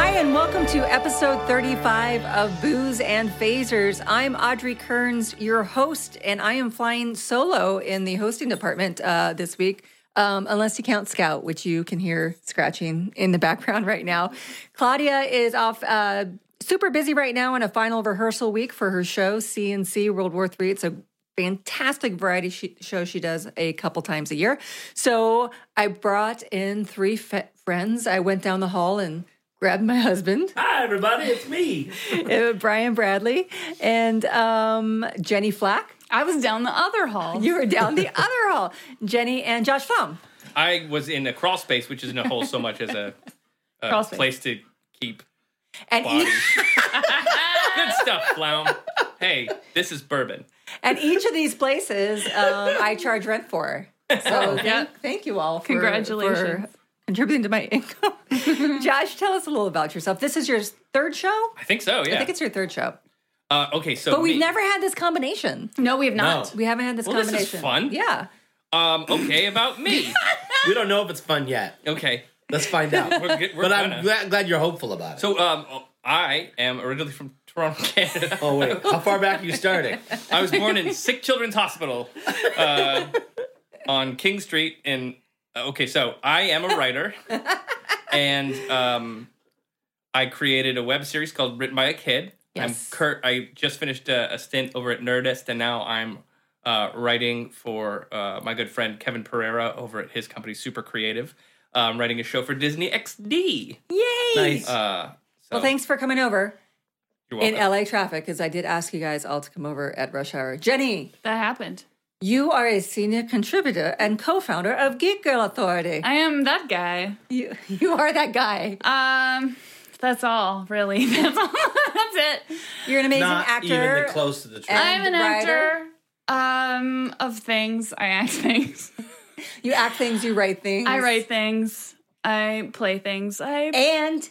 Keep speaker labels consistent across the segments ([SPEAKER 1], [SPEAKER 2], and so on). [SPEAKER 1] Welcome to episode 35 of Booze and Phasers. I'm Audrey Kearns, your host, and I am flying solo in the hosting department uh, this week, um, unless you count Scout, which you can hear scratching in the background right now. Claudia is off. Uh, Super busy right now in a final rehearsal week for her show, CNC World War III. It's a fantastic variety sh- show she does a couple times a year. So I brought in three fe- friends. I went down the hall and grabbed my husband,
[SPEAKER 2] Hi, everybody, it's me.
[SPEAKER 1] uh, Brian Bradley, and um, Jenny Flack.
[SPEAKER 3] I was down the other hall.
[SPEAKER 1] You were down the other hall, Jenny and Josh Flum.
[SPEAKER 4] I was in a crawl space, which isn't a hole so much as a,
[SPEAKER 3] Crawl
[SPEAKER 4] a
[SPEAKER 3] space.
[SPEAKER 4] place to keep
[SPEAKER 1] And, e-,
[SPEAKER 4] bodies.
[SPEAKER 1] each,
[SPEAKER 4] Good stuff, Flown. Hey, this is bourbon.
[SPEAKER 1] and each of these places um, I charge rent for. So thank,
[SPEAKER 3] Yep.
[SPEAKER 1] thank you all. For,
[SPEAKER 3] Congratulations.
[SPEAKER 1] For contributing to my income. Josh, tell us a little about yourself. This is your third show?
[SPEAKER 4] I think so. Yeah.
[SPEAKER 1] I think it's your third show.
[SPEAKER 4] uh, okay. So,
[SPEAKER 1] But we've
[SPEAKER 4] me-
[SPEAKER 1] never had this combination.
[SPEAKER 3] no, we have not.
[SPEAKER 1] We haven't had this
[SPEAKER 4] Well, this
[SPEAKER 1] combination.
[SPEAKER 4] is fun.
[SPEAKER 1] Yeah.
[SPEAKER 4] Um, okay, about me.
[SPEAKER 2] We don't know if it's fun yet.
[SPEAKER 4] Okay.
[SPEAKER 2] Let's find out.
[SPEAKER 4] We're good- we're
[SPEAKER 2] but
[SPEAKER 4] gonna.
[SPEAKER 2] I'm glad, glad you're hopeful about it.
[SPEAKER 4] So, um, I am originally from Toronto, Canada.
[SPEAKER 2] oh wait, how far back are you starting?
[SPEAKER 4] I was born in Sick Children's Hospital uh, on King Street. In uh, okay, so I am a writer, and um, I created a web series called "Written by a Kid."
[SPEAKER 1] Yes.
[SPEAKER 4] I'm Kurt. I just finished a, a stint over at Nerdist, and now I'm uh, writing for uh, my good friend Kevin Pereira over at his company Super Creative. Um, writing a show for Disney XD.
[SPEAKER 1] Yay.
[SPEAKER 2] Nice.
[SPEAKER 4] Uh, so
[SPEAKER 1] Well, thanks for coming over
[SPEAKER 4] You're
[SPEAKER 1] in
[SPEAKER 4] welcome.
[SPEAKER 1] LA traffic because I did ask you guys all to come over at rush hour. Jenny,
[SPEAKER 3] That happened.
[SPEAKER 1] you are a senior contributor and co-founder of Geek Girl Authority.
[SPEAKER 3] I am that guy.
[SPEAKER 1] you, you are that guy.
[SPEAKER 3] Um, that's all, really. That's all. that's it.
[SPEAKER 1] You're an amazing
[SPEAKER 2] Not
[SPEAKER 1] actor.
[SPEAKER 2] even the close to the truth.
[SPEAKER 3] I'm an
[SPEAKER 1] writer?
[SPEAKER 3] actor. Um, of things. I act things.
[SPEAKER 1] you act things. You write things.
[SPEAKER 3] I write things. I play things. I
[SPEAKER 1] And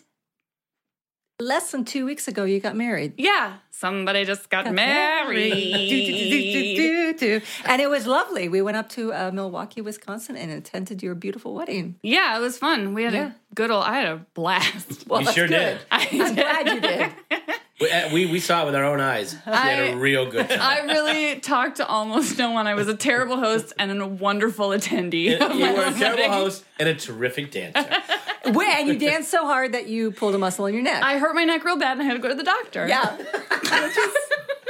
[SPEAKER 1] less than two weeks ago, you got married.
[SPEAKER 3] yeah. Somebody just got married.
[SPEAKER 1] Do-do-do-do-do-do. and it was lovely. We went up to uh, Milwaukee, Wisconsin, and attended your beautiful wedding.
[SPEAKER 3] Yeah, it was fun. We had
[SPEAKER 1] Yeah.
[SPEAKER 3] a good old. I had a blast.
[SPEAKER 1] Well,
[SPEAKER 2] You
[SPEAKER 1] that's
[SPEAKER 2] sure
[SPEAKER 1] good.
[SPEAKER 2] did.
[SPEAKER 3] I
[SPEAKER 1] I'm glad you did.
[SPEAKER 2] We, uh, we we saw it with our own eyes. We had
[SPEAKER 3] I-
[SPEAKER 2] a real good time.
[SPEAKER 3] I really talked to almost no one. I was a terrible host and a wonderful attendee. of my
[SPEAKER 2] you were a
[SPEAKER 3] own
[SPEAKER 2] terrible
[SPEAKER 3] wedding.
[SPEAKER 2] host and a terrific dancer.
[SPEAKER 1] Wait, and you danced so hard that you pulled a muscle in your neck.
[SPEAKER 3] I hurt my neck real bad and I had to go to the doctor.
[SPEAKER 1] yeah, which is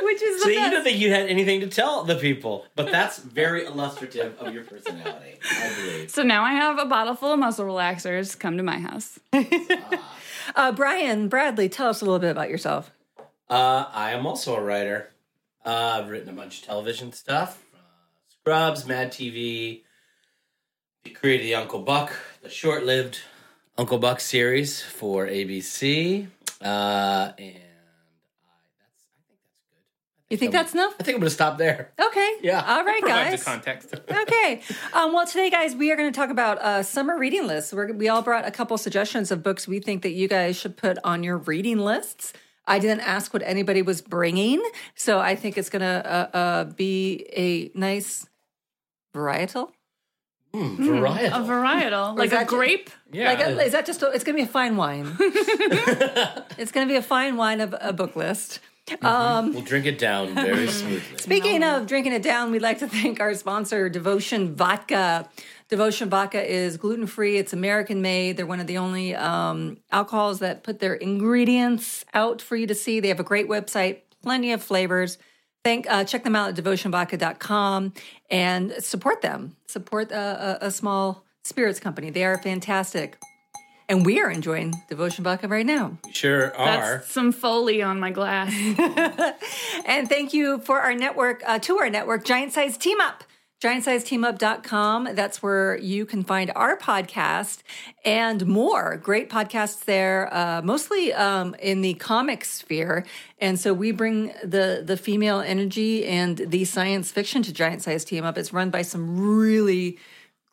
[SPEAKER 1] which is
[SPEAKER 2] so
[SPEAKER 1] the
[SPEAKER 2] you
[SPEAKER 1] best.
[SPEAKER 2] didn't think you had anything to tell the people, but that's very illustrative of your personality, I believe.
[SPEAKER 3] So now I have a bottle full of muscle relaxers. Come to my house.
[SPEAKER 1] Uh, Brian Bradley, tell us a little bit about yourself.
[SPEAKER 2] Uh, I am also a writer. Uh, I've written a bunch of television stuff. Uh, Scrubs, Mad TV. We created the Uncle Buck, the short-lived Uncle Buck series for ABC. Uh, and I, that's, I think that's good.
[SPEAKER 1] You think that's enough?
[SPEAKER 2] I think I'm going to stop there.
[SPEAKER 1] Okay.
[SPEAKER 2] Yeah.
[SPEAKER 1] All right,
[SPEAKER 4] Provides
[SPEAKER 1] guys.
[SPEAKER 4] the context.
[SPEAKER 1] okay. Um, well, today, guys, we are going to talk about uh, summer reading lists. We're, we all brought a couple suggestions of books we think that you guys should put on your reading lists. I didn't ask what anybody was bringing, so I think it's going to uh, uh, be a nice varietal.
[SPEAKER 2] Mm, variety.
[SPEAKER 3] Hmm, A varietal, like
[SPEAKER 1] that
[SPEAKER 3] a
[SPEAKER 1] ju-
[SPEAKER 3] grape.
[SPEAKER 4] Yeah.
[SPEAKER 1] Like, uh, is that just? A, it's going to be a fine wine. it's going to be a fine wine of a book list.
[SPEAKER 2] we'll drink it down very smoothly.
[SPEAKER 1] Speaking of drinking it down, we'd like to thank our sponsor, Devotion Vodka. Devotion Vodka is gluten free. It's American made. They're one of the only um, alcohols that put their ingredients out for you to see. They have a great website, plenty of flavors. Thank, uh, check them out at devotionvodka.com and support them. Support a, a, a small spirits company. They are fantastic. And we are enjoying Devotion Vodka right now.
[SPEAKER 2] We sure are.
[SPEAKER 3] That's some Foley on my glass.
[SPEAKER 1] And thank you for our network, uh, to our network, Giant Size Team Up. GiantSizeTeamUp.com. That's where you can find our podcast and more great podcasts there, uh, mostly um, in the comic sphere. And so we bring the the female energy and the science fiction to Giant Size Team Up. It's run by some really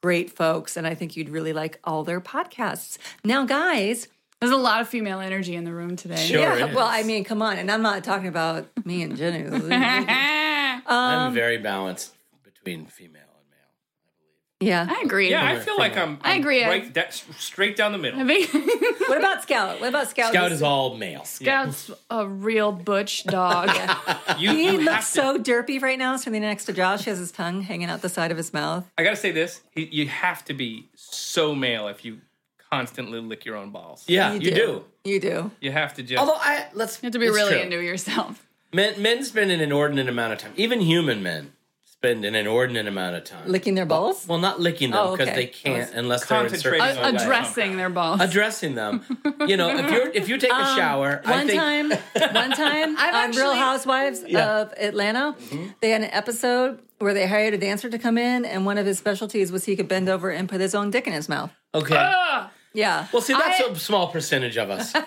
[SPEAKER 1] great folks, and I think you'd really like all their podcasts. Now, guys,
[SPEAKER 3] There's a lot of female energy in the room today.
[SPEAKER 2] Sure
[SPEAKER 1] yeah,
[SPEAKER 2] is.
[SPEAKER 1] well, I mean, come on, and I'm not talking about me and Jenny.
[SPEAKER 3] Ah,
[SPEAKER 2] I'm very balanced between female and male.
[SPEAKER 1] Yeah.
[SPEAKER 3] I agree.
[SPEAKER 4] Yeah, I
[SPEAKER 2] From
[SPEAKER 4] feel
[SPEAKER 2] a-
[SPEAKER 4] like
[SPEAKER 2] from a-
[SPEAKER 4] I'm,
[SPEAKER 3] I
[SPEAKER 4] I'm
[SPEAKER 3] agree.
[SPEAKER 4] Right, that, straight down the
[SPEAKER 3] I
[SPEAKER 4] middle.
[SPEAKER 3] mean,
[SPEAKER 1] What about Scout? What about Scout?
[SPEAKER 2] Scout is all male.
[SPEAKER 3] Scout's a real butch dog.
[SPEAKER 4] You,
[SPEAKER 1] He
[SPEAKER 4] you have
[SPEAKER 1] looks
[SPEAKER 4] to-
[SPEAKER 1] so derpy right now, standing next to Josh. He has his tongue hanging out the side of his mouth.
[SPEAKER 4] I gotta say this: you, you have to be so male if you constantly lick your own balls.
[SPEAKER 2] Yeah, you, do.
[SPEAKER 1] You do.
[SPEAKER 4] You have to just.
[SPEAKER 2] Although I let's
[SPEAKER 3] You have to be
[SPEAKER 2] it's
[SPEAKER 3] really
[SPEAKER 2] true.
[SPEAKER 3] into yourself.
[SPEAKER 2] men. Men spend an inordinate amount of time. Even human men spend an inordinate amount of time
[SPEAKER 1] Licking their balls?
[SPEAKER 2] Well, not licking them
[SPEAKER 1] Oh,
[SPEAKER 2] because
[SPEAKER 1] okay.
[SPEAKER 2] they can't unless they're in
[SPEAKER 4] Concentrating
[SPEAKER 2] certain
[SPEAKER 4] on
[SPEAKER 3] A-
[SPEAKER 4] that.
[SPEAKER 3] addressing their balls.
[SPEAKER 2] addressing them. You know, if you are if you take a shower, I
[SPEAKER 1] Um, One
[SPEAKER 2] think
[SPEAKER 1] time, one time
[SPEAKER 3] I've
[SPEAKER 1] on Real
[SPEAKER 3] actually-
[SPEAKER 1] Housewives of Atlanta,
[SPEAKER 2] Mm-hmm.
[SPEAKER 1] they had an episode where they hired a dancer to come in, and one of his specialties was he could bend over and put his own dick in his mouth.
[SPEAKER 2] okay.
[SPEAKER 4] Ah!
[SPEAKER 1] Yeah.
[SPEAKER 2] well, see, that's
[SPEAKER 3] I-
[SPEAKER 2] a small percentage of us.
[SPEAKER 3] I've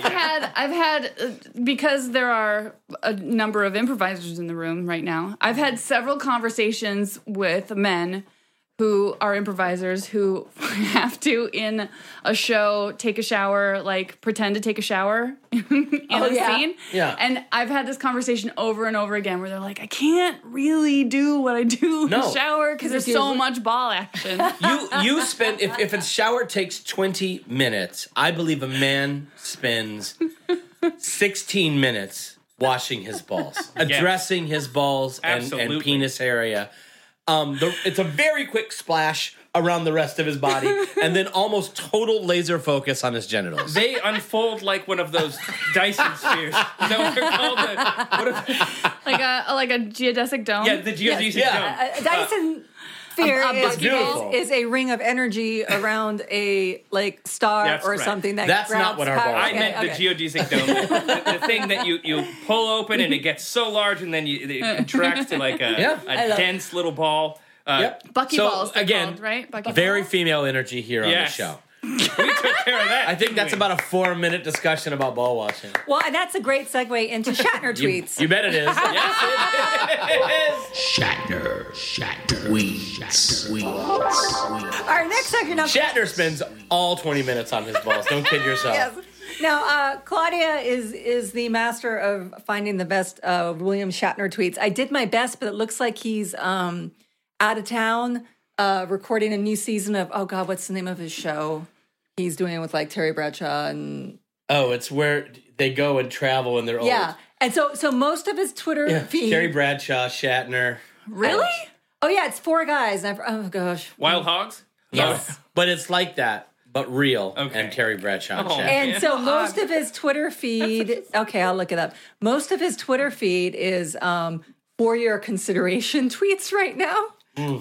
[SPEAKER 3] had, I've had, uh, because there are a number of improvisers in the room right now. I've had several conversations with men who are improvisers who have to in a show take a shower, like pretend to take a shower in a
[SPEAKER 1] yeah.
[SPEAKER 3] scene.
[SPEAKER 2] Yeah.
[SPEAKER 3] And I've had this conversation over and over again where they're like, I can't really do what I do in
[SPEAKER 2] No.
[SPEAKER 3] the shower because there's
[SPEAKER 1] it's
[SPEAKER 3] so
[SPEAKER 1] usually-
[SPEAKER 3] much ball action.
[SPEAKER 2] you you spend if if a shower takes twenty minutes, I believe a man spends sixteen minutes washing his balls, addressing his balls and, and
[SPEAKER 4] Absolutely.
[SPEAKER 2] penis area. Um, the, it's a very quick splash around the rest of his body, and then almost total laser focus on his genitals.
[SPEAKER 4] They unfold like one of those Dyson spheres. Is that what they're called? The- what if-
[SPEAKER 3] like a like a geodesic dome.
[SPEAKER 4] yeah, the geodesic
[SPEAKER 1] A a
[SPEAKER 4] dome.
[SPEAKER 2] yeah.
[SPEAKER 1] Uh,
[SPEAKER 2] uh,
[SPEAKER 1] Dyson sphere
[SPEAKER 3] a
[SPEAKER 1] is,
[SPEAKER 3] bucket
[SPEAKER 2] ball.
[SPEAKER 1] is, is a ring of energy around a like star
[SPEAKER 4] That's
[SPEAKER 1] or
[SPEAKER 4] right.
[SPEAKER 1] something that
[SPEAKER 2] That's not
[SPEAKER 1] grabs
[SPEAKER 2] what our
[SPEAKER 1] power.
[SPEAKER 2] balls
[SPEAKER 4] I
[SPEAKER 2] Okay,
[SPEAKER 4] meant the geodesic dome, the, the thing that you, you pull open and it gets so large and then you, it contracts to like a,
[SPEAKER 2] Yeah.
[SPEAKER 4] a
[SPEAKER 1] I love it.
[SPEAKER 4] dense little ball. Uh,
[SPEAKER 2] Yep.
[SPEAKER 3] Bucky
[SPEAKER 2] So,
[SPEAKER 3] balls. they're
[SPEAKER 2] again,
[SPEAKER 3] called, right? Bucky
[SPEAKER 2] Very
[SPEAKER 3] balls?
[SPEAKER 2] female energy here
[SPEAKER 4] Yes.
[SPEAKER 2] on the show.
[SPEAKER 4] We took care of that.
[SPEAKER 2] I think that's about a four minute discussion about ball washing.
[SPEAKER 1] Well, and that's a great segue into Shatner tweets.
[SPEAKER 2] You bet it is.
[SPEAKER 5] Shatner. Shatner. We. Shatner.
[SPEAKER 1] Our next segment up.
[SPEAKER 2] Shatner spends all 20 minutes on his balls. Don't kid yourself.
[SPEAKER 1] Yes. Now, uh, Claudia is is the master of finding the best uh, William Shatner tweets. I did my best, but it looks like he's um, out of town uh, recording a new season of oh god, what's the name of his show? He's doing it with like Terry Bradshaw and
[SPEAKER 2] Oh, it's where they go and travel when they're
[SPEAKER 1] yeah. And so, so most of his Twitter
[SPEAKER 2] old.
[SPEAKER 1] feed.
[SPEAKER 2] Terry Bradshaw, Shatner.
[SPEAKER 3] Really?
[SPEAKER 1] oh yeah, it's four guys. And I, oh gosh.
[SPEAKER 4] Wild hogs? Oh,
[SPEAKER 1] Yes.
[SPEAKER 2] But it's like that, but real.
[SPEAKER 4] Okay.
[SPEAKER 2] And Terry Bradshaw. and
[SPEAKER 4] Oh.
[SPEAKER 2] Shatner.
[SPEAKER 1] And so most of his Twitter feed, okay, I'll look it up. Most of his Twitter feed is um, for your consideration tweets right now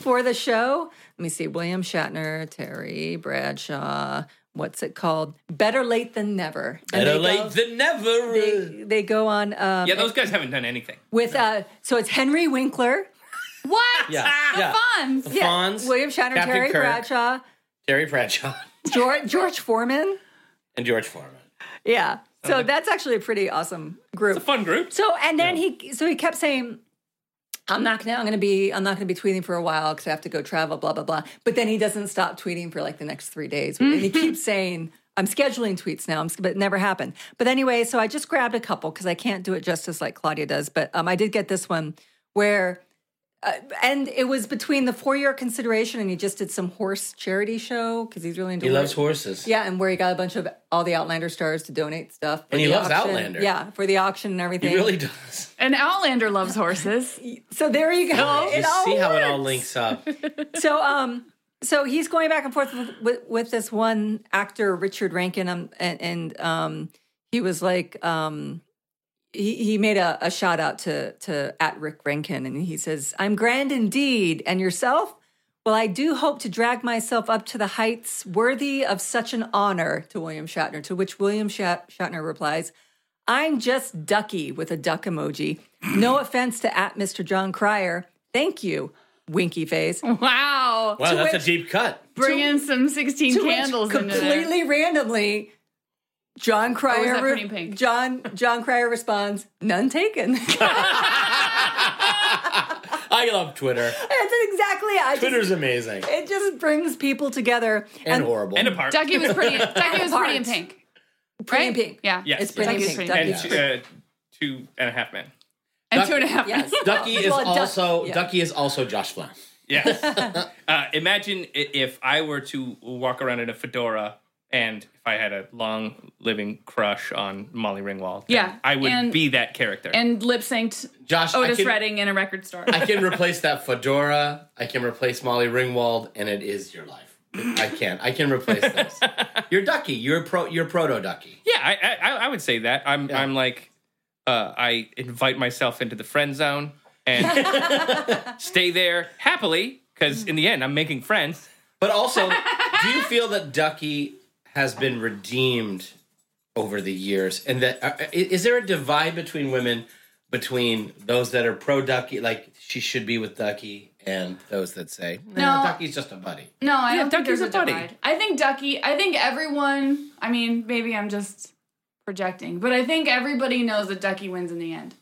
[SPEAKER 1] for the show. Let me see William Shatner, Terry Bradshaw. What's it called? Better late than never. And
[SPEAKER 2] Better
[SPEAKER 1] they
[SPEAKER 2] late
[SPEAKER 1] go-
[SPEAKER 2] than never.
[SPEAKER 1] they, they go on um,
[SPEAKER 4] Yeah, those guys haven't done anything.
[SPEAKER 1] with uh, so it's Henry Winkler,
[SPEAKER 3] What?
[SPEAKER 2] Yeah, yeah.
[SPEAKER 3] Fun.
[SPEAKER 1] yeah,
[SPEAKER 2] Fonz,
[SPEAKER 1] William Shatner,
[SPEAKER 2] Captain
[SPEAKER 1] Terry
[SPEAKER 2] Kirk.
[SPEAKER 1] Bradshaw,
[SPEAKER 2] Terry Bradshaw
[SPEAKER 1] George, George Foreman.
[SPEAKER 2] and George Foreman.
[SPEAKER 1] Yeah, so that's actually a pretty awesome group.
[SPEAKER 4] Fun group.
[SPEAKER 1] So and then he so he kept saying, "I'm not gonna I'm gonna be I'm not gonna be tweeting for a while because I have to go travel." Blah blah blah. But then he doesn't stop tweeting for like the next three days, and
[SPEAKER 2] Mm-hmm.
[SPEAKER 1] he keeps saying. I'm scheduling tweets now, I'm, s- but it never happened. But anyway, so I just grabbed a couple because I can't do it justice like Claudia does. But um, I did get this one where, uh, and it was between the four year consideration, and he just did some horse charity show because he's really into
[SPEAKER 2] He loves
[SPEAKER 1] horse-
[SPEAKER 2] horses.
[SPEAKER 1] yeah, and where he got a bunch of all the Outlander stars to donate stuff. for
[SPEAKER 2] And he
[SPEAKER 1] the
[SPEAKER 2] loves
[SPEAKER 1] auction.
[SPEAKER 2] Outlander.
[SPEAKER 1] Yeah, for the auction and everything.
[SPEAKER 2] He really does.
[SPEAKER 3] And Outlander loves horses.
[SPEAKER 1] So there you go.
[SPEAKER 2] You
[SPEAKER 1] Oh, It all
[SPEAKER 2] see how it all
[SPEAKER 1] works.
[SPEAKER 2] links up.
[SPEAKER 1] So um, so he's going back and forth with with, with this one actor, Richard Rankin, um, and, and um, he was like um. He, he made a, a shout out to to at Rick Rankin and he says, I'm grand indeed. And yourself? Well, I do hope to drag myself up to the heights worthy of such an honor to William Shatner, to which William Shat- Shatner replies, I'm just ducky with a duck emoji. No offense to at Mr. John Cryer. Thank you, winky face.
[SPEAKER 3] Wow.
[SPEAKER 2] Wow, that's
[SPEAKER 1] which-
[SPEAKER 2] a deep cut.
[SPEAKER 3] Bring in some 16
[SPEAKER 1] To which
[SPEAKER 3] candles into there.
[SPEAKER 1] completely randomly. John Cryer.
[SPEAKER 3] that
[SPEAKER 1] re-
[SPEAKER 3] Pretty Pink?
[SPEAKER 1] John John Cryer responds, "None taken." That's
[SPEAKER 2] I love Twitter.
[SPEAKER 1] exactly. I just,
[SPEAKER 2] Twitter's amazing
[SPEAKER 1] it just brings people together.
[SPEAKER 2] and horrible.
[SPEAKER 4] And apart.
[SPEAKER 3] Ducky was pretty. Ducky was pretty in
[SPEAKER 1] Parts.
[SPEAKER 3] pink.
[SPEAKER 1] Pretty in Pink.
[SPEAKER 3] Yeah.
[SPEAKER 4] Yes,
[SPEAKER 1] It's pretty
[SPEAKER 3] yes.
[SPEAKER 1] in pink.
[SPEAKER 3] Ducky
[SPEAKER 4] and
[SPEAKER 1] Ducky.
[SPEAKER 4] uh, two and a half men.
[SPEAKER 3] And two and a half.
[SPEAKER 1] Yes.
[SPEAKER 2] Ducky is
[SPEAKER 1] Well, Duck-
[SPEAKER 2] also
[SPEAKER 1] yeah.
[SPEAKER 2] Ducky is also Josh Flynn.
[SPEAKER 4] Yes. uh, imagine i- if I were to walk around in a fedora and if I had a long living crush on Molly Ringwald. then
[SPEAKER 3] Yeah,
[SPEAKER 4] I would
[SPEAKER 3] and-
[SPEAKER 4] be that character.
[SPEAKER 3] and lip synced
[SPEAKER 2] Josh, I
[SPEAKER 3] Otis
[SPEAKER 2] can,
[SPEAKER 3] Redding in a record store.
[SPEAKER 2] I can replace that fedora. I can replace Molly Ringwald, and it is your life. I can. I can replace those. You're Ducky. You're pro. You're proto Ducky.
[SPEAKER 4] yeah, I, I- I I would say that. I'm
[SPEAKER 2] Yeah.
[SPEAKER 4] I'm like uh, I invite myself into the friend zone and stay there happily because in the end I'm making friends.
[SPEAKER 2] But also, do you feel that Ducky has been redeemed over the years, and that uh, i- is there a divide between women between those that are pro Ducky, like she should be with Ducky, and those that say no,
[SPEAKER 3] No.
[SPEAKER 2] Ducky's just a buddy?
[SPEAKER 3] No, I
[SPEAKER 4] Yeah,
[SPEAKER 3] don't think
[SPEAKER 4] Ducky's
[SPEAKER 3] there's a,
[SPEAKER 4] a buddy.
[SPEAKER 3] divide. I think Ducky. I think everyone. I mean, maybe I'm just projecting, but I think everybody knows that Ducky wins in the end.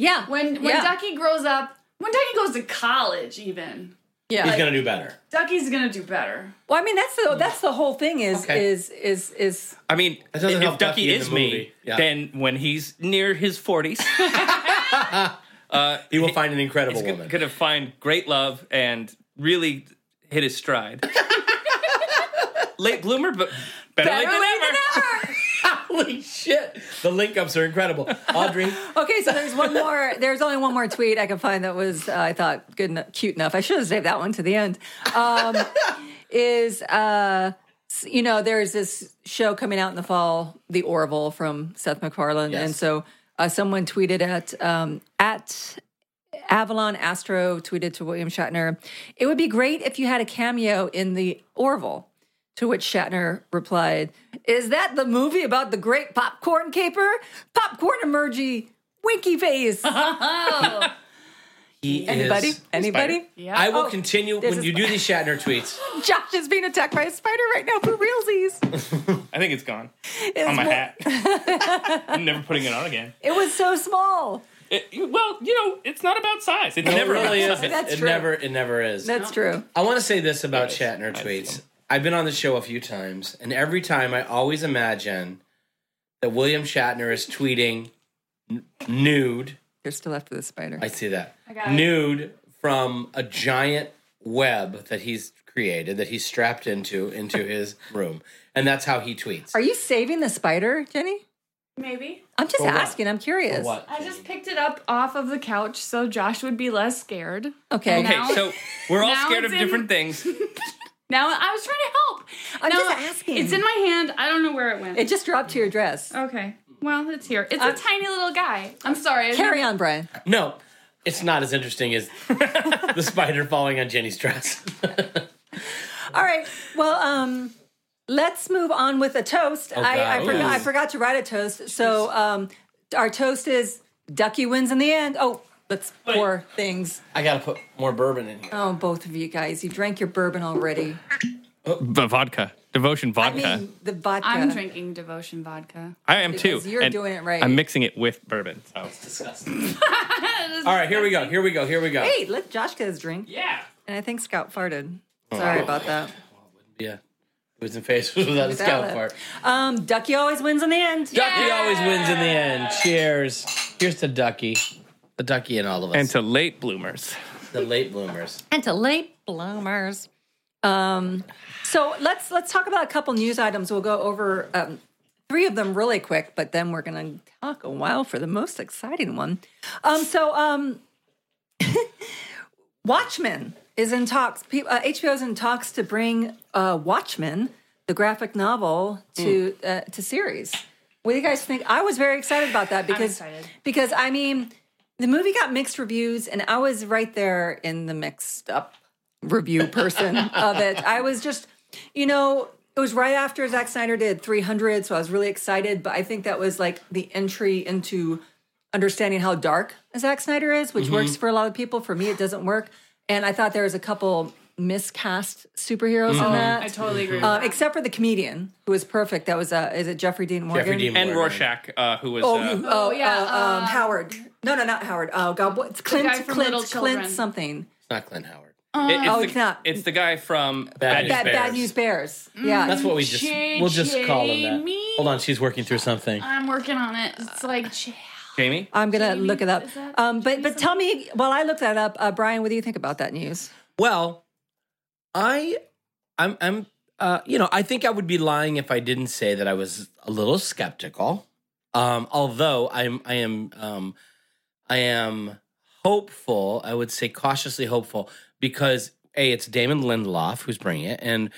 [SPEAKER 1] Yeah.
[SPEAKER 3] When when
[SPEAKER 1] yeah.
[SPEAKER 3] Ducky grows up, when Ducky goes to college, even
[SPEAKER 1] yeah.
[SPEAKER 2] He's gonna do better.
[SPEAKER 3] Ducky's gonna do better.
[SPEAKER 1] well, I mean, that's the that's the whole thing is
[SPEAKER 2] Okay.
[SPEAKER 1] is is is
[SPEAKER 4] I mean, if
[SPEAKER 2] doesn't
[SPEAKER 4] Ducky,
[SPEAKER 2] help Ducky in
[SPEAKER 4] is
[SPEAKER 2] the
[SPEAKER 4] me,
[SPEAKER 2] movie. Yeah.
[SPEAKER 4] then when he's near his 40s,
[SPEAKER 2] He will find an incredible
[SPEAKER 4] he's
[SPEAKER 2] woman.
[SPEAKER 4] going to find great love and really hit his stride. Late bloomer, but better, late than
[SPEAKER 1] late
[SPEAKER 4] ever.
[SPEAKER 1] than
[SPEAKER 2] Holy shit! The link ups are incredible. Audrey,
[SPEAKER 1] ever. okay, so there's one more. There's only one more tweet I could find that was uh, I thought good enough, cute enough. I should have saved that one to the end. Um, is uh, s- you know there's this show coming out in the fall, The Orville from Seth MacFarlane,
[SPEAKER 2] Yes.
[SPEAKER 1] and so uh, someone tweeted at um, at Avalon Astro tweeted to William Shatner, It would be great if you had a cameo in the Orville. To which Shatner replied, Is that the movie about the great popcorn caper? Popcorn emoji, winky face.
[SPEAKER 2] he
[SPEAKER 1] Anybody?
[SPEAKER 2] Uh-huh. is.
[SPEAKER 1] Anybody?
[SPEAKER 3] Yeah.
[SPEAKER 2] I will
[SPEAKER 1] Oh,
[SPEAKER 2] continue
[SPEAKER 1] this
[SPEAKER 2] when
[SPEAKER 1] is-
[SPEAKER 2] you do these Shatner tweets.
[SPEAKER 1] Josh is being attacked by a spider right now for realsies.
[SPEAKER 4] I think it's gone
[SPEAKER 1] It's
[SPEAKER 4] on my
[SPEAKER 1] wa-
[SPEAKER 4] hat. I'm never putting it on again.
[SPEAKER 1] It was so small.
[SPEAKER 4] It- well, you know, it's not about size. It's never
[SPEAKER 2] it really
[SPEAKER 4] about
[SPEAKER 2] is.
[SPEAKER 4] size.
[SPEAKER 1] That's
[SPEAKER 2] it
[SPEAKER 1] true.
[SPEAKER 2] never. It never is.
[SPEAKER 1] That's true.
[SPEAKER 2] I want to say this about
[SPEAKER 4] Yes,
[SPEAKER 2] Shatner
[SPEAKER 4] I
[SPEAKER 2] tweets.
[SPEAKER 4] see.
[SPEAKER 2] I've been on the show a few times, and every time I always imagine that William Shatner is tweeting n- nude.
[SPEAKER 1] You're still after the spider.
[SPEAKER 2] I see that.
[SPEAKER 3] got it.
[SPEAKER 2] Nude from a giant web that he's created, that he's strapped into, into his room. And that's how he tweets.
[SPEAKER 1] Are you saving the spider, Jenny?
[SPEAKER 3] Maybe
[SPEAKER 1] I'm just
[SPEAKER 2] what?
[SPEAKER 1] asking. I'm curious.
[SPEAKER 2] What?
[SPEAKER 3] I just picked it up off of the couch so Josh would be less scared.
[SPEAKER 1] Okay.
[SPEAKER 4] Okay,
[SPEAKER 3] Now-
[SPEAKER 4] so we're all
[SPEAKER 3] now
[SPEAKER 4] scared of
[SPEAKER 3] it's in-
[SPEAKER 4] different things.
[SPEAKER 3] Now I was trying to help.
[SPEAKER 1] I'm
[SPEAKER 3] Now,
[SPEAKER 1] just asking.
[SPEAKER 3] It's in my hand. I don't know where it went.
[SPEAKER 1] It just dropped to your dress.
[SPEAKER 2] Oh.
[SPEAKER 3] okay. Well, it's here. It's a tiny little guy. I'm sorry. I
[SPEAKER 1] Uh, Carry on, Brian.
[SPEAKER 2] No, it's not as interesting as the spider falling on Jenny's dress.
[SPEAKER 1] All right. Well, um, let's move on with a toast. I, I,
[SPEAKER 2] God.
[SPEAKER 1] forgot, I
[SPEAKER 2] Ooh.
[SPEAKER 1] forgot to write a toast. So um, our toast is Ducky wins in the end. Oh, let's pour things.
[SPEAKER 2] I gotta put more bourbon in here.
[SPEAKER 1] Oh, both of you guys, you drank your bourbon already.
[SPEAKER 4] But vodka, devotion
[SPEAKER 1] I
[SPEAKER 4] vodka.
[SPEAKER 1] mean, the vodka.
[SPEAKER 3] I'm drinking devotion vodka.
[SPEAKER 4] I am too.
[SPEAKER 1] because you're
[SPEAKER 4] and
[SPEAKER 1] doing it right.
[SPEAKER 4] I'm mixing it with bourbon. So.
[SPEAKER 2] Disgusting. All right, here we go. Here we go. Here we go.
[SPEAKER 1] Hey, let Josh get his drink.
[SPEAKER 4] Yeah.
[SPEAKER 1] And I think Scout farted. Sorry about that.
[SPEAKER 2] Yeah. Who's in face without a
[SPEAKER 1] Without
[SPEAKER 2] scout
[SPEAKER 1] it.
[SPEAKER 2] part.
[SPEAKER 1] Um, Ducky always wins in the end.
[SPEAKER 2] Ducky always wins in the end. Cheers. Here's to Ducky. The Ducky and all of us.
[SPEAKER 4] And to late bloomers.
[SPEAKER 2] the late bloomers.
[SPEAKER 1] and to late bloomers. Um, so let's let's talk about a couple news items. We'll go over um, three of them really quick, but then we're going to talk a while for the most exciting one. Um, so um, Watchmen is in talks. Pe- uh, HBO's in talks to bring uh, Watchmen, the graphic novel, to uh, to series. What do you guys think? I was very excited about that because
[SPEAKER 3] excited.
[SPEAKER 1] because I mean the movie got mixed reviews, and I was right there in the mixed up review person of it. I was just, you know, it was right after Zack Snyder did 300, so I was really excited. But I think that was like the entry into understanding how dark Zack Snyder is,
[SPEAKER 3] Mm-hmm.
[SPEAKER 1] which works for a lot of people. For me, it doesn't work. And I thought there was a couple miscast superheroes in that.
[SPEAKER 3] Mm-hmm. I totally agree.
[SPEAKER 1] uh, except for the comedian who was perfect. That was uh, is it Jeffrey Dean Morgan?
[SPEAKER 2] Jeffrey Dean
[SPEAKER 4] And
[SPEAKER 2] Morgan.
[SPEAKER 4] Rorschach, uh, who was.
[SPEAKER 1] Oh,
[SPEAKER 4] uh,
[SPEAKER 1] you- oh,
[SPEAKER 3] yeah,
[SPEAKER 1] yeah, um, Howard. No, no, not Howard. Oh God, what's Clint?
[SPEAKER 3] guy from
[SPEAKER 1] Clint,
[SPEAKER 3] Little
[SPEAKER 1] Clint
[SPEAKER 3] Children.
[SPEAKER 1] something.
[SPEAKER 2] It's not Clint Howard.
[SPEAKER 4] It- it's
[SPEAKER 1] Oh,
[SPEAKER 4] the,
[SPEAKER 1] it's not.
[SPEAKER 4] It's the guy from
[SPEAKER 2] Bad
[SPEAKER 4] Bad,
[SPEAKER 2] News
[SPEAKER 1] Bad,
[SPEAKER 4] News
[SPEAKER 1] bad
[SPEAKER 2] Bears.
[SPEAKER 1] news bears.
[SPEAKER 3] Mm.
[SPEAKER 1] Yeah,
[SPEAKER 2] That's what we just we'll just call him that.
[SPEAKER 3] Jamie?
[SPEAKER 2] Hold on, she's working through something.
[SPEAKER 3] I'm working on it. It's like chill.
[SPEAKER 4] Jamie.
[SPEAKER 1] I'm gonna
[SPEAKER 3] Jamie,
[SPEAKER 1] look it up.
[SPEAKER 3] is that
[SPEAKER 1] um, but but tell me while I look that up, uh, Brian, what do you think about that news?
[SPEAKER 2] Well, I, I'm, I'm, uh, you know, I think I would be lying if I didn't say that I was a little skeptical. Um, although I'm, I am, um, I am hopeful. I would say cautiously hopeful because a, it's Damon Lindelof who's bringing it, and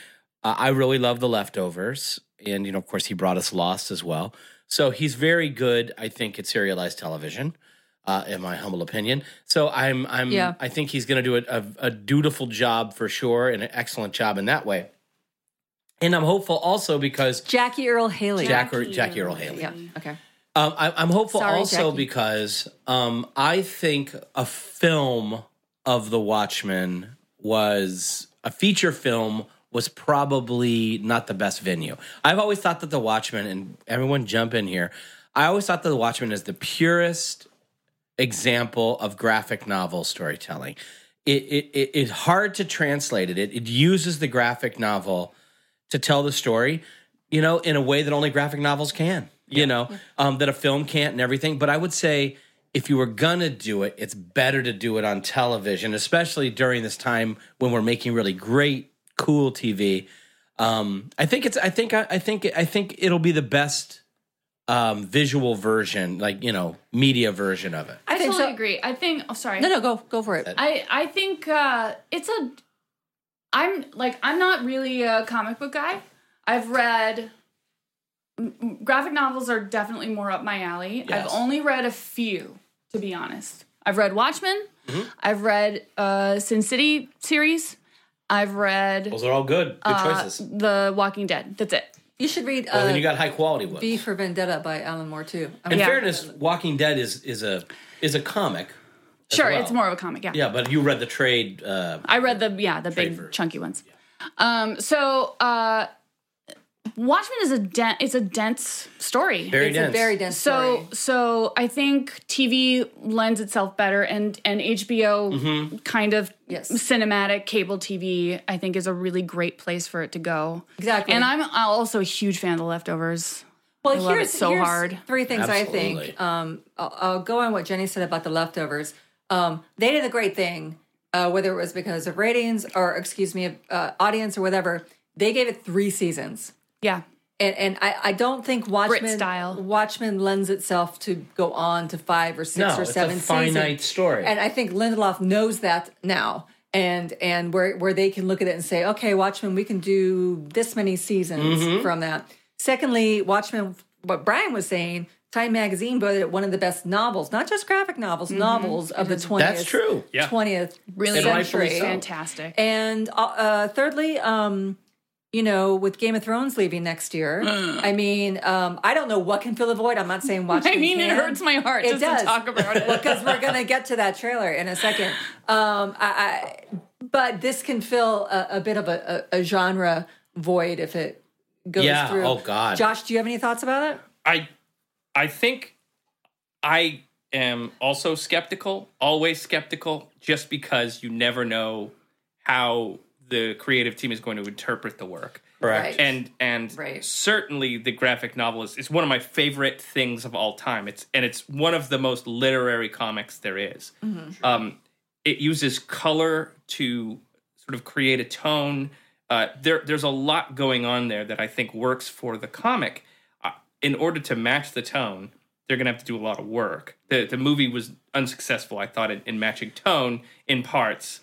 [SPEAKER 2] uh, I really love The Leftovers, and you know, of course, he brought us Lost as well. So he's very good, I think, at serialized television, uh, in my humble opinion. So I'm, I'm,
[SPEAKER 1] Yeah.
[SPEAKER 2] I think he's going to do a, a, a dutiful job for sure, and an excellent job in that way. And I'm hopeful also because
[SPEAKER 1] Jackie Earl Haley.
[SPEAKER 2] Jack or Jackie Earl Haley.
[SPEAKER 1] Yeah. Okay.
[SPEAKER 2] Um, I, I'm hopeful
[SPEAKER 1] Sorry,
[SPEAKER 2] also
[SPEAKER 1] Jackie.
[SPEAKER 2] because um, I think a film of The Watchmen was a feature film was probably not the best venue. I've always thought that The Watchmen and everyone jump in here. I always thought that The Watchmen is the purest example of graphic novel storytelling. It, it, it it's hard to translate it. It it uses the graphic novel to tell the story, you know, in a way that only graphic novels can, you know, um, that a film can't and everything. But I would say if you were gonna do it, it's better to do it on television, especially during this time when we're making really great, cool TV. Um, I think it's. I think. I, I think. I think it'll be the best um, visual version, like you know, media version of it.
[SPEAKER 3] I
[SPEAKER 1] think
[SPEAKER 3] totally
[SPEAKER 1] so.
[SPEAKER 3] agree. I think. Oh, sorry.
[SPEAKER 1] No, no, go go for it.
[SPEAKER 3] I I think uh, it's a. I'm like I'm not really a comic book guy. I've read m- m- graphic novels are definitely more up my alley.
[SPEAKER 2] Yes.
[SPEAKER 3] I've only read a few, to be honest. I've read Watchmen.
[SPEAKER 2] Mm-hmm.
[SPEAKER 3] I've read uh, Sin City series. I've read
[SPEAKER 2] Those are all good. Good
[SPEAKER 3] uh,
[SPEAKER 2] choices.
[SPEAKER 3] The Walking Dead. That's it.
[SPEAKER 1] You should read uh,
[SPEAKER 2] well, then you got high quality ones.
[SPEAKER 1] B for Vendetta by Alan Moore too. I
[SPEAKER 2] In
[SPEAKER 1] mean,
[SPEAKER 3] Yeah.
[SPEAKER 2] fairness, Walking Dead is is a is a comic.
[SPEAKER 3] Sure,
[SPEAKER 2] well.
[SPEAKER 3] it's more of a comic. Yeah.
[SPEAKER 2] Yeah, but you read the trade. Uh,
[SPEAKER 3] I read the yeah the big
[SPEAKER 2] version.
[SPEAKER 3] chunky ones. Um, so uh, Watchmen is a den- it's a dense story.
[SPEAKER 2] very
[SPEAKER 1] it's
[SPEAKER 2] dense.
[SPEAKER 1] a very dense
[SPEAKER 3] so
[SPEAKER 1] story.
[SPEAKER 3] so I think TV lends itself better, and and HBO
[SPEAKER 2] Mm-hmm.
[SPEAKER 3] kind of
[SPEAKER 1] Yes.
[SPEAKER 3] cinematic cable TV I think is a really great place for it to go.
[SPEAKER 1] Exactly.
[SPEAKER 3] And I'm also a huge fan of The Leftovers.
[SPEAKER 1] Well,
[SPEAKER 3] love it so hard.
[SPEAKER 1] Three things I
[SPEAKER 2] Absolutely.
[SPEAKER 1] think. Um, I'll, I'll go on what Jenny said about the leftovers. Um, they did a great thing, uh, whether it was because of ratings or, excuse me, uh, audience or whatever. They gave it three seasons,
[SPEAKER 3] Yeah,
[SPEAKER 1] and and I, I don't think Watchmen
[SPEAKER 3] style.
[SPEAKER 1] Watchmen lends itself to go on to five or six
[SPEAKER 2] No,
[SPEAKER 1] or
[SPEAKER 2] it's a
[SPEAKER 1] seven
[SPEAKER 2] finite
[SPEAKER 1] seasons.
[SPEAKER 2] story.
[SPEAKER 1] And I think Lindelof knows that now. And and where where they can look at it and say, okay, Watchmen, we can do this many seasons
[SPEAKER 2] Mm-hmm.
[SPEAKER 1] from that. Secondly, Watchmen, what Brian was saying, Time Magazine voted it one of the best novels, not just graphic novels, novels of the twentieth.
[SPEAKER 2] That's true.
[SPEAKER 4] Yeah.
[SPEAKER 1] Twentieth
[SPEAKER 3] Mm-hmm. really
[SPEAKER 2] And rightfully
[SPEAKER 1] century.
[SPEAKER 2] so.
[SPEAKER 3] fantastic.
[SPEAKER 1] And uh, uh, thirdly, um, you know, with Game of Thrones leaving next year, I mean, um, I don't know what can fill the void. I'm not saying watch.
[SPEAKER 3] I mean, it hurts my heart
[SPEAKER 1] It
[SPEAKER 3] just
[SPEAKER 1] does.
[SPEAKER 3] to talk about it.
[SPEAKER 1] because we're gonna get to that trailer in a second. Um, I, I, but this can fill a, a bit of a, a, a genre void if it goes
[SPEAKER 2] Yeah.
[SPEAKER 1] through.
[SPEAKER 2] Oh, God.
[SPEAKER 1] Josh, do you have any thoughts about it?
[SPEAKER 4] I I think I am also skeptical, always skeptical, just because you never know how the creative team is going to interpret the work.
[SPEAKER 2] Correct.
[SPEAKER 1] Right.
[SPEAKER 4] And and
[SPEAKER 1] Right.
[SPEAKER 4] certainly the graphic novel is, is one of my favorite things of all time. It's and it's one of the most literary comics there is.
[SPEAKER 1] Mm-hmm.
[SPEAKER 4] Um, it uses color to sort of create a tone. Uh, there, there's a lot going on there that I think works for the comic. Uh, in order to match the tone, they're going to have to do a lot of work. The the movie was unsuccessful, I thought, in, in matching tone in parts.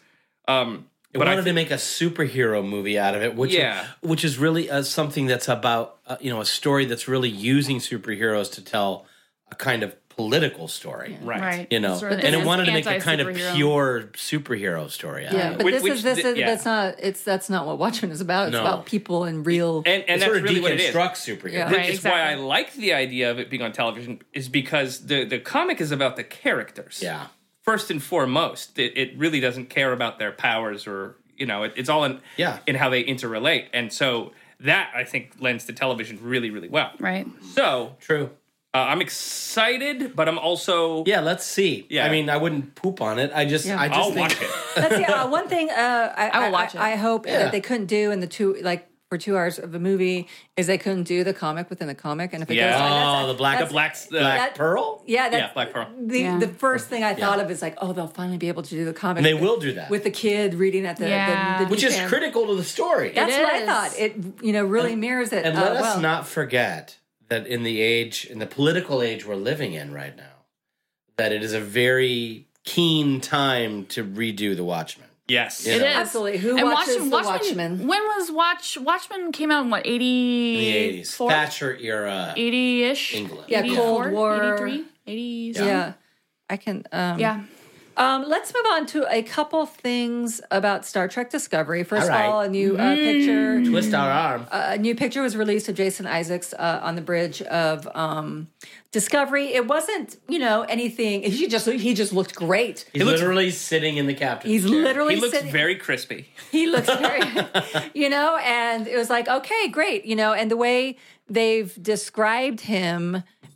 [SPEAKER 4] Um,
[SPEAKER 2] They
[SPEAKER 4] but I
[SPEAKER 2] wanted to make a superhero movie out of it, which
[SPEAKER 4] Yeah.
[SPEAKER 2] which is really uh, something that's about uh, you know a story that's really using superheroes to tell a kind of political story,
[SPEAKER 4] right.
[SPEAKER 2] you know.
[SPEAKER 3] Sort of
[SPEAKER 2] and it
[SPEAKER 3] an
[SPEAKER 2] wanted to make a kind of
[SPEAKER 3] anti-superhero.
[SPEAKER 2] pure superhero story. Out
[SPEAKER 1] Yeah,
[SPEAKER 2] of it.
[SPEAKER 1] but
[SPEAKER 4] Which-
[SPEAKER 1] this
[SPEAKER 4] which
[SPEAKER 1] is this
[SPEAKER 4] the-
[SPEAKER 1] is
[SPEAKER 4] yeah.
[SPEAKER 1] that's not it's that's not what Watchmen is about. It's
[SPEAKER 2] No.
[SPEAKER 1] about people and real.
[SPEAKER 4] And and
[SPEAKER 2] It
[SPEAKER 4] that's
[SPEAKER 2] sort of
[SPEAKER 4] really what it is.
[SPEAKER 2] deconstructs superheroes.
[SPEAKER 1] Yeah.
[SPEAKER 4] Which
[SPEAKER 3] Right,
[SPEAKER 4] is why I
[SPEAKER 3] exactly.
[SPEAKER 4] like the idea of it being on television is because the the comic is about the characters.
[SPEAKER 2] Yeah.
[SPEAKER 4] First and foremost, it, it really doesn't care about their powers or you know it, it's all in
[SPEAKER 2] Yeah.
[SPEAKER 4] in how they interrelate, and so that I think lends to television really really well.
[SPEAKER 3] Right.
[SPEAKER 4] So
[SPEAKER 2] True.
[SPEAKER 4] uh, I'm excited, but I'm also
[SPEAKER 2] Yeah, let's see.
[SPEAKER 4] Yeah. Oh,
[SPEAKER 2] I mean, I wouldn't poop on it. I just, I just
[SPEAKER 4] I'll
[SPEAKER 2] think
[SPEAKER 4] watch it.
[SPEAKER 1] Let's see. Uh, one thing uh, I,
[SPEAKER 3] I will watch it.
[SPEAKER 1] I, hope
[SPEAKER 2] Yeah.
[SPEAKER 1] that they couldn't do in the two like for two hours of a movie is they couldn't do the comic within the comic, and if it
[SPEAKER 4] Yeah.
[SPEAKER 1] goes on, that's-
[SPEAKER 2] Oh, the black,
[SPEAKER 1] that's-
[SPEAKER 2] the black,
[SPEAKER 4] Black's uh,
[SPEAKER 2] black pearl.
[SPEAKER 1] yeah,
[SPEAKER 4] yeah,
[SPEAKER 1] that's
[SPEAKER 4] Black Pearl.
[SPEAKER 1] the
[SPEAKER 3] Yeah.
[SPEAKER 1] the first thing I thought of is like, oh, they'll finally be able to do the comic.
[SPEAKER 2] And they
[SPEAKER 1] with-
[SPEAKER 2] will do that,
[SPEAKER 1] with the kid reading at the,
[SPEAKER 3] Yeah.
[SPEAKER 1] the, the
[SPEAKER 2] which is
[SPEAKER 1] newsstand.
[SPEAKER 2] critical to the story.
[SPEAKER 1] That's
[SPEAKER 3] It
[SPEAKER 1] what I
[SPEAKER 3] is.
[SPEAKER 1] thought. It you know really mirrors it.
[SPEAKER 2] And
[SPEAKER 1] uh,
[SPEAKER 2] let us
[SPEAKER 1] well.
[SPEAKER 2] not forget that in the age, in the political age we're living in right now, that it is a very keen time to redo The Watchmen.
[SPEAKER 4] Yes.
[SPEAKER 2] It
[SPEAKER 3] It
[SPEAKER 2] know.
[SPEAKER 3] is
[SPEAKER 1] Absolutely. Who watches The Watchmen?
[SPEAKER 3] When was Watch Watchmen came out in what
[SPEAKER 2] In the
[SPEAKER 3] eighty
[SPEAKER 2] eighties, Thatcher era.
[SPEAKER 3] 80 ish
[SPEAKER 2] England.
[SPEAKER 1] Yeah, Cold War.
[SPEAKER 3] 83 80
[SPEAKER 1] Yeah. I can. Um,
[SPEAKER 3] yeah
[SPEAKER 1] Um, let's move on to a couple things about Star Trek Discovery. First
[SPEAKER 2] All right.
[SPEAKER 1] of all, a new uh,
[SPEAKER 3] Mm.
[SPEAKER 1] picture.
[SPEAKER 2] Twist our arm.
[SPEAKER 1] a new picture was released of Jason Isaacs uh, on the bridge of um, Discovery. It wasn't, you know, anything. He just he just looked great.
[SPEAKER 2] he's
[SPEAKER 4] looks-
[SPEAKER 2] literally sitting in the captain's
[SPEAKER 1] He's
[SPEAKER 2] chair.
[SPEAKER 1] literally
[SPEAKER 4] He looks
[SPEAKER 1] sitting-
[SPEAKER 4] very crispy.
[SPEAKER 1] he looks very you know and it was like okay great you know and the way they've described him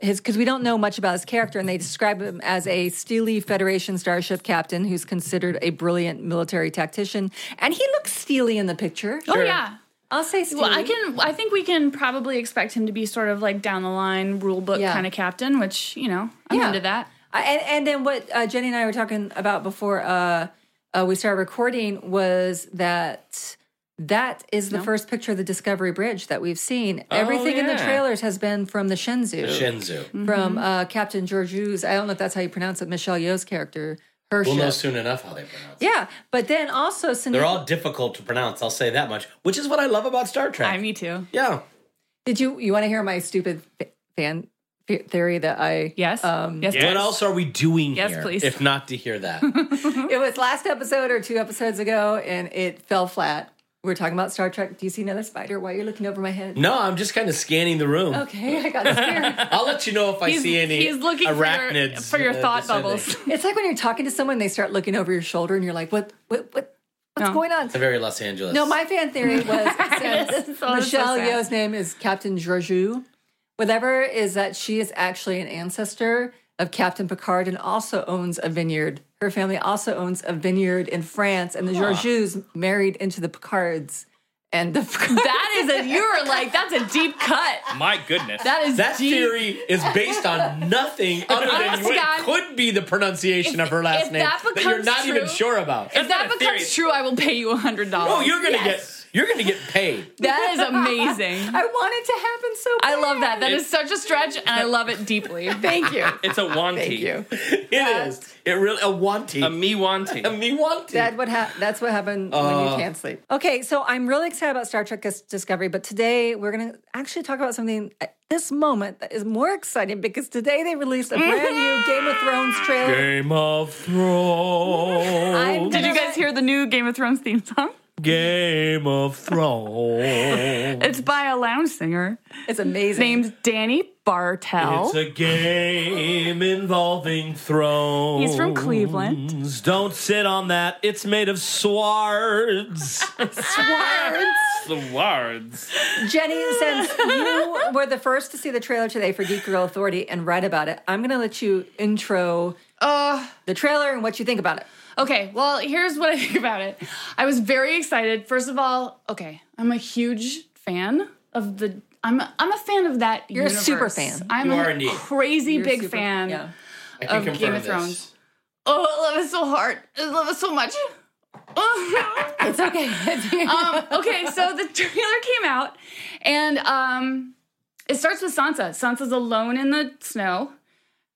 [SPEAKER 1] his because we don't know much about his character and they describe him as a steely federation starship captain who's considered a brilliant military tactician and he looks steely in the picture
[SPEAKER 3] oh yeah
[SPEAKER 1] i'll say steely
[SPEAKER 3] well i can i think we can probably expect him to be sort of like down the line rule book
[SPEAKER 1] Yeah.
[SPEAKER 3] kind of captain which you know i'm
[SPEAKER 1] Yeah.
[SPEAKER 3] into that
[SPEAKER 1] I- and, and then what uh, Jenny and I were talking about before uh, uh, we started recording was that that is the first picture of the Discovery Bridge that we've seen. Everything in the
[SPEAKER 4] Oh, yeah. Mm-hmm.
[SPEAKER 1] trailers has been from the Shenzhou,
[SPEAKER 2] Shinzu.
[SPEAKER 1] from uh, Captain Georgiou's. I don't know if that's how you pronounce it, Michelle Yeoh's character, her
[SPEAKER 2] We'll know
[SPEAKER 1] ship.
[SPEAKER 2] soon enough how they pronounce it.
[SPEAKER 1] Yeah, but then also
[SPEAKER 2] They're
[SPEAKER 1] Sinead,
[SPEAKER 2] all difficult to pronounce, I'll say that much, which is what I love about Star Trek.
[SPEAKER 3] i me too
[SPEAKER 2] yeah.
[SPEAKER 1] did you you want to hear my stupid fa- fan fe- theory that I
[SPEAKER 3] yes yes
[SPEAKER 4] yeah.
[SPEAKER 2] What else are we doing
[SPEAKER 3] Yes,
[SPEAKER 2] here
[SPEAKER 3] please.
[SPEAKER 2] if not to hear that?
[SPEAKER 1] it was last episode or two episodes ago and it fell flat. We're talking about Star Trek. Do you see another spider? Why are you looking over my head?
[SPEAKER 2] no, I'm just kind of scanning the room.
[SPEAKER 1] Okay, I got scared.
[SPEAKER 2] I'll let you know if I
[SPEAKER 3] He's-
[SPEAKER 2] see any
[SPEAKER 3] he's looking for your-
[SPEAKER 2] arachnids
[SPEAKER 3] for your
[SPEAKER 2] uh,
[SPEAKER 3] thought
[SPEAKER 2] descending.
[SPEAKER 3] bubbles.
[SPEAKER 1] it's like when you're talking to someone, they start looking over your shoulder, and you're like, "What? What? What? What's
[SPEAKER 3] No.
[SPEAKER 1] going on?"
[SPEAKER 2] It's a very Los Angeles.
[SPEAKER 1] No, my fan theory was since
[SPEAKER 3] is so-
[SPEAKER 1] Michelle
[SPEAKER 3] so sad.
[SPEAKER 1] Yeoh's name is Captain Georgiou. Whatever is that she is actually an ancestor of Captain Picard and also owns a vineyard. Her family also owns a vineyard in France, and the Georgious married into the Picards. And the
[SPEAKER 3] that is a you're like that's a deep cut
[SPEAKER 4] My goodness.
[SPEAKER 3] that is
[SPEAKER 2] that
[SPEAKER 3] deep.
[SPEAKER 2] theory is based on nothing other than
[SPEAKER 3] Honest
[SPEAKER 2] what
[SPEAKER 3] God.
[SPEAKER 2] could be the pronunciation
[SPEAKER 3] If-
[SPEAKER 2] of her last
[SPEAKER 3] if
[SPEAKER 2] name
[SPEAKER 3] that
[SPEAKER 2] that, you're
[SPEAKER 3] becomes
[SPEAKER 2] not even
[SPEAKER 3] true-
[SPEAKER 2] sure about.
[SPEAKER 3] if that
[SPEAKER 4] not a
[SPEAKER 3] becomes
[SPEAKER 4] theory.
[SPEAKER 3] true i will pay you a hundred dollars
[SPEAKER 2] Oh, you're gonna get you're gonna get paid.
[SPEAKER 3] that is amazing
[SPEAKER 1] I want it to happen so bad.
[SPEAKER 3] i love that that is such a stretch and i love it deeply
[SPEAKER 1] Thank you.
[SPEAKER 4] It's a wanty.
[SPEAKER 1] Thank you.
[SPEAKER 2] It is. It really a wanty.
[SPEAKER 4] A me wanty.
[SPEAKER 2] A me wanty.
[SPEAKER 1] That what hap that's what happened when you can't sleep. Okay, so I'm really excited about Star Trek Dis- Discovery, but today we're going to actually talk about something at this moment that is more exciting because today they released a brand new Game of Thrones trailer.
[SPEAKER 2] Game of Thrones.
[SPEAKER 1] I'm
[SPEAKER 3] Did you guys hear the new Game of Thrones theme song?
[SPEAKER 2] Game of Thrones.
[SPEAKER 3] It's by a lounge singer
[SPEAKER 1] It's amazing.
[SPEAKER 3] named Danny Bartel.
[SPEAKER 2] It's a game involving thrones.
[SPEAKER 3] He's from Cleveland.
[SPEAKER 2] Don't sit on that. It's made of swords.
[SPEAKER 4] the words.
[SPEAKER 1] Jenny, since you were the first to see the trailer today for Geek Girl Authority and write about it, I'm going to let you intro the trailer and what you think about it.
[SPEAKER 3] okay, well, here's what I think about it. I was very excited. First of all, okay, I'm a huge fan of the. I'm a, I'm a fan of that. You're
[SPEAKER 1] a super fan.
[SPEAKER 3] I'm
[SPEAKER 2] You are
[SPEAKER 3] a
[SPEAKER 2] indeed.
[SPEAKER 3] crazy
[SPEAKER 1] You're
[SPEAKER 3] big
[SPEAKER 1] super-
[SPEAKER 3] fan.
[SPEAKER 1] Yeah.
[SPEAKER 2] I can
[SPEAKER 3] Of Game
[SPEAKER 2] confirm
[SPEAKER 3] of
[SPEAKER 2] this.
[SPEAKER 3] Thrones. Oh, I love it so hard. I love it so much. Oh,
[SPEAKER 1] It's okay.
[SPEAKER 3] um, okay, so the trailer came out, and um, it starts with Sansa. Sansa's alone in the snow,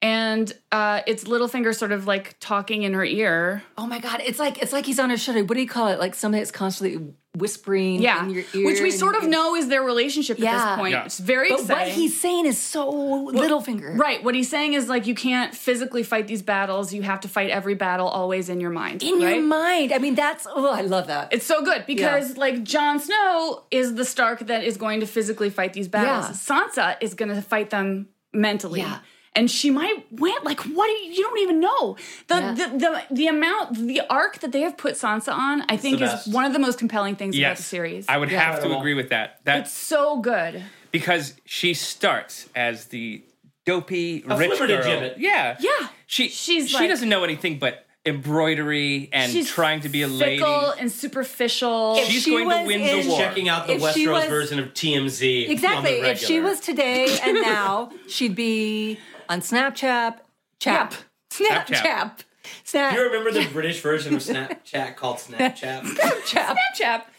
[SPEAKER 3] and uh, it's Littlefinger sort of like talking in her ear.
[SPEAKER 1] Oh my god, it's like it's like he's on her shoulder. What do you call it? Like something that's constantly whispering
[SPEAKER 3] Yeah,
[SPEAKER 1] in your ear.
[SPEAKER 3] which we
[SPEAKER 1] and
[SPEAKER 3] sort
[SPEAKER 1] you
[SPEAKER 3] of
[SPEAKER 1] can-
[SPEAKER 3] know is their relationship at
[SPEAKER 1] Yeah.
[SPEAKER 3] this point.
[SPEAKER 4] Yeah.
[SPEAKER 3] It's very
[SPEAKER 1] But
[SPEAKER 3] exciting.
[SPEAKER 1] what he's saying is so little finger.
[SPEAKER 3] right, what he's saying is like you can't physically fight these battles. You have to fight every battle always in your mind.
[SPEAKER 1] In
[SPEAKER 3] right?
[SPEAKER 1] your mind. I mean, that's oh, I love that.
[SPEAKER 3] It's so good because like Jon Snow is the Stark that is going to physically fight these battles. Sansa is going to fight them mentally.
[SPEAKER 1] Yeah.
[SPEAKER 3] And she might win. Like, what do you, you don't even know. The,
[SPEAKER 1] Yeah.
[SPEAKER 3] the the the amount, the arc that they have put Sansa on, I think
[SPEAKER 2] the
[SPEAKER 3] is
[SPEAKER 2] best.
[SPEAKER 3] one of the most compelling things about the
[SPEAKER 4] Yes.
[SPEAKER 3] series.
[SPEAKER 4] I would have to agree with that. That's
[SPEAKER 3] it's so good.
[SPEAKER 4] because she starts as the dopey rich girl.
[SPEAKER 2] flibbertigibbet.
[SPEAKER 4] Yeah,
[SPEAKER 3] Yeah.
[SPEAKER 4] She
[SPEAKER 3] She's
[SPEAKER 4] she
[SPEAKER 3] like-
[SPEAKER 4] doesn't know anything but embroidery and
[SPEAKER 3] She's
[SPEAKER 4] trying to be a lady.
[SPEAKER 3] fickle and superficial.
[SPEAKER 1] If
[SPEAKER 4] She's
[SPEAKER 1] she
[SPEAKER 4] going to
[SPEAKER 1] was
[SPEAKER 4] win
[SPEAKER 1] in-
[SPEAKER 4] the war.
[SPEAKER 2] Checking out the
[SPEAKER 1] If she
[SPEAKER 2] Westeros
[SPEAKER 1] was-
[SPEAKER 2] version of TMZ.
[SPEAKER 1] Exactly.
[SPEAKER 2] on the
[SPEAKER 1] If she
[SPEAKER 2] regular.
[SPEAKER 1] was today and now, she'd be on Snapchat. Chap. Snapchat.
[SPEAKER 4] Snapchat.
[SPEAKER 1] Snap.
[SPEAKER 2] Do you remember the British version of Snapchat called Snapchat?
[SPEAKER 1] Chap. Oh.
[SPEAKER 3] Chap.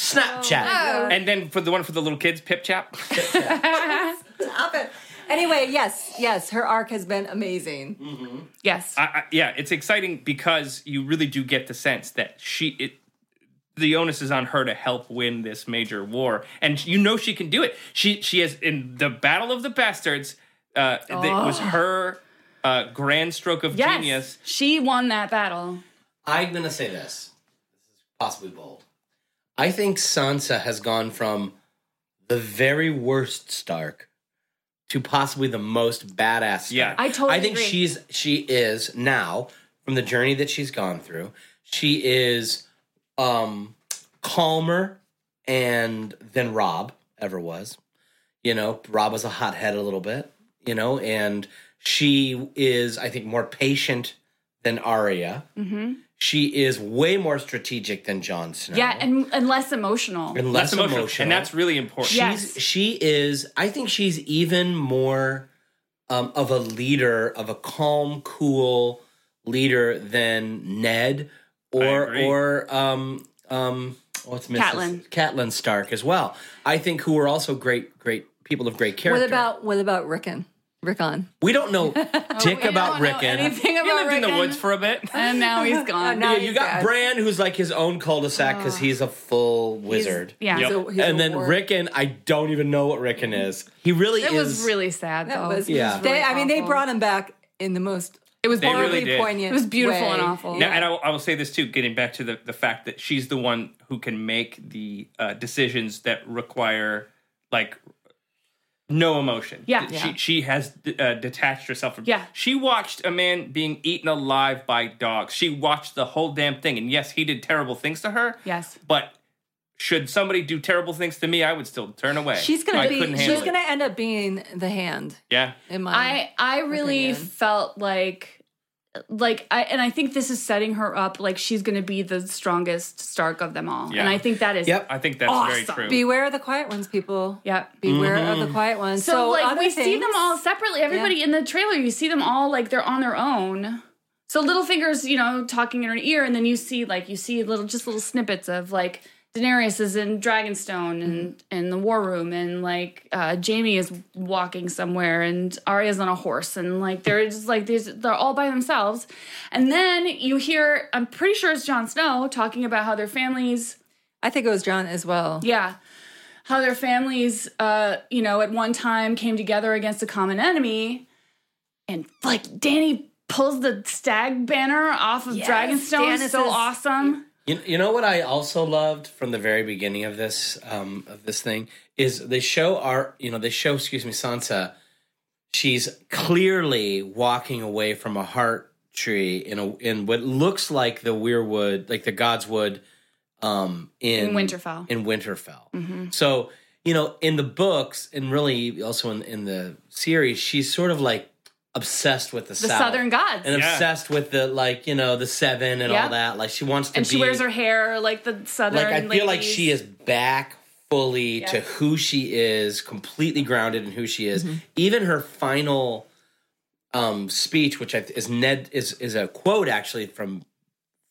[SPEAKER 2] Snapchat.
[SPEAKER 4] and then for the one for the little kids, Pip Chap.
[SPEAKER 1] Stop it. Anyway, yes, yes, her arc has been amazing.
[SPEAKER 3] Yes.
[SPEAKER 4] I, I, yeah, it's exciting because you really do get the sense that she it the onus is on her to help win this major war, and you know she can do it. She she has in the Battle of the Bastards. Uh, That was her uh, grand stroke of
[SPEAKER 3] Oh. yes.
[SPEAKER 4] genius.
[SPEAKER 3] She won that battle.
[SPEAKER 2] I'm gonna say this. This is possibly bold. I think Sansa has gone from the very worst Stark to possibly the most badass. Stark.
[SPEAKER 4] Yeah.
[SPEAKER 3] I totally
[SPEAKER 2] I think
[SPEAKER 3] agree.
[SPEAKER 2] she's she is now from the journey that she's gone through. She is um calmer and than Rob ever was. You know, Rob was a hothead a little bit. You know, and she is I think more patient than Arya. She is way more strategic than Jon Snow.
[SPEAKER 3] Mm-hmm. Yeah, and, and less emotional.
[SPEAKER 2] and
[SPEAKER 4] That's
[SPEAKER 2] less
[SPEAKER 4] emotional,
[SPEAKER 2] emotional.
[SPEAKER 4] and that's really important.
[SPEAKER 3] Yeah.
[SPEAKER 2] She's
[SPEAKER 3] Yes.
[SPEAKER 2] she is. I think she's even more um, of a leader, of a calm, cool leader than Ned or
[SPEAKER 4] agree.
[SPEAKER 2] or um um what's Mrs.
[SPEAKER 3] Catelyn.
[SPEAKER 2] Catelyn Stark as well. I think who are also great great people of great character.
[SPEAKER 1] What about what about Rickon? Rickon.
[SPEAKER 2] we don't know dick about
[SPEAKER 3] don't know
[SPEAKER 2] Rickon.
[SPEAKER 3] anything
[SPEAKER 4] He
[SPEAKER 3] about
[SPEAKER 4] lived in the
[SPEAKER 3] Rickon.
[SPEAKER 4] woods for a bit.
[SPEAKER 3] and now he's gone.
[SPEAKER 1] now
[SPEAKER 2] Yeah, you got Bran, who's like his own cul-de-sac because he's a full wizard.
[SPEAKER 3] yeah.
[SPEAKER 4] Yep.
[SPEAKER 1] So he's
[SPEAKER 2] And
[SPEAKER 1] a
[SPEAKER 2] then
[SPEAKER 1] warrior.
[SPEAKER 2] Rickon, I don't even know what Rickon is. He really
[SPEAKER 3] It
[SPEAKER 2] is.
[SPEAKER 3] was really sad
[SPEAKER 1] That
[SPEAKER 3] though.
[SPEAKER 1] was,
[SPEAKER 2] Yeah.
[SPEAKER 1] they, I mean, they
[SPEAKER 3] Awful.
[SPEAKER 1] brought him back in the most
[SPEAKER 3] it was
[SPEAKER 4] They really
[SPEAKER 1] horribly
[SPEAKER 4] did.
[SPEAKER 1] poignant.
[SPEAKER 3] It was beautiful
[SPEAKER 1] way.
[SPEAKER 3] and awful.
[SPEAKER 4] Now, and I, will- I will say this too, getting back to the, the fact that she's the one who can make the uh, decisions that require like no emotion.
[SPEAKER 3] Yeah.
[SPEAKER 4] she
[SPEAKER 3] Yeah.
[SPEAKER 4] she has uh, detached herself from.
[SPEAKER 3] Yeah.
[SPEAKER 4] she watched a man being eaten alive by dogs. She watched the whole damn thing, and yes, he did terrible things to her.
[SPEAKER 3] Yes.
[SPEAKER 4] but should somebody do terrible things to me, I would still turn away.
[SPEAKER 1] She's gonna
[SPEAKER 4] I couldn't
[SPEAKER 1] be.
[SPEAKER 4] handle
[SPEAKER 1] She's
[SPEAKER 4] it.
[SPEAKER 1] gonna end up being the hand.
[SPEAKER 4] Yeah,
[SPEAKER 1] In my,
[SPEAKER 3] I I really
[SPEAKER 1] opinion.
[SPEAKER 3] felt like like I and I think this is setting her up like she's going to be the strongest Stark of them all.
[SPEAKER 4] Yeah.
[SPEAKER 3] And I think that is
[SPEAKER 2] Yep.
[SPEAKER 4] I think that's
[SPEAKER 3] Awesome.
[SPEAKER 4] very true.
[SPEAKER 1] beware of the quiet ones, people.
[SPEAKER 3] Yep.
[SPEAKER 1] Beware of the quiet ones.
[SPEAKER 3] Mm-hmm. So, like
[SPEAKER 1] other
[SPEAKER 3] we see them
[SPEAKER 1] things-
[SPEAKER 3] all separately. Everybody in the trailer, you see them all like they're on their own. So Littlefinger's, you know, talking in her ear, and then you see like you see little just little snippets of like Daenerys is in Dragonstone and
[SPEAKER 1] Mm-hmm.
[SPEAKER 3] in the War Room, and like uh, Jamie is walking somewhere, and Arya's on a horse, and like they're just like these, they're all by themselves. And then you hear, I'm pretty sure it's Jon Snow talking about how their families
[SPEAKER 1] I think it was John as well.
[SPEAKER 3] yeah. How their families, uh, you know, at one time came together against a common enemy. And like Danny pulls the stag banner off of Dragonstone.
[SPEAKER 1] Stannis
[SPEAKER 3] so
[SPEAKER 1] is-
[SPEAKER 3] awesome.
[SPEAKER 2] You, you know what I also loved from the very beginning of this um, of this thing is they show our you know they show excuse me Sansa she's clearly walking away from a heart tree in a in what looks like the weirwood like the godswood um in,
[SPEAKER 3] In Winterfell. Mm-hmm.
[SPEAKER 2] in Winterfell so you know in the books and really also in in the series she's sort of like obsessed with the,
[SPEAKER 3] The
[SPEAKER 2] South
[SPEAKER 3] Southern gods.
[SPEAKER 2] and
[SPEAKER 3] And,
[SPEAKER 4] Yeah.
[SPEAKER 2] obsessed with the like you know the seven and
[SPEAKER 3] Yeah.
[SPEAKER 2] all that like she wants to be
[SPEAKER 3] she wears her hair like the Southern
[SPEAKER 2] like I feel like
[SPEAKER 3] ladies.
[SPEAKER 2] she is back fully to who she is, completely grounded in who she is. Even her final um speech, which I, th- is Ned is is a quote actually from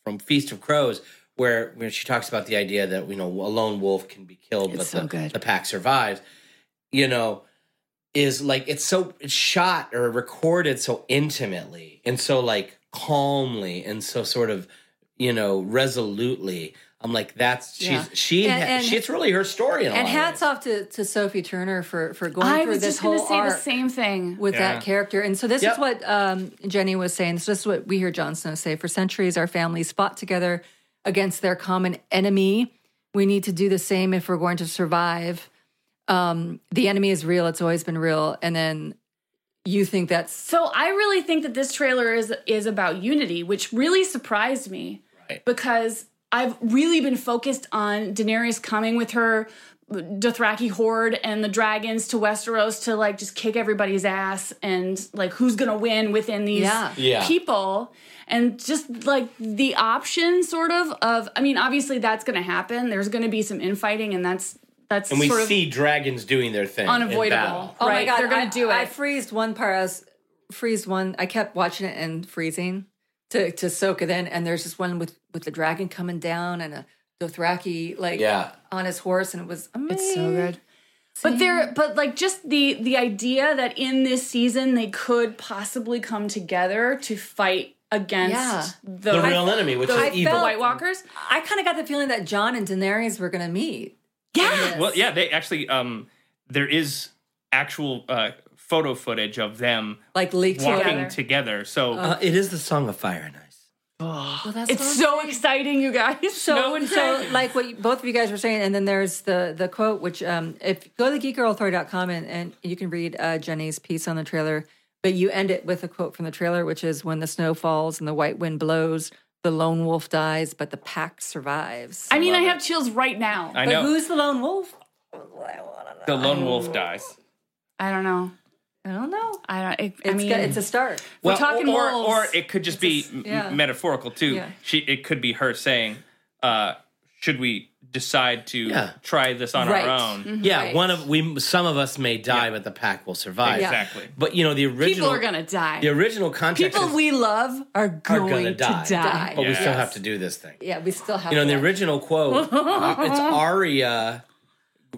[SPEAKER 2] from Feast of Crows, where where she talks about the idea that you know a lone wolf can be killed, but
[SPEAKER 3] so
[SPEAKER 2] the,
[SPEAKER 3] good.
[SPEAKER 2] the pack survives. You know. Is like it's so it's shot or recorded so intimately and so like calmly and so sort of you know, resolutely. I'm like, that's she's
[SPEAKER 1] Yeah.
[SPEAKER 2] she,
[SPEAKER 1] And- and-
[SPEAKER 2] she. It's really her story in a
[SPEAKER 1] And
[SPEAKER 2] lot
[SPEAKER 1] hats
[SPEAKER 2] of ways.
[SPEAKER 1] off to, to Sophie Turner for for going
[SPEAKER 3] Oh, I
[SPEAKER 1] through
[SPEAKER 3] was
[SPEAKER 1] this
[SPEAKER 3] just
[SPEAKER 1] whole
[SPEAKER 3] going to say
[SPEAKER 1] arc
[SPEAKER 3] the same thing.
[SPEAKER 1] with
[SPEAKER 4] Yeah.
[SPEAKER 1] that character. And so this
[SPEAKER 2] Yep.
[SPEAKER 1] is what um, Jenny was saying. This is what we hear Jon Snow say. For centuries, our families fought together against their common enemy. We need to do the same if we're going to survive. Um, the enemy is real. It's always been real. And then you think that's
[SPEAKER 3] So I really think that this trailer is is about unity, which really surprised me
[SPEAKER 2] Right.
[SPEAKER 3] because I've really been focused on Daenerys coming with her Dothraki horde and the dragons to Westeros to like just kick everybody's ass and like who's gonna win within these
[SPEAKER 1] Yeah.
[SPEAKER 2] Yeah.
[SPEAKER 3] people and just like the option sort of of I mean obviously that's gonna happen there's gonna be some infighting and that's that's
[SPEAKER 2] And we
[SPEAKER 3] sort of
[SPEAKER 2] see dragons doing their thing. in
[SPEAKER 3] unavoidable
[SPEAKER 2] battle.
[SPEAKER 1] Oh
[SPEAKER 3] right
[SPEAKER 1] my god,
[SPEAKER 3] they're gonna
[SPEAKER 1] I,
[SPEAKER 3] do it
[SPEAKER 1] I freezed one part. I was freeze one. I kept watching it and freezing to to soak it in. And there's this one with with the dragon coming down and a Dothraki like
[SPEAKER 2] Yeah.
[SPEAKER 1] on his horse, and it was amazing.
[SPEAKER 3] It's so good. But there, but like just the the idea that in this season they could possibly come together to fight against
[SPEAKER 1] Yeah.
[SPEAKER 3] the,
[SPEAKER 2] The real enemy, which
[SPEAKER 3] the
[SPEAKER 2] is evil.
[SPEAKER 1] felt-
[SPEAKER 3] White Walkers.
[SPEAKER 1] I kind of got the feeling that John and Daenerys were gonna meet.
[SPEAKER 3] Yeah,
[SPEAKER 4] Well, yeah, they actually um there is actual uh photo footage of them
[SPEAKER 1] Like leaked to
[SPEAKER 4] walking
[SPEAKER 1] another.
[SPEAKER 4] together. So
[SPEAKER 2] Uh, it is the Song of Fire and Ice.
[SPEAKER 1] Well, that's
[SPEAKER 3] it's
[SPEAKER 1] awesome.
[SPEAKER 3] so exciting, you guys.
[SPEAKER 1] So, so like what you, both of you guys were saying, and then there's the the quote, which um, if go to geekgirlauthority.com and, and you can read uh, Jenny's piece on the trailer, but you end it with a quote from the trailer, which is when the snow falls and the white wind blows, the lone wolf dies, but the pack survives.
[SPEAKER 3] I mean, I have chills right now. I,
[SPEAKER 4] I
[SPEAKER 1] but
[SPEAKER 4] know
[SPEAKER 1] who's the lone wolf?
[SPEAKER 4] the lone wolf dies.
[SPEAKER 3] don't know.
[SPEAKER 1] I don't know.
[SPEAKER 3] I don't. It, I
[SPEAKER 1] It's
[SPEAKER 3] mean,
[SPEAKER 1] got- it's a start.
[SPEAKER 4] We're
[SPEAKER 3] talking
[SPEAKER 4] or, or
[SPEAKER 3] wolves.
[SPEAKER 4] it could just be m
[SPEAKER 1] yeah.
[SPEAKER 4] metaphorical too.
[SPEAKER 1] Yeah.
[SPEAKER 4] She it could be her saying, uh, "Should we decide to
[SPEAKER 2] Yeah.
[SPEAKER 4] try this on
[SPEAKER 1] Right.
[SPEAKER 4] our own?"
[SPEAKER 3] Mm-hmm.
[SPEAKER 2] Yeah,
[SPEAKER 1] Right.
[SPEAKER 2] one of we some of us may die, but the pack will survive.
[SPEAKER 1] Yeah.
[SPEAKER 4] Exactly.
[SPEAKER 2] But you know the original
[SPEAKER 3] people are gonna die.
[SPEAKER 2] the original context
[SPEAKER 3] People
[SPEAKER 2] is,
[SPEAKER 3] we love are going to
[SPEAKER 2] gonna die.
[SPEAKER 3] die.
[SPEAKER 1] Die.
[SPEAKER 2] but we still
[SPEAKER 4] Yes.
[SPEAKER 2] have to do this thing.
[SPEAKER 1] Yeah, we still have.
[SPEAKER 2] You know, in the
[SPEAKER 1] that.
[SPEAKER 2] original quote, it's Arya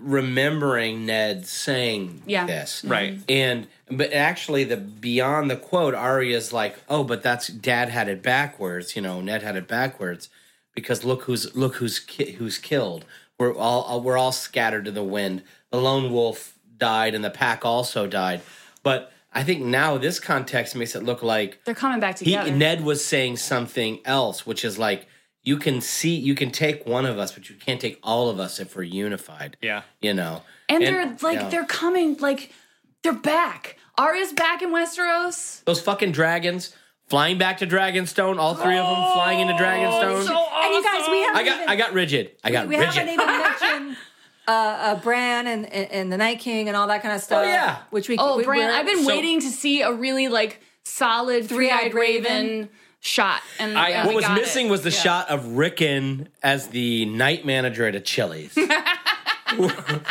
[SPEAKER 2] remembering Ned saying
[SPEAKER 3] Yeah.
[SPEAKER 2] this.
[SPEAKER 1] Mm-hmm.
[SPEAKER 4] Right.
[SPEAKER 2] And but actually the beyond the quote, Arya's like, Oh, but that's dad had it backwards, you know, Ned had it backwards because look who's look who's ki- who's killed. We're all uh, we're all scattered to the wind. The lone wolf died and the pack also died. But I think now this context makes it look like
[SPEAKER 3] They're coming back
[SPEAKER 2] he,
[SPEAKER 3] together.
[SPEAKER 2] Ned was saying something else, which is like you can see you can take one of us, but you can't take all of us if we're unified.
[SPEAKER 4] Yeah.
[SPEAKER 2] you know.
[SPEAKER 3] and, they're like
[SPEAKER 2] yeah.
[SPEAKER 3] they're coming like they're back Arya's back in Westeros
[SPEAKER 2] Those fucking dragons flying back to Dragonstone. All three of them flying into Dragonstone.
[SPEAKER 1] and you guys, we haven't
[SPEAKER 2] I got
[SPEAKER 1] even-
[SPEAKER 2] I got rigid. I got
[SPEAKER 1] we
[SPEAKER 2] rigid.
[SPEAKER 1] haven't even mentioned uh, uh, Bran and, and and the Night King and all that kind of stuff.
[SPEAKER 2] yeah.
[SPEAKER 1] which we
[SPEAKER 3] oh
[SPEAKER 1] we,
[SPEAKER 3] Bran
[SPEAKER 1] we're-
[SPEAKER 3] I've been waiting to see a really like solid
[SPEAKER 1] Three-eyed
[SPEAKER 3] three-eyed raven,
[SPEAKER 1] raven.
[SPEAKER 3] shot and
[SPEAKER 4] I-
[SPEAKER 3] and
[SPEAKER 2] what
[SPEAKER 3] we
[SPEAKER 2] was
[SPEAKER 3] got
[SPEAKER 2] missing
[SPEAKER 3] it.
[SPEAKER 2] was the shot of Rickon as the night manager at a Chili's. Where-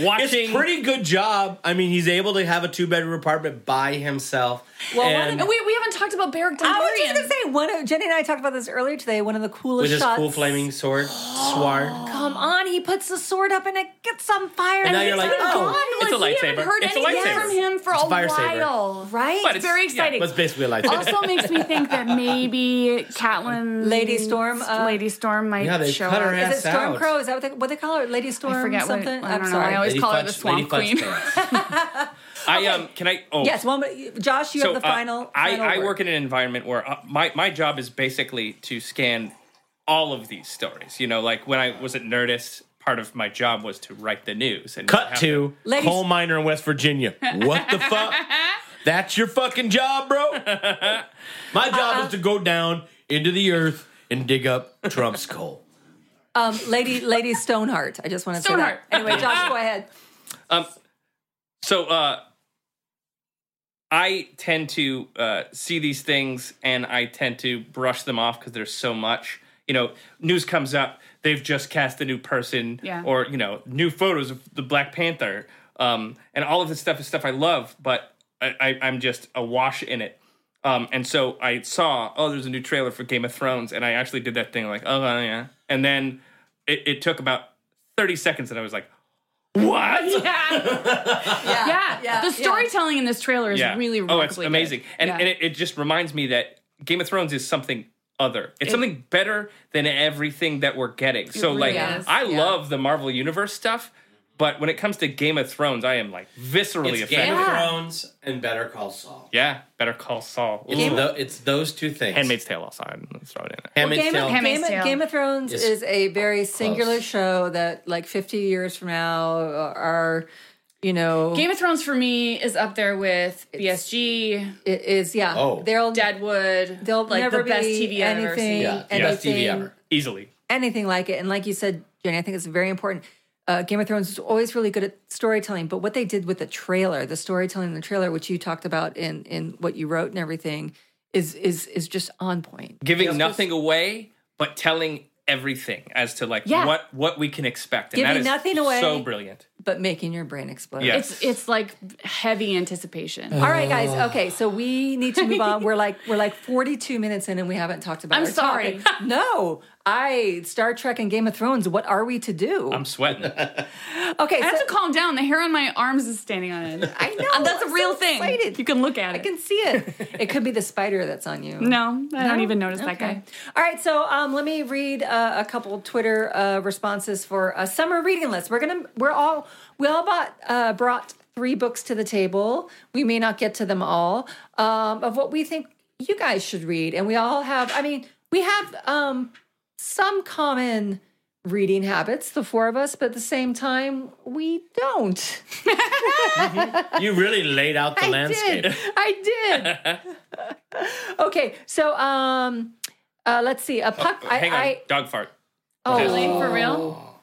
[SPEAKER 4] Watching-
[SPEAKER 2] it's pretty good job. I mean, he's able to have a two bedroom apartment by himself. Well,
[SPEAKER 1] one of
[SPEAKER 2] and
[SPEAKER 3] and we, we haven't talked about Beric Dondarrion
[SPEAKER 1] I was just gonna say one of Jenny and I talked about this earlier today. One of the coolest
[SPEAKER 2] with his
[SPEAKER 1] shots.
[SPEAKER 2] cool flaming sword, sword.
[SPEAKER 1] Come on, he puts the sword up and it gets on fire.
[SPEAKER 2] now
[SPEAKER 1] and
[SPEAKER 2] you're
[SPEAKER 1] it's
[SPEAKER 2] like,
[SPEAKER 1] been
[SPEAKER 2] oh,
[SPEAKER 1] gone.
[SPEAKER 4] it's a
[SPEAKER 3] we haven't
[SPEAKER 4] lightsaber.
[SPEAKER 3] heard
[SPEAKER 4] It's a
[SPEAKER 3] anything
[SPEAKER 4] lightsaber.
[SPEAKER 3] from him for
[SPEAKER 2] It's
[SPEAKER 3] a
[SPEAKER 2] a fire saver.
[SPEAKER 3] while
[SPEAKER 1] right?
[SPEAKER 4] But
[SPEAKER 3] it's very
[SPEAKER 4] yeah,
[SPEAKER 3] exciting
[SPEAKER 2] That's basically a lightsaber.
[SPEAKER 3] also makes me think that maybe Catelyn
[SPEAKER 1] Lady Storm, uh,
[SPEAKER 3] Lady Storm might
[SPEAKER 2] Yeah, they
[SPEAKER 3] show
[SPEAKER 2] cut her
[SPEAKER 3] up.
[SPEAKER 2] ass
[SPEAKER 1] is it
[SPEAKER 2] out.
[SPEAKER 1] Stormcrow? Is that what they, what they call her? Lady Storm
[SPEAKER 3] I forget what
[SPEAKER 1] something?
[SPEAKER 3] it, I
[SPEAKER 1] am
[SPEAKER 3] don't know. I
[SPEAKER 1] sorry.
[SPEAKER 3] always
[SPEAKER 2] Lady
[SPEAKER 3] call her
[SPEAKER 2] Fudge-
[SPEAKER 3] the Swamp
[SPEAKER 2] Lady
[SPEAKER 3] Queen.
[SPEAKER 2] Fudge Pants.
[SPEAKER 4] I um can I oh
[SPEAKER 1] yes, one. But Josh, you have the
[SPEAKER 4] uh,
[SPEAKER 1] final.
[SPEAKER 4] I,
[SPEAKER 1] final
[SPEAKER 4] I
[SPEAKER 1] word.
[SPEAKER 4] work in an environment where uh, my my job is basically to scan all of these stories. You know, like when I was at Nerdist, part of my job was to write the news and
[SPEAKER 2] Cut
[SPEAKER 4] have-
[SPEAKER 2] to
[SPEAKER 1] Ladies-
[SPEAKER 2] coal miner in West Virginia. What the fuck? That's your fucking job, bro. My job
[SPEAKER 3] Uh-huh.
[SPEAKER 2] is to go down into the earth and dig up Trump's coal.
[SPEAKER 1] Um, Lady Lady Stoneheart. I just want to say that.
[SPEAKER 3] Stoneheart.
[SPEAKER 1] Anyway, Josh, go ahead.
[SPEAKER 4] Um, so uh, I tend to uh, see these things and I tend to brush them off because there's so much. You know, news comes up, they've just cast a new person,
[SPEAKER 3] Yeah.
[SPEAKER 4] or you know, new photos of the Black Panther, um, and all of this stuff is stuff I love, but I, I, I'm just awash in it. Um, and so I saw, oh, there's a new trailer for Game of Thrones, and I actually did that thing like, oh yeah, and then it, it took about 30 seconds, and I was like, what?
[SPEAKER 3] yeah.
[SPEAKER 1] Yeah,
[SPEAKER 3] yeah, The
[SPEAKER 1] yeah.
[SPEAKER 3] storytelling in this trailer is really, really
[SPEAKER 4] oh it's
[SPEAKER 3] good.
[SPEAKER 4] amazing and,
[SPEAKER 3] Yeah.
[SPEAKER 4] and it, it just reminds me that game of thrones is something other it's something better than everything that we're getting so
[SPEAKER 3] really
[SPEAKER 4] like
[SPEAKER 3] is,
[SPEAKER 4] i
[SPEAKER 3] yeah.
[SPEAKER 4] love the marvel universe stuff but when it comes to game of thrones i am like viscerally
[SPEAKER 2] It's
[SPEAKER 4] affected
[SPEAKER 2] Game of
[SPEAKER 3] Yeah.
[SPEAKER 2] Thrones and Better Call Saul.
[SPEAKER 4] yeah better call saul
[SPEAKER 2] It's,
[SPEAKER 4] Ooh.
[SPEAKER 2] tho- it's those two things.
[SPEAKER 4] handmaid's tale also i'm gonna throw it in there
[SPEAKER 2] Handmaid's
[SPEAKER 1] Game,
[SPEAKER 2] Tale.
[SPEAKER 1] of,
[SPEAKER 3] Handmaid's
[SPEAKER 1] Game of-
[SPEAKER 3] Tale.
[SPEAKER 1] Game of Thrones
[SPEAKER 2] Is
[SPEAKER 1] is a very singular
[SPEAKER 2] close.
[SPEAKER 1] show that, like, 50 years from now, uh, are, you know,
[SPEAKER 3] Game of Thrones for me is up there with BSG,
[SPEAKER 1] it is, yeah.
[SPEAKER 2] Oh.
[SPEAKER 1] They'll,
[SPEAKER 3] Deadwood.
[SPEAKER 1] they'll
[SPEAKER 3] like
[SPEAKER 1] never
[SPEAKER 3] the best
[SPEAKER 1] be
[SPEAKER 3] TV
[SPEAKER 1] anything,
[SPEAKER 3] anniversary.
[SPEAKER 2] Yeah.
[SPEAKER 1] anything,
[SPEAKER 2] Best TV ever.
[SPEAKER 4] easily
[SPEAKER 1] anything like it. And like you said, Jenny, I think it's very important. uh, Game of Thrones is always really good at storytelling, but what they did with the trailer, the storytelling in the trailer, which you talked about in in what you wrote and everything, is is is just on point.
[SPEAKER 4] giving nothing away but telling everything as to like
[SPEAKER 3] Yeah.
[SPEAKER 4] what what we can expect and
[SPEAKER 1] Giving
[SPEAKER 4] that is
[SPEAKER 1] nothing away.
[SPEAKER 4] so brilliant
[SPEAKER 1] But making your brain explode.
[SPEAKER 4] Yeah.
[SPEAKER 3] It's it's like heavy anticipation.
[SPEAKER 2] Uh-huh.
[SPEAKER 1] All right, guys. Okay, so we need to move on. We're like we're like 42 minutes in, and we haven't talked about.
[SPEAKER 3] I'm
[SPEAKER 1] our topic. No, I Star Trek and Game of Thrones. What are we to do?
[SPEAKER 4] i'm sweating
[SPEAKER 1] okay,
[SPEAKER 3] I have
[SPEAKER 1] so
[SPEAKER 3] to calm down. The hair on my arms is standing on end.
[SPEAKER 1] I know
[SPEAKER 3] And that's a
[SPEAKER 1] I'm
[SPEAKER 3] real
[SPEAKER 1] so
[SPEAKER 3] thing.
[SPEAKER 1] excited.
[SPEAKER 3] You can look at
[SPEAKER 1] I
[SPEAKER 3] it.
[SPEAKER 1] can see it. It could be the spider that's on you.
[SPEAKER 3] no, I don't even notice that guy.
[SPEAKER 1] All right, so um, let me read uh, a couple Twitter uh, responses for a summer reading list. We're gonna we're all we all bought uh, brought three books to the table. We may not get to them all um, of what we think you guys should read, and we all have. I mean, we have um, some common reading habits, the four of us, but at the same time, we don't.
[SPEAKER 2] You really laid out the
[SPEAKER 1] I
[SPEAKER 2] landscape.
[SPEAKER 1] Did. I did. okay, so um, uh, let's see. A puck. I,
[SPEAKER 4] Oh, hang on
[SPEAKER 1] I,
[SPEAKER 4] dog fart
[SPEAKER 1] oh,
[SPEAKER 3] Really? For real?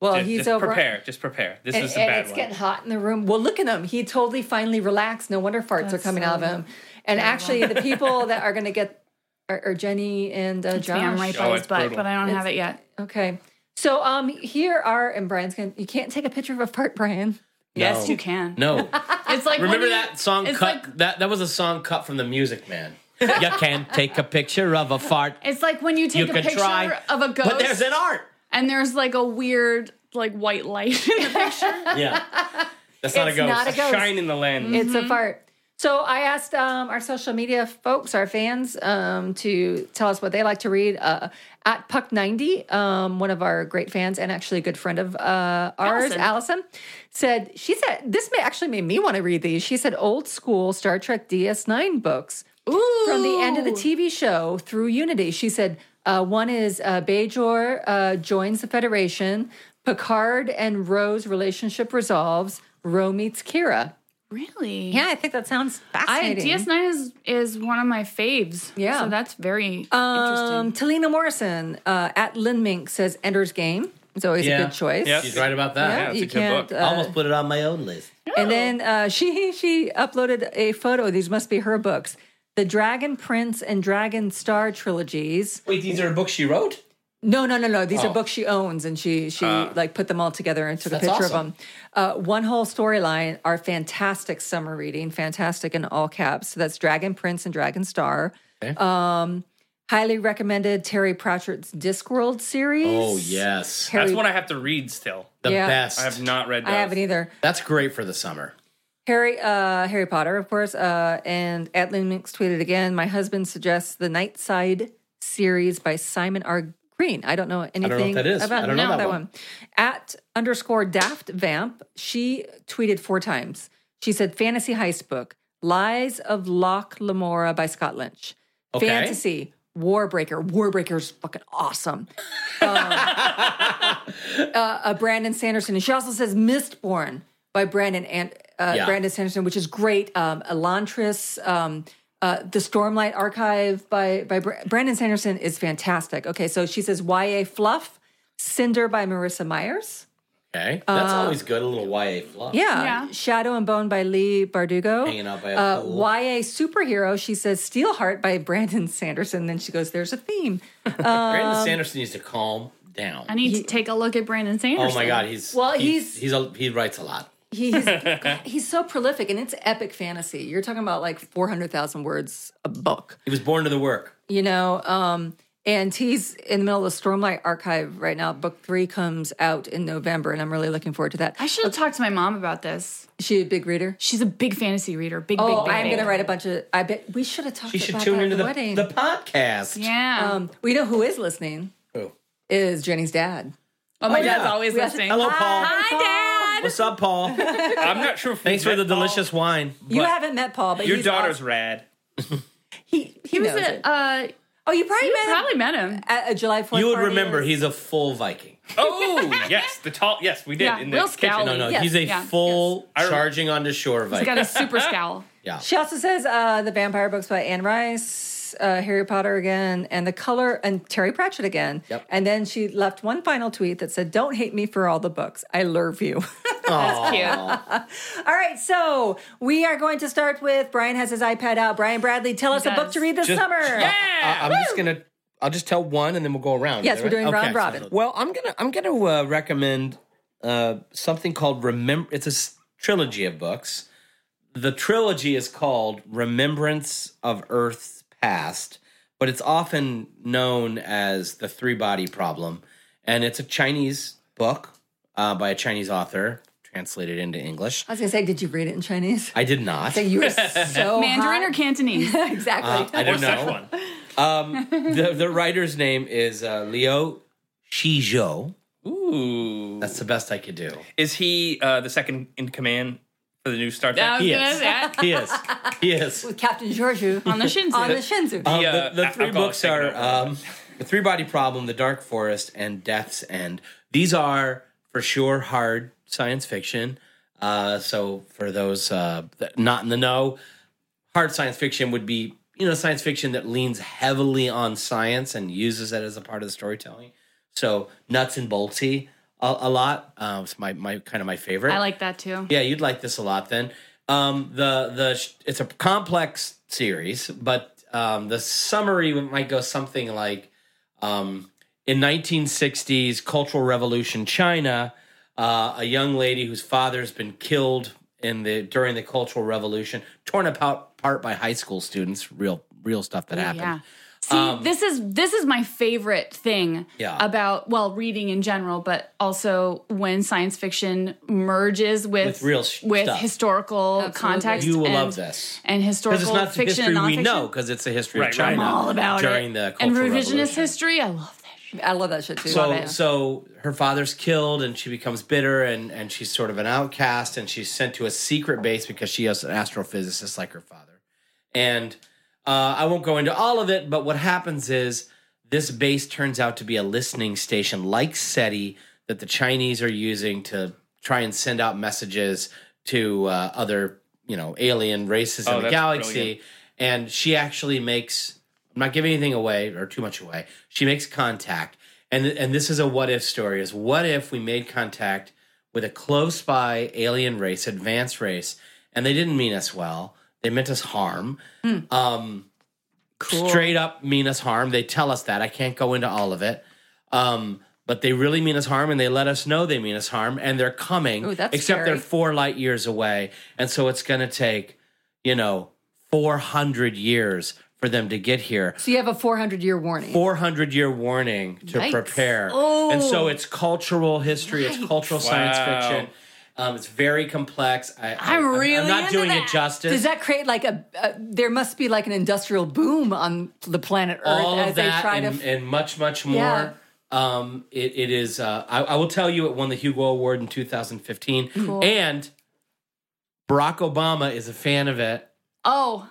[SPEAKER 1] Well,
[SPEAKER 4] just,
[SPEAKER 1] Oh, he's
[SPEAKER 4] just
[SPEAKER 1] over.
[SPEAKER 4] prepare just prepare this
[SPEAKER 1] And,
[SPEAKER 4] is a
[SPEAKER 1] and
[SPEAKER 4] bad
[SPEAKER 1] it's
[SPEAKER 4] one
[SPEAKER 1] getting hot in the room. Well, look at him. He totally finally relaxed. No wonder farts are coming out of him. And actually, the people that are going to get are, are Jenny and uh, Josh.
[SPEAKER 3] Yeah, I'm right
[SPEAKER 4] Oh,
[SPEAKER 3] by his
[SPEAKER 4] it's
[SPEAKER 3] butt,
[SPEAKER 4] brutal.
[SPEAKER 3] but I don't have it yet.
[SPEAKER 1] Okay. So um, here are and Brian's going. to You can't take a picture of a fart, Brian.
[SPEAKER 3] Yes,
[SPEAKER 2] No.
[SPEAKER 3] you can.
[SPEAKER 2] No.
[SPEAKER 3] It's like
[SPEAKER 2] Remember
[SPEAKER 3] when you-
[SPEAKER 2] that song
[SPEAKER 3] it's
[SPEAKER 2] cut?
[SPEAKER 3] like-
[SPEAKER 2] that that was a song cut from The Music Man. you can't take a picture of a fart.
[SPEAKER 3] It's like when you
[SPEAKER 2] You
[SPEAKER 3] take a
[SPEAKER 2] could
[SPEAKER 3] picture
[SPEAKER 2] try,
[SPEAKER 3] of a ghost,
[SPEAKER 2] but there's an art.
[SPEAKER 3] and there's like a weird like white light in the picture.
[SPEAKER 2] Yeah, that's not
[SPEAKER 1] It's
[SPEAKER 2] a ghost.
[SPEAKER 1] not a ghost. Mm.
[SPEAKER 4] shine in the lens
[SPEAKER 1] It's
[SPEAKER 3] Mm-hmm.
[SPEAKER 1] a fart. So I asked um, our social media folks, our fans, um, to tell us what they like to read. Uh, at Puck90, um, one of our great fans and actually a good friend of uh, ours,
[SPEAKER 3] Allison.
[SPEAKER 1] Allison, said, she said, this may actually made me want to read these. She said, old school Star Trek DS9 books
[SPEAKER 3] Ooh,
[SPEAKER 1] from the end of the TV show through Unity. She said uh, one is uh, Bajor uh, joins the Federation, Picard and Rose relationship resolves, Ro meets Kira.
[SPEAKER 3] really?
[SPEAKER 1] Yeah, I think that sounds
[SPEAKER 3] I,
[SPEAKER 1] fascinating.
[SPEAKER 3] DS9 is is one of my faves.
[SPEAKER 1] Yeah.
[SPEAKER 3] so that's very
[SPEAKER 1] um,
[SPEAKER 3] interesting.
[SPEAKER 1] Talina Morrison uh, at Lin Mink says Ender's Game. It's always a
[SPEAKER 2] Yeah.
[SPEAKER 1] good choice.
[SPEAKER 4] Yep.
[SPEAKER 2] She's right about
[SPEAKER 1] Yeah,
[SPEAKER 2] that.
[SPEAKER 4] it's
[SPEAKER 1] you
[SPEAKER 4] a good
[SPEAKER 1] can't.
[SPEAKER 4] book.
[SPEAKER 1] uh,
[SPEAKER 2] I almost put it on my own list.
[SPEAKER 1] And then uh, she she uploaded a photo. These must be her books. The Dragon Prince and Dragon Star trilogies.
[SPEAKER 2] Wait, these are books she wrote.
[SPEAKER 1] No, no, no, no. These
[SPEAKER 2] Oh.
[SPEAKER 1] are books she owns, and she she
[SPEAKER 2] Uh.
[SPEAKER 1] like put them all together and took a
[SPEAKER 2] That's
[SPEAKER 1] picture
[SPEAKER 2] awesome.
[SPEAKER 1] of them. Uh, one whole storyline are fantastic summer reading, fantastic in all caps. So that's Dragon Prince and Dragon Star. Um, highly recommended Terry Pratchett's Discworld series.
[SPEAKER 2] Oh yes,
[SPEAKER 1] Harry,
[SPEAKER 4] that's one i have to read still
[SPEAKER 2] the
[SPEAKER 1] Yeah.
[SPEAKER 2] best.
[SPEAKER 4] i have not read
[SPEAKER 1] I
[SPEAKER 4] those.
[SPEAKER 1] haven't either.
[SPEAKER 2] That's great for the summer.
[SPEAKER 1] Harry, uh, Harry Potter, of course. Uh, and Atlin Minx tweeted again. My husband suggests the Nightside series by Simon R. Green. I don't know anything
[SPEAKER 2] know what that is.
[SPEAKER 1] about
[SPEAKER 2] I don't know
[SPEAKER 1] no,
[SPEAKER 2] that one.
[SPEAKER 1] At underscore Daft Vamp, she tweeted four times. She said, "Fantasy heist book: Lies of Loch Lamora by Scott Lynch.
[SPEAKER 2] Okay.
[SPEAKER 1] Fantasy." Warbreaker. Warbreaker's fucking awesome. uh, Brandon Sanderson, and she also says Mistborn by Brandon and uh,
[SPEAKER 2] Yeah.
[SPEAKER 1] Brandon Sanderson, which is great. Um, Elantris, um, uh, the Stormlight Archive by by Br- Brandon Sanderson is fantastic. Okay, so she says YA Fluff, Cinder by Marissa Myers.
[SPEAKER 2] Okay, that's always good. A little YA fluff.
[SPEAKER 1] Uh, Yeah.
[SPEAKER 3] Yeah.
[SPEAKER 1] Shadow and Bone by Lee Bardugo.
[SPEAKER 2] Hanging out by a
[SPEAKER 1] uh,
[SPEAKER 2] pool.
[SPEAKER 1] YA Superhero, she says Steelheart by Brandon Sanderson. Then she goes, There's a theme.
[SPEAKER 2] Brandon Sanderson needs to calm down.
[SPEAKER 3] I need to take a look at Brandon Sanderson.
[SPEAKER 2] oh my God, he's
[SPEAKER 1] Well,
[SPEAKER 2] he's
[SPEAKER 1] he's-
[SPEAKER 2] he's, a, he writes a lot.
[SPEAKER 1] He's he's so prolific, and it's epic fantasy. You're talking about like four hundred thousand words a book,
[SPEAKER 2] He was born to the work.
[SPEAKER 1] you know. Um, and he's in the middle of the Stormlight Archive right now. Book three comes out in November, and I'm really looking forward to that.
[SPEAKER 3] I should have talked to my mom about this.
[SPEAKER 1] Is she a big reader?
[SPEAKER 3] She's a big fantasy reader. Big,
[SPEAKER 1] Oh,
[SPEAKER 3] big, big.
[SPEAKER 1] I'm
[SPEAKER 3] big.
[SPEAKER 1] going to write a bunch of. I bet we should have talked
[SPEAKER 2] He should
[SPEAKER 1] about
[SPEAKER 2] tune
[SPEAKER 1] that
[SPEAKER 2] into
[SPEAKER 1] at the
[SPEAKER 2] the
[SPEAKER 1] wedding.
[SPEAKER 2] the podcast.
[SPEAKER 3] Yeah.
[SPEAKER 1] um, we know who is listening
[SPEAKER 2] Who?
[SPEAKER 1] is Jenny's dad.
[SPEAKER 3] oh my
[SPEAKER 2] yeah.
[SPEAKER 3] dad's always
[SPEAKER 1] We have to-
[SPEAKER 3] listening.
[SPEAKER 2] Hello, Paul.
[SPEAKER 3] Hi, Dad.
[SPEAKER 2] What's up, Paul?
[SPEAKER 4] i'm not sure if we
[SPEAKER 2] Thanks for
[SPEAKER 4] met
[SPEAKER 2] the
[SPEAKER 4] Paul.
[SPEAKER 2] delicious wine.
[SPEAKER 1] you
[SPEAKER 4] But
[SPEAKER 1] haven't met Paul, but
[SPEAKER 4] your
[SPEAKER 1] he's
[SPEAKER 4] daughter's
[SPEAKER 1] awesome.
[SPEAKER 4] rad
[SPEAKER 1] he he,
[SPEAKER 3] He was
[SPEAKER 1] knows it.
[SPEAKER 3] a, uh,
[SPEAKER 1] oh, you probably
[SPEAKER 3] you
[SPEAKER 1] met
[SPEAKER 3] probably
[SPEAKER 1] him
[SPEAKER 3] met him.
[SPEAKER 1] at a July Fourth.
[SPEAKER 2] You would remember he's a full Viking.
[SPEAKER 4] oh yes the tall yes we did
[SPEAKER 3] Yeah,
[SPEAKER 4] in the
[SPEAKER 3] real
[SPEAKER 4] kitchen.
[SPEAKER 3] scowl.
[SPEAKER 2] No, no,
[SPEAKER 1] Yes,
[SPEAKER 2] he's a
[SPEAKER 3] yeah,
[SPEAKER 2] full
[SPEAKER 4] yes.
[SPEAKER 2] charging onto shore
[SPEAKER 3] He's
[SPEAKER 2] Viking.
[SPEAKER 3] got a super scowl.
[SPEAKER 1] She also says uh, the vampire books by Anne Rice. Books, uh, Harry Potter again, and The Color, and Terry Pratchett again.
[SPEAKER 2] Yep.
[SPEAKER 1] And then she left one final tweet that said, Don't hate me for all the books. I love you.
[SPEAKER 2] That's
[SPEAKER 3] cute.
[SPEAKER 1] all right, so we are going to start with Brian has his iPad out. Brian Bradley, tell us a book
[SPEAKER 3] does.
[SPEAKER 1] to read this
[SPEAKER 2] Just-
[SPEAKER 1] summer.
[SPEAKER 2] I, am just gonna. I'll just tell one, and then we'll go around.
[SPEAKER 1] Yes,
[SPEAKER 2] Is that
[SPEAKER 1] we're doing
[SPEAKER 2] right?
[SPEAKER 1] round robin.
[SPEAKER 2] Well, I'm gonna I'm gonna uh, recommend uh, something called remember. It's a s- trilogy of books. The trilogy is called Remembrance of Earth's Past, but it's often known as the Three Body Problem, and it's a Chinese book uh, by a Chinese author translated into English.
[SPEAKER 1] I was going to say, did you read it in Chinese?
[SPEAKER 2] I did not.
[SPEAKER 1] That you were so
[SPEAKER 3] Mandarin or
[SPEAKER 1] hot.
[SPEAKER 3] Cantonese?
[SPEAKER 1] exactly.
[SPEAKER 2] Uh, I
[SPEAKER 4] Or
[SPEAKER 2] don't know.
[SPEAKER 4] Szechuan.
[SPEAKER 2] Um, the, the writer's name is uh, Leo Shizhou.
[SPEAKER 4] Ooh.
[SPEAKER 2] That's the best I could do.
[SPEAKER 4] Is he uh, the second in command for the new Star
[SPEAKER 3] I
[SPEAKER 4] Trek?
[SPEAKER 3] was gonna
[SPEAKER 2] Yes.
[SPEAKER 3] say,
[SPEAKER 2] He is. He is.
[SPEAKER 1] with Captain Georgiou
[SPEAKER 3] on the Shinsu.
[SPEAKER 1] on the Shinzu.
[SPEAKER 2] Um,
[SPEAKER 4] Yeah,
[SPEAKER 2] the, the
[SPEAKER 4] I-
[SPEAKER 2] three
[SPEAKER 4] I'll call it
[SPEAKER 2] books
[SPEAKER 4] taking
[SPEAKER 2] are
[SPEAKER 4] over.
[SPEAKER 2] um, The Three Body Problem, The Dark Forest, and Death's End. These are for sure hard science fiction. Uh, so, for those uh, that- not in the know, hard science fiction would be, you know, science fiction that leans heavily on science and uses it as a part of the storytelling. So, nuts and boltsy a, a lot. Uh, it's my, my kind of my favorite.
[SPEAKER 3] I like that too.
[SPEAKER 2] Yeah, you'd like this a lot then. Um, the the sh- it's a complex series, but um, the summary might go something like um, in 1960s Cultural Revolution China, uh, a young lady whose father's been killed in the during the Cultural Revolution, torn apart, apart by high school students. Real real stuff that happened.
[SPEAKER 3] Yeah. See, this is this is my favorite thing
[SPEAKER 2] Yeah.
[SPEAKER 3] about well reading in general, but also when science fiction merges with
[SPEAKER 2] With real sh-
[SPEAKER 3] with
[SPEAKER 2] stuff.
[SPEAKER 3] historical
[SPEAKER 1] Absolutely.
[SPEAKER 3] context.
[SPEAKER 2] You will
[SPEAKER 3] and,
[SPEAKER 2] love this.
[SPEAKER 3] and
[SPEAKER 2] Because
[SPEAKER 3] historical
[SPEAKER 2] it's not the
[SPEAKER 3] fiction
[SPEAKER 2] history
[SPEAKER 3] and
[SPEAKER 2] we
[SPEAKER 3] nonfiction. Oh.
[SPEAKER 2] know, because it's the history
[SPEAKER 4] Right,
[SPEAKER 2] of
[SPEAKER 4] right.
[SPEAKER 2] China
[SPEAKER 4] I'm
[SPEAKER 3] all about
[SPEAKER 2] during
[SPEAKER 3] it.
[SPEAKER 2] the
[SPEAKER 3] and
[SPEAKER 2] Cultural
[SPEAKER 3] revisionist
[SPEAKER 2] Revolution.
[SPEAKER 3] history. I love that. Shit.
[SPEAKER 1] I love that shit too.
[SPEAKER 2] so
[SPEAKER 1] Love it.
[SPEAKER 2] so her father's killed and she becomes bitter and and she's sort of an outcast and she's sent to a secret base because she is an astrophysicist like her father and uh, i won't go into all of it but what happens is this base turns out to be a listening station like seti that the chinese are using to try and send out messages to uh, other you know alien races
[SPEAKER 4] Oh,
[SPEAKER 2] in the
[SPEAKER 4] that's
[SPEAKER 2] galaxy
[SPEAKER 4] brilliant.
[SPEAKER 2] and she actually makes I'm not giving anything away or too much away. She makes contact. And and this is a what if story is what if we made contact with a close by alien race, advanced race, and they didn't mean us well. They meant us harm. Um straight up mean us harm. They tell us that. I can't go into all of it. Um but they really mean us harm and they let us know they mean us harm and they're coming
[SPEAKER 1] Ooh, that's
[SPEAKER 2] except they're
[SPEAKER 1] scary.
[SPEAKER 2] four light years away and so it's going to take you know 400 years for them to get here
[SPEAKER 1] So you have a 400 year warning.
[SPEAKER 2] 400 year warning to
[SPEAKER 3] Yikes.
[SPEAKER 2] prepare
[SPEAKER 1] Oh.
[SPEAKER 2] and so it's cultural history it's cultural science
[SPEAKER 4] Wow.
[SPEAKER 2] fiction um, it's very complex I, I,
[SPEAKER 3] I'm
[SPEAKER 2] I'm
[SPEAKER 3] really
[SPEAKER 2] not
[SPEAKER 3] into
[SPEAKER 2] doing
[SPEAKER 3] that.
[SPEAKER 2] it justice
[SPEAKER 1] Does that create like a, a? There must be like an industrial boom on the planet Earth
[SPEAKER 2] all
[SPEAKER 1] as
[SPEAKER 2] of that
[SPEAKER 1] they try
[SPEAKER 2] and,
[SPEAKER 1] to.
[SPEAKER 2] and much much more
[SPEAKER 1] Yeah.
[SPEAKER 2] um, it, it is uh, I, I will tell you it won the hugo award in 2015 and barack obama is a fan of it
[SPEAKER 3] Oh,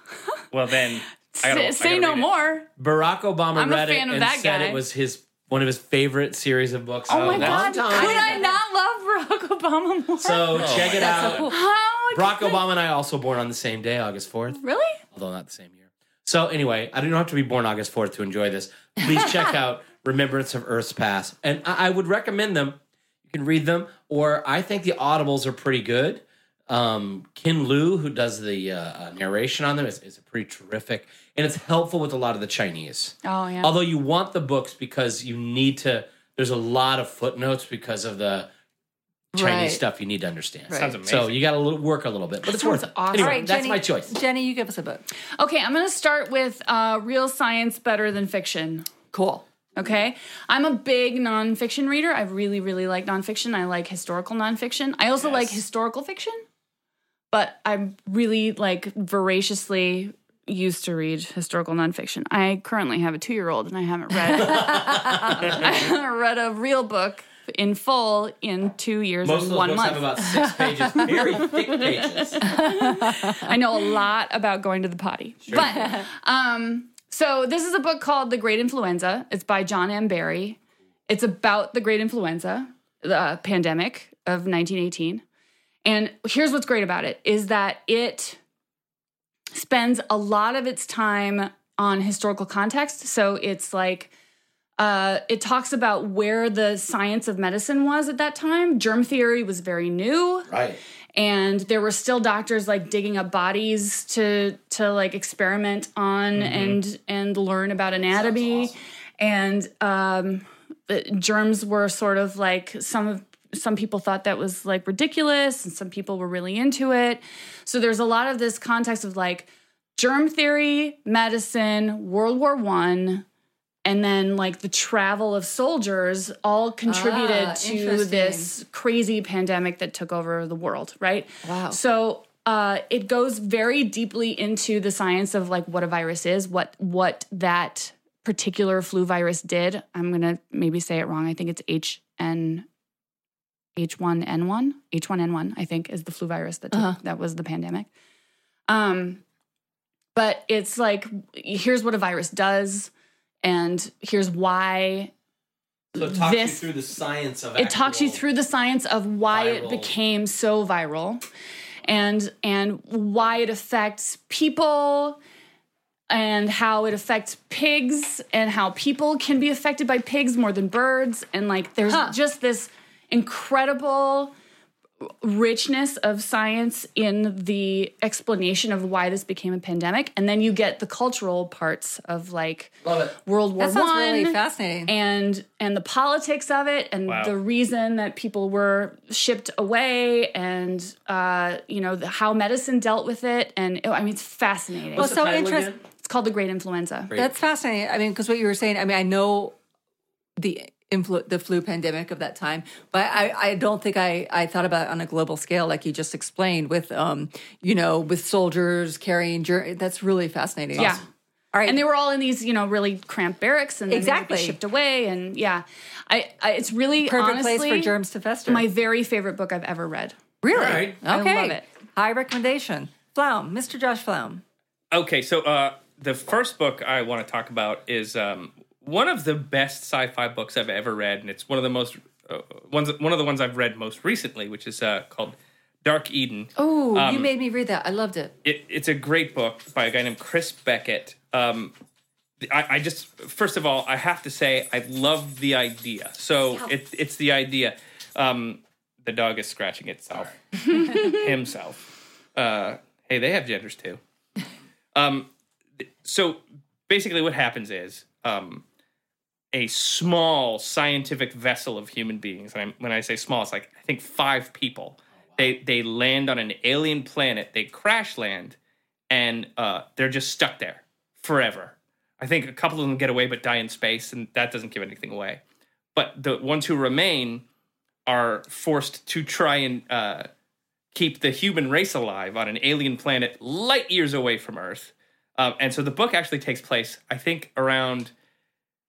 [SPEAKER 4] Well, then. I gotta- I
[SPEAKER 3] say
[SPEAKER 4] gotta
[SPEAKER 3] no
[SPEAKER 4] read it.
[SPEAKER 3] more.
[SPEAKER 2] barack obama
[SPEAKER 3] I'm a
[SPEAKER 2] read
[SPEAKER 3] fan
[SPEAKER 2] it
[SPEAKER 3] of
[SPEAKER 2] and
[SPEAKER 3] that
[SPEAKER 2] said
[SPEAKER 3] guy.
[SPEAKER 2] it was his one of his favorite series of books
[SPEAKER 3] Oh my
[SPEAKER 4] that's
[SPEAKER 3] god! Could
[SPEAKER 2] time.
[SPEAKER 3] I not love Barack Obama more?
[SPEAKER 2] So check it
[SPEAKER 1] That's so
[SPEAKER 2] out.
[SPEAKER 1] cool.
[SPEAKER 3] How
[SPEAKER 2] Barack Obama and I also born on the same day, August 4th,
[SPEAKER 3] Oh, really?
[SPEAKER 2] although not the same year. So anyway, I don't have to be born August 4th to enjoy this. Please check out Remembrance of Earth's Past. And I, I would recommend them. You can read them, or I think the audibles are pretty good. Um, Kin Lu, who does the uh, uh, narration on them, is, is pretty terrific. And it's helpful with a lot of the Chinese.
[SPEAKER 3] Oh yeah.
[SPEAKER 2] Although you want the books because you need to, there's a lot of footnotes because of the Chinese
[SPEAKER 1] Right.
[SPEAKER 2] stuff you need to understand.
[SPEAKER 1] Right.
[SPEAKER 4] Sounds amazing.
[SPEAKER 2] So you got to work a little bit, but it's worth it.
[SPEAKER 3] awesome.
[SPEAKER 2] Anyway,
[SPEAKER 1] All right,
[SPEAKER 2] that's
[SPEAKER 1] Jenny,
[SPEAKER 2] my choice.
[SPEAKER 1] Jenny, you give us a book.
[SPEAKER 3] Okay, I'm going to start with uh, real science better than fiction.
[SPEAKER 1] Cool.
[SPEAKER 3] Okay. I'm a big nonfiction reader. I really, really like nonfiction. I like historical nonfiction. I also like historical fiction, but I'm really like voraciously used to read historical nonfiction. I currently have a two year old and I haven't read I haven't read a real book in full in two years
[SPEAKER 2] Most
[SPEAKER 3] and
[SPEAKER 2] of those
[SPEAKER 3] one
[SPEAKER 2] books
[SPEAKER 3] month.
[SPEAKER 2] have about six pages, very thick pages.
[SPEAKER 3] I know a lot about going to the potty. But um, so this is a book called The Great Influenza. It's by John M. Barry. It's about the Great Influenza, the uh, pandemic of 1918. And here's what's great about it is that it spends a lot of its time on historical context. So it's like uh, it talks about where the science of medicine was at that time. Germ theory was very new
[SPEAKER 2] Right.
[SPEAKER 3] and there were still doctors like digging up bodies to to like experiment on
[SPEAKER 1] Mm-hmm.
[SPEAKER 3] and and learn about anatomy
[SPEAKER 2] awesome.
[SPEAKER 3] and um the germs were sort of like some of some people thought that was like ridiculous and some people were really into it so there's a lot of this context of like germ theory medicine world war one and then like the travel of soldiers all contributed
[SPEAKER 1] Ah,
[SPEAKER 3] to
[SPEAKER 1] interesting.
[SPEAKER 3] this crazy pandemic that took over the world right
[SPEAKER 1] Wow.
[SPEAKER 3] so uh, it goes very deeply into the science of like what a virus is what what that particular flu virus did i'm gonna maybe say it wrong i think it's hn h1n1 h1n1 i think is the flu virus that took, that was the pandemic um but it's like here's what a virus does and here's why
[SPEAKER 2] So it talks
[SPEAKER 3] This-
[SPEAKER 2] you through the science of
[SPEAKER 3] it talks you
[SPEAKER 2] actual-
[SPEAKER 3] through the science of why it
[SPEAKER 2] viral-
[SPEAKER 3] became so viral and and why it affects people and how it affects pigs and how people can be affected by pigs more than birds and like there's
[SPEAKER 1] Huh.
[SPEAKER 3] just this incredible richness of science in the explanation of why this became a pandemic and then you get the cultural parts of like
[SPEAKER 2] Love it.
[SPEAKER 3] world war
[SPEAKER 1] That sounds really
[SPEAKER 3] One
[SPEAKER 1] fascinating.
[SPEAKER 3] and and the politics of it and
[SPEAKER 4] Wow.
[SPEAKER 3] the reason that people were shipped away and uh, you know the, how medicine dealt with it and oh, I mean it's fascinating.
[SPEAKER 1] Well,
[SPEAKER 2] the
[SPEAKER 1] so
[SPEAKER 2] title
[SPEAKER 1] interest-
[SPEAKER 2] again?
[SPEAKER 3] it's called the Great Influenza.
[SPEAKER 1] That's fascinating. I mean, because what you were saying, I mean, I know the influ- the flu pandemic of that time, but I, I don't think I, I thought about it on a global scale, like you just explained, with um, you know, with soldiers carrying. Ger- that's really fascinating.
[SPEAKER 3] Yeah.
[SPEAKER 1] All right.
[SPEAKER 3] And they were all in these, you know, really cramped barracks, and then
[SPEAKER 1] Exactly.
[SPEAKER 3] they would be shipped away, and yeah, I, I it's really
[SPEAKER 1] perfect
[SPEAKER 3] honestly,
[SPEAKER 1] place for germs to fester.
[SPEAKER 3] My very favorite book I've ever read.
[SPEAKER 1] really?
[SPEAKER 2] All right.
[SPEAKER 1] Okay.
[SPEAKER 3] I love it.
[SPEAKER 1] High recommendation. Flaum, Mr. Josh Flaum.
[SPEAKER 4] Okay, so uh, the first book I want to talk about is um, one of the best sci-fi books I've ever read, and it's one of the most uh, ones one of the ones I've read most recently, which is uh, called Dark Eden.
[SPEAKER 1] Oh,
[SPEAKER 2] Um,
[SPEAKER 1] you made me read that. I loved it.
[SPEAKER 4] It, it's a great book by a guy named Chris Beckett. Um, I, I just first of all, I have to say I love the idea. So it, it's the idea. Um, the dog is scratching itself, himself. Uh, hey, they have genders too. Um, th- so basically, what happens is um, a small scientific vessel of human beings. And I'm, when I say small, it's like I think five people. They they land on an alien planet. They crash land, and uh, they're just stuck there forever. I think a couple of them get away but die in space, and that doesn't give anything away. But the ones who remain are forced to try and uh, keep the human race alive on an alien planet light years away from Earth. Um, and so the book actually takes place, I think, around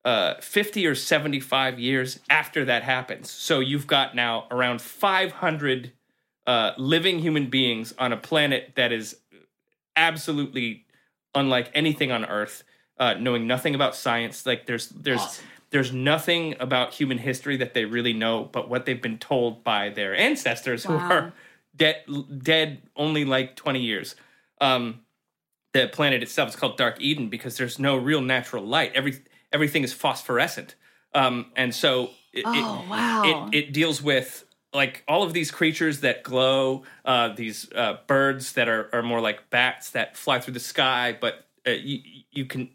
[SPEAKER 4] uh, 50 or 75 years after that happens. So you've got now around 500 uh, living human beings on a planet that is absolutely unlike anything on Earth, uh, knowing nothing about science. Like there's there's
[SPEAKER 2] Awesome.
[SPEAKER 4] there's nothing about human history that they really know, but what they've been told by their ancestors who are dead dead only like 20 years. Um, the planet itself is called Dark Eden because there's no real natural light. Every everything is phosphorescent, um, and so it,
[SPEAKER 3] Oh,
[SPEAKER 4] it,
[SPEAKER 3] wow.
[SPEAKER 4] it it deals with like all of these creatures that glow, uh, these uh, birds that are are more like bats that fly through the sky, but uh, you you can.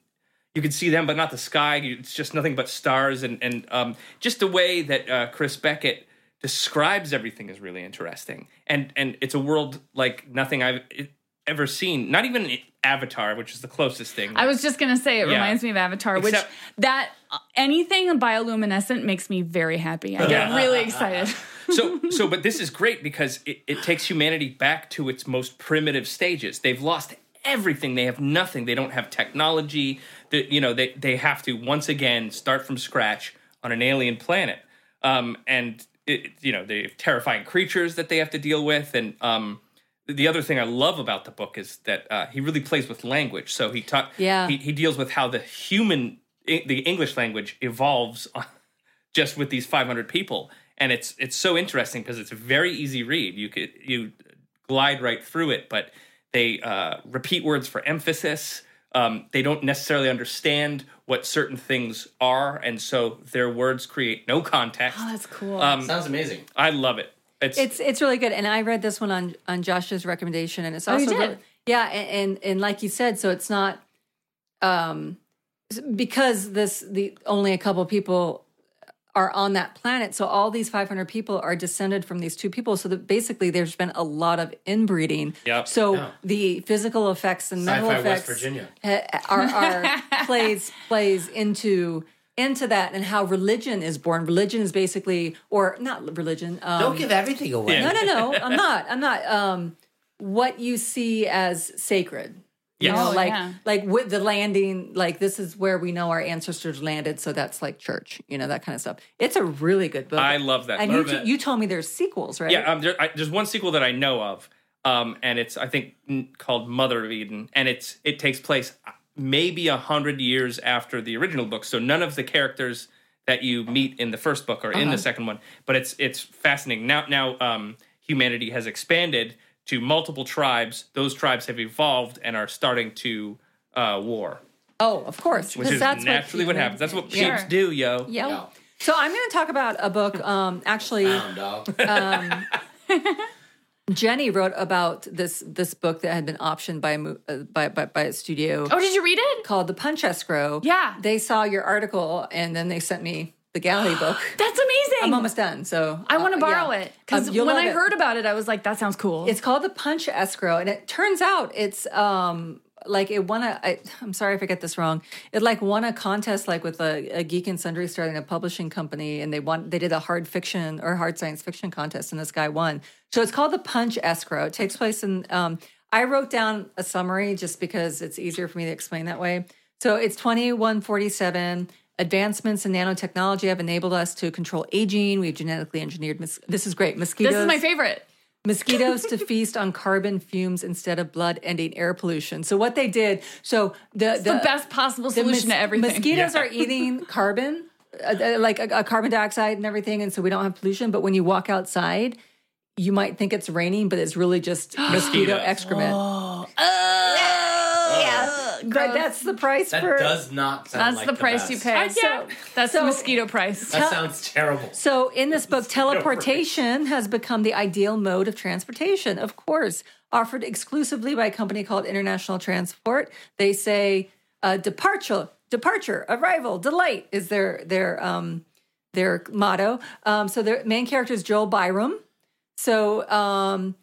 [SPEAKER 4] You can see them, but not the sky. You- It's just nothing but stars, and and um, just the way that uh, Chris Beckett describes everything is really interesting. And and it's a world like nothing I've it, ever seen. Not even Avatar, which is the closest thing.
[SPEAKER 3] I was just gonna say it
[SPEAKER 4] Yeah.
[SPEAKER 3] reminds me of Avatar,
[SPEAKER 4] Except-
[SPEAKER 3] which that anything bioluminescent makes me very happy. I get really excited.
[SPEAKER 4] so so but this is great because it, it takes humanity back to its most primitive stages they've lost everything they have nothing they don't have technology that you know they, they have to once again start from scratch on an alien planet um, and it, you know they have terrifying creatures that they have to deal with and um, the other thing I love about the book is that uh, he really plays with language. So he talk,
[SPEAKER 1] Yeah.
[SPEAKER 4] he, he deals with how the human, I- the English language evolves just with these 500 people and it's it's so interesting because it's a very easy read you could you glide right through it but they uh, repeat words for emphasis um, they don't necessarily understand what certain things are, and so their words create no context.
[SPEAKER 3] Oh, that's cool.
[SPEAKER 4] Um,
[SPEAKER 2] Sounds amazing.
[SPEAKER 4] I love it. It's,
[SPEAKER 1] It's it's really good, and I read this one on on Josh's recommendation, and it's also
[SPEAKER 3] you did?
[SPEAKER 1] really- yeah, and, and and like you said, so it's not um s- because this the only a couple people are on that planet, so all these 500 people are descended from these two people, so that basically there's been a lot of inbreeding.
[SPEAKER 4] Yep.
[SPEAKER 1] So
[SPEAKER 2] Yeah.
[SPEAKER 1] the physical effects and mental
[SPEAKER 2] Sci-fi West
[SPEAKER 1] effects
[SPEAKER 2] Virginia.
[SPEAKER 1] ha- are, are uh, plays plays into into that and how religion is born. Religion is basically or not religion. Um,
[SPEAKER 2] Don't give everything away.
[SPEAKER 1] no, no, no. I'm not. I'm not. Um, what you see as sacred. You
[SPEAKER 4] Yes.
[SPEAKER 1] know,
[SPEAKER 3] Oh,
[SPEAKER 1] like
[SPEAKER 3] yeah.
[SPEAKER 1] like with the landing, like this is where we know our ancestors landed, so that's like church, you know, that kind of stuff. It's a really good book.
[SPEAKER 4] I love that.
[SPEAKER 1] and
[SPEAKER 4] book.
[SPEAKER 1] you, t- you told me there's sequels, right?
[SPEAKER 4] Yeah, um, there, I, there's one sequel that I know of, um, and it's I think n- called Mother of Eden, and it's it takes place uh, maybe a hundred years after the original book. So none of the characters that you meet in the first book are in the second one, but it's it's fascinating. Now now um, humanity has expanded to multiple tribes. Those tribes have evolved and are starting to uh, war,
[SPEAKER 1] oh, of course,
[SPEAKER 4] which
[SPEAKER 1] 'cause
[SPEAKER 4] is
[SPEAKER 1] that's
[SPEAKER 4] naturally what,
[SPEAKER 1] human-
[SPEAKER 4] happens. That's what
[SPEAKER 3] Sure.
[SPEAKER 4] sheep do, yo.
[SPEAKER 1] Yeah.
[SPEAKER 2] No.
[SPEAKER 1] So I'm going to talk about a book. Um, actually,
[SPEAKER 4] Uh,
[SPEAKER 2] Found, dog.
[SPEAKER 1] Jenny wrote about this this book that had been optioned by a mo- uh, by, by by a studio.
[SPEAKER 3] oh, did you read it?
[SPEAKER 1] called The Punch Escrow.
[SPEAKER 3] Yeah.
[SPEAKER 1] They saw your article and then they sent me the galley book.
[SPEAKER 3] That's amazing.
[SPEAKER 1] I'm almost Um, done. So uh,
[SPEAKER 3] I want to borrow it because when I
[SPEAKER 1] heard.
[SPEAKER 3] heard about it, I was like, that sounds cool.
[SPEAKER 1] It's called the Punch Escrow, and it turns out it's um like it won a. I, I'm sorry if I get this wrong. It like won a contest like with a, a Geek and Sundry starting a publishing company, and they won. They did a hard fiction or hard science fiction contest, and this guy won. So it's called the Punch Escrow. It takes place in. Um, I wrote down a summary just because it's easier for me to explain that way. So it's 2147. Advancements in nanotechnology have enabled us to control aging. We've genetically engineered. Mos- this is great. Mosquitoes.
[SPEAKER 3] this is my favorite.
[SPEAKER 1] Mosquitoes to feast on carbon fumes instead of blood, ending air pollution. So what they did, so the
[SPEAKER 3] The best possible
[SPEAKER 1] the
[SPEAKER 3] solution
[SPEAKER 1] mos-
[SPEAKER 3] to everything.
[SPEAKER 1] Mosquitoes are eating carbon, uh, uh, like a, a carbon dioxide and everything, and so we don't have pollution. But when you walk outside, you might think it's raining, but it's really just mosquito
[SPEAKER 4] Mosquitoes.
[SPEAKER 1] excrement.
[SPEAKER 3] Oh. yeah.
[SPEAKER 1] But that's the price
[SPEAKER 2] That
[SPEAKER 1] for.
[SPEAKER 2] does not sound
[SPEAKER 3] That's
[SPEAKER 2] like
[SPEAKER 3] the price
[SPEAKER 2] best.
[SPEAKER 3] you pay.
[SPEAKER 1] So-
[SPEAKER 3] that's
[SPEAKER 1] so-
[SPEAKER 3] the mosquito price.
[SPEAKER 2] That sounds terrible.
[SPEAKER 1] So in this book, teleportation has become the ideal mode of transportation, of course, offered exclusively by a company called International Transport. They say uh, departure, departure, arrival, delight is their their um, their motto. Um, so their main character is Joel Byram. So um,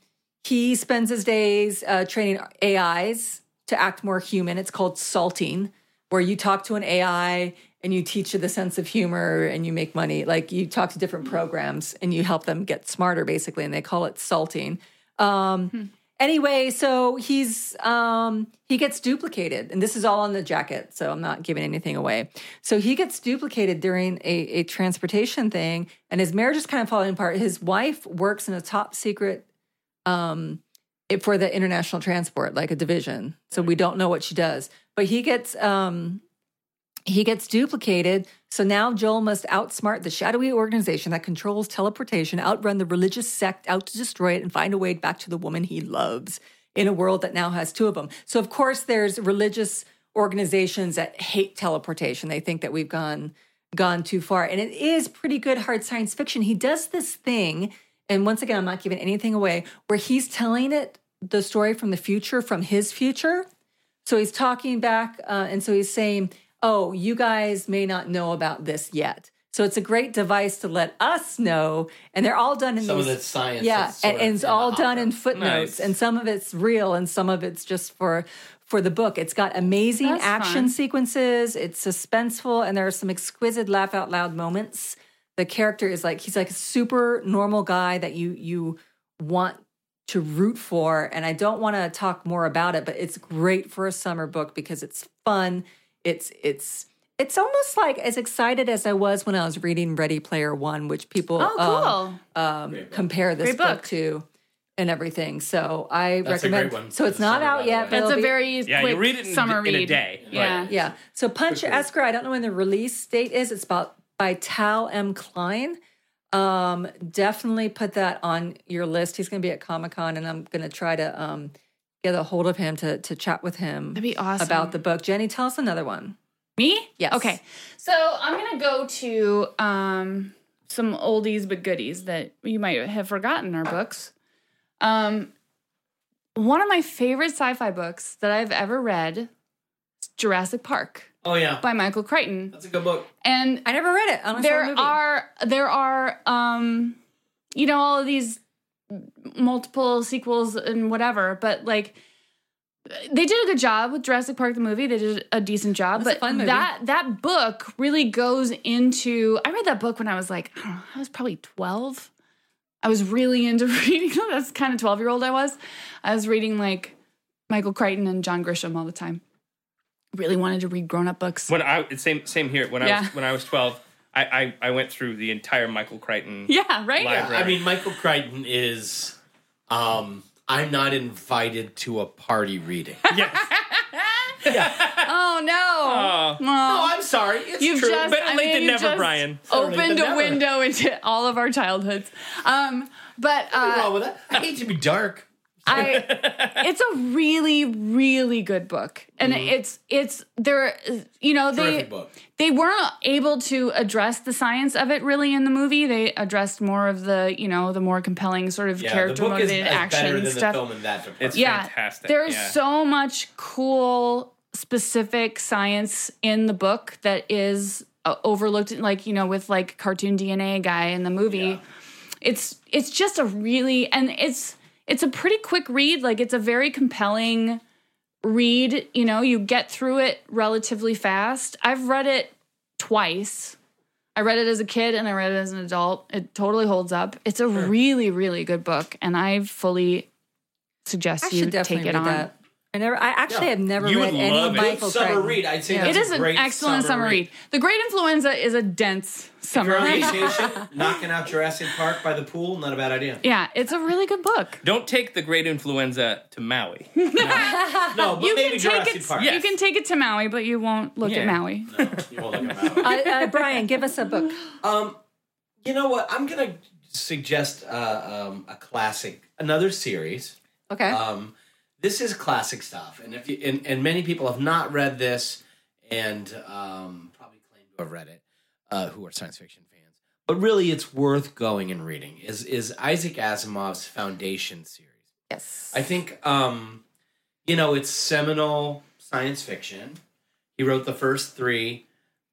[SPEAKER 1] he spends his days uh, training AIs to act more human. It's called salting, where you talk to an AI and you teach it the sense of humor and you make money. Like you talk to different programs and you help them get smarter, basically, and they call it salting. Um, Anyway, so he's um, he gets duplicated, and this is all on the jacket, so I'm not giving anything away. So he gets duplicated during a, a transportation thing, and his marriage is kind of falling apart. His wife works in a top secret it, for the international transport, like a division. So we don't know what she does. But he gets um, he gets duplicated. So now Joel must outsmart the shadowy organization that controls teleportation, outrun the religious sect out to destroy it, and find a way back to the woman he loves in a world that now has two of them. So of course, there's religious organizations that hate teleportation. They think that we've gone gone too far, and it is pretty good hard science fiction. He does this thing, and once again, I'm not giving anything away, where he's telling it the story from the future, from his future. So he's talking back, uh, and so he's saying, "Oh, you guys may not know about this yet." So it's a great device to let us know, and they're all done in
[SPEAKER 2] Some of
[SPEAKER 1] these,
[SPEAKER 2] the science
[SPEAKER 1] yeah,
[SPEAKER 2] that's
[SPEAKER 1] and, and
[SPEAKER 2] sort of
[SPEAKER 1] it's
[SPEAKER 2] in the
[SPEAKER 1] all
[SPEAKER 2] hopper.
[SPEAKER 1] done in footnotes,
[SPEAKER 4] Nice.
[SPEAKER 1] and some of it's real, and some of it's just for for the book. It's got amazing
[SPEAKER 3] That's
[SPEAKER 1] action
[SPEAKER 3] fun.
[SPEAKER 1] sequences. It's suspenseful, and there are some exquisite laugh out loud moments. The character is like he's like a super normal guy that you you want to root for and i don't want to talk more about it but it's great for a summer book because it's fun it's it's it's almost like as excited as i was when i was reading ready player one which people
[SPEAKER 3] oh, cool.
[SPEAKER 1] um, um, compare this
[SPEAKER 3] Great
[SPEAKER 1] book.
[SPEAKER 3] book.
[SPEAKER 1] to and everything so i
[SPEAKER 2] That's a great
[SPEAKER 1] recommend
[SPEAKER 2] one
[SPEAKER 1] so
[SPEAKER 2] for
[SPEAKER 1] it's
[SPEAKER 2] the
[SPEAKER 1] not
[SPEAKER 2] summer, by
[SPEAKER 1] out
[SPEAKER 2] the
[SPEAKER 1] yet
[SPEAKER 2] way.
[SPEAKER 1] but
[SPEAKER 3] That's
[SPEAKER 1] it'll
[SPEAKER 3] a
[SPEAKER 1] be-
[SPEAKER 3] very
[SPEAKER 4] Yeah, you
[SPEAKER 3] quick
[SPEAKER 4] read it in,
[SPEAKER 3] summer
[SPEAKER 4] in
[SPEAKER 3] read.
[SPEAKER 4] a day.
[SPEAKER 3] Yeah.
[SPEAKER 1] yeah so punch escrow i don't know when the release date is it's about by tal m klein um definitely put that on your list he's going to be at comic-con and i'm going to try to um get a hold of him to to chat with him
[SPEAKER 3] That'd be awesome.
[SPEAKER 1] about the book. Jenny, tell us another one.
[SPEAKER 3] Me?
[SPEAKER 1] Yes.
[SPEAKER 3] Okay. So I'm gonna go to um, some oldies but goodies that you might have forgotten are books. Um, one of my favorite sci-fi books that I've ever read, is Jurassic Park
[SPEAKER 2] Oh yeah,
[SPEAKER 3] by Michael Crichton,
[SPEAKER 2] that's a good book.
[SPEAKER 3] and
[SPEAKER 1] I never read it. I only saw the
[SPEAKER 3] there
[SPEAKER 1] movie.
[SPEAKER 3] are there are um, you know all of these multiple sequels and whatever, but like. They did a good job with Jurassic Park the movie. They did a decent job,
[SPEAKER 1] It was a
[SPEAKER 3] but
[SPEAKER 1] fun movie.
[SPEAKER 3] that that book really goes into. I read that book when I was like, I don't know, I was probably twelve. I was really into reading. That's the kind of twelve year old I was. I was reading like Michael Crichton and John Grisham all the time. Really wanted to read grown up books.
[SPEAKER 4] When I it's same same here. When I
[SPEAKER 3] Yeah.
[SPEAKER 4] was when I was twelve, I, I I went through the entire Michael Crichton.
[SPEAKER 3] Yeah, right.
[SPEAKER 4] Library.
[SPEAKER 2] I mean, Michael Crichton is. Um, I'm not invited to a party reading.
[SPEAKER 4] Yes.
[SPEAKER 3] Oh no!
[SPEAKER 4] Uh,
[SPEAKER 2] Oh, I'm sorry. It's
[SPEAKER 3] You've
[SPEAKER 2] true.
[SPEAKER 3] just
[SPEAKER 4] Better
[SPEAKER 3] I
[SPEAKER 4] late
[SPEAKER 3] mean,
[SPEAKER 4] than
[SPEAKER 3] you
[SPEAKER 4] never,
[SPEAKER 3] just
[SPEAKER 4] Brian.
[SPEAKER 2] Better late
[SPEAKER 3] Opened
[SPEAKER 2] than
[SPEAKER 3] a
[SPEAKER 2] never.
[SPEAKER 3] window into all of our childhoods. Um, but
[SPEAKER 2] What's
[SPEAKER 3] uh,
[SPEAKER 2] wrong with that? I hate to be dark.
[SPEAKER 3] I, it's a really, really good book, and it's it's there. You know they
[SPEAKER 2] Mm-hmm. Terrific book.
[SPEAKER 3] they weren't able to address the science of it really in the movie. They addressed more of the you know the more compelling sort of
[SPEAKER 2] Yeah, the
[SPEAKER 3] character
[SPEAKER 2] book is,
[SPEAKER 3] motivated
[SPEAKER 2] is better
[SPEAKER 3] action
[SPEAKER 2] than
[SPEAKER 3] stuff.
[SPEAKER 2] the film in that department.
[SPEAKER 4] It's-
[SPEAKER 3] yeah,
[SPEAKER 4] fantastic,
[SPEAKER 3] There's
[SPEAKER 4] yeah.
[SPEAKER 3] so much cool, specific science in the book that is uh, overlooked. Like you know, with like cartoon DNA guy in the movie, it's it's just a really and it's it's a pretty quick read. Like it's a very compelling read. You know, you get through it relatively fast. I've read it twice. I read it as a kid and I read it as an adult. It totally holds up. It's a really, really good book, and I fully suggest
[SPEAKER 1] I
[SPEAKER 3] you
[SPEAKER 1] should definitely
[SPEAKER 3] take it on.
[SPEAKER 1] read that. I never. I actually
[SPEAKER 2] Yeah.
[SPEAKER 1] have never
[SPEAKER 4] You
[SPEAKER 1] read
[SPEAKER 4] would
[SPEAKER 1] any
[SPEAKER 4] love it.
[SPEAKER 1] Michael
[SPEAKER 2] Good summer
[SPEAKER 1] Crichton.
[SPEAKER 2] read. I'd say
[SPEAKER 1] Yeah.
[SPEAKER 2] that's
[SPEAKER 3] It is an
[SPEAKER 2] great
[SPEAKER 3] excellent
[SPEAKER 2] summer
[SPEAKER 3] summer
[SPEAKER 2] read.
[SPEAKER 3] read. The Great Influenza is a dense summer read.
[SPEAKER 2] Variation, knocking out Jurassic Park by the pool, not a bad idea.
[SPEAKER 3] Yeah, it's a really good book.
[SPEAKER 4] don't take the great influenza to Maui.
[SPEAKER 2] No, but
[SPEAKER 3] You
[SPEAKER 2] maybe
[SPEAKER 3] can take
[SPEAKER 2] Jurassic
[SPEAKER 3] it.
[SPEAKER 2] Park.
[SPEAKER 3] You can take it to Maui, but you won't look
[SPEAKER 4] Yeah.
[SPEAKER 3] at Maui.
[SPEAKER 2] You won't look at Maui.
[SPEAKER 1] Uh, uh, Brian, give us a book.
[SPEAKER 2] Um, you know what? I'm gonna suggest uh, um, a classic, another series.
[SPEAKER 1] Okay.
[SPEAKER 4] Uh,
[SPEAKER 2] Um, this is classic stuff, and if you, and, and many people have not read this, and um, probably claim to have read it, uh, who are science fiction fans. But really, it's worth going and reading. Is is Isaac Asimov's Foundation series?
[SPEAKER 1] yes.
[SPEAKER 2] I think um, you know it's seminal science fiction. He wrote the first three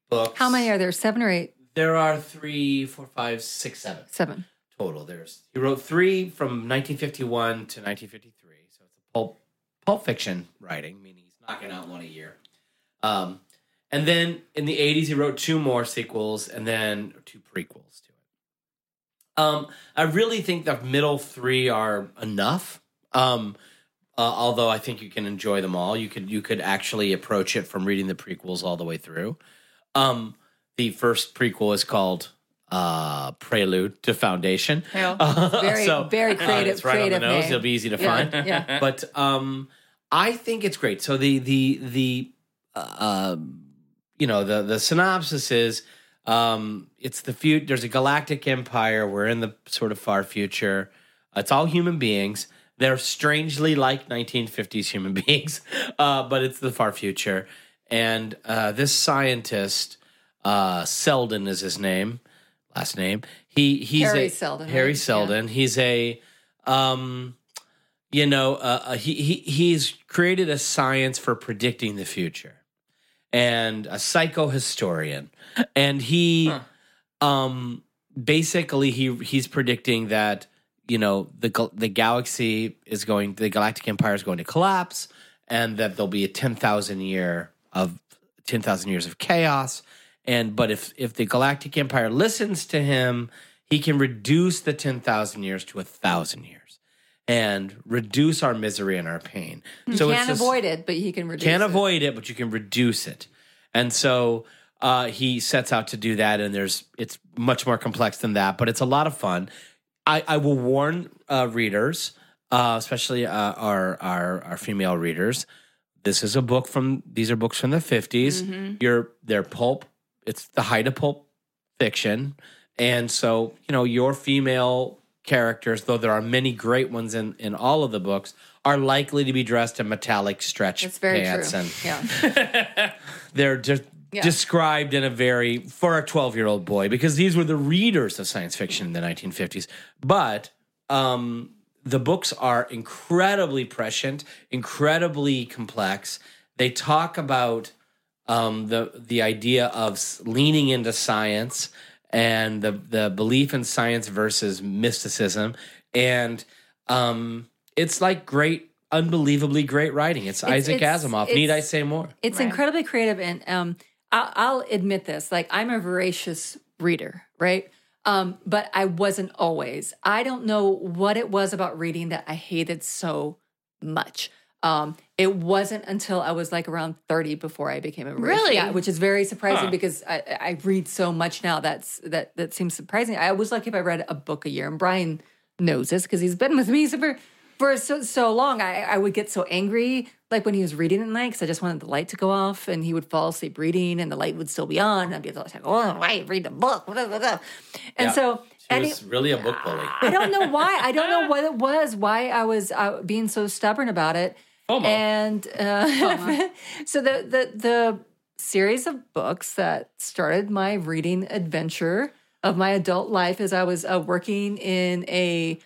[SPEAKER 2] books.
[SPEAKER 1] How many are there? Seven or eight?
[SPEAKER 2] There are three, four, five, six, seven
[SPEAKER 1] Seven.
[SPEAKER 2] total. There's he wrote three from 1951 to 1953, so it's a pulp pulp fiction writing, meaning he's knocking out one a year. Um, and then in the 80s, he wrote two more sequels and then two prequels to it. Um, I really think the middle three are enough. Um, uh, although I think you can enjoy them all, you could you could actually approach it from reading the prequels all the way through. Um, the first prequel is called uh, Prelude to Foundation.
[SPEAKER 1] Very,
[SPEAKER 2] So,
[SPEAKER 1] very
[SPEAKER 2] uh,
[SPEAKER 1] creative.
[SPEAKER 2] it's right
[SPEAKER 1] creative
[SPEAKER 2] on the nose.
[SPEAKER 1] name.
[SPEAKER 2] It'll be easy to find
[SPEAKER 1] Yeah. yeah.
[SPEAKER 2] but um i think it's great so the the the uh you know the the synopsis is um it's the few there's a galactic empire we're in the sort of far future it's all human beings they're strangely like 1950s human beings uh but it's the far future and uh this scientist uh Selden is his name last name he he's
[SPEAKER 1] Harry
[SPEAKER 2] a,
[SPEAKER 1] Selden,
[SPEAKER 2] Harry
[SPEAKER 1] right? Yeah.
[SPEAKER 2] Selden he's a um you know, uh, uh, he, he he's created a science for predicting the future, and a psychohistorian, and he, um, basically he he's predicting that you know the gal- the galaxy is going, the galactic empire is going to collapse, and that there'll be a ten thousand year of ten thousand years of chaos, and but if if the galactic empire listens to him, he can reduce the ten thousand years to a thousand years and reduce our misery and our pain. So
[SPEAKER 1] Can't
[SPEAKER 2] this-
[SPEAKER 1] avoid it, but he can reduce.
[SPEAKER 2] can't
[SPEAKER 1] it.
[SPEAKER 2] avoid it, but you can reduce it. And so uh, he sets out to do that, and there's it's much more complex than that, but it's a lot of fun. I, I will warn uh, readers, uh, especially uh, our, our our female readers. This is a book from these are books from the 50s.
[SPEAKER 1] Mm-hmm.
[SPEAKER 2] You're they're pulp. It's the height of pulp fiction. And so, you know, your female characters, though there are many great ones in, in all of the books, are likely to be dressed in metallic stretch
[SPEAKER 1] That's very
[SPEAKER 2] pants,
[SPEAKER 1] true.
[SPEAKER 2] and
[SPEAKER 1] Yeah.
[SPEAKER 2] they're just
[SPEAKER 1] Yeah.
[SPEAKER 2] described in a very for a 12 year old boy because these were the readers of science fiction in the 1950s but um, the books are incredibly prescient incredibly complex they talk about um, the the idea of s- leaning into science and the the belief in science versus mysticism and um, it's like great unbelievably great writing it's, isaac
[SPEAKER 1] it's-
[SPEAKER 2] asimov
[SPEAKER 1] it's-
[SPEAKER 2] need i say more
[SPEAKER 1] It's
[SPEAKER 3] Right.
[SPEAKER 1] incredibly creative, and um, I'll, I'll admit this. Like, I'm a voracious reader, right? Um, but I wasn't always. I don't know what it was about reading that I hated so much. Um, it wasn't until I was like around 30 before I became a voracious.
[SPEAKER 3] Really?
[SPEAKER 1] Yeah, which is very surprising
[SPEAKER 4] Huh.
[SPEAKER 1] because I, I read so much now. That's that that seems surprising. I was lucky if I read a book a year, and Brian knows this because he's been with me for for so, so long. I, I would get so angry, like when he was reading at night, because I just wanted the light to go off, and he would fall asleep reading, and the light would still be on. And I'd be like, "Oh, why read the book?" Blah, blah, blah. And
[SPEAKER 2] Yeah.
[SPEAKER 1] so,
[SPEAKER 2] She
[SPEAKER 1] any-
[SPEAKER 2] was really a book bully.
[SPEAKER 1] I don't know why. I don't know what it was. Why I was uh, being so stubborn about it.
[SPEAKER 4] FOMO.
[SPEAKER 1] And uh, so the the the series of books that started my reading adventure of my adult life is I was uh, working in a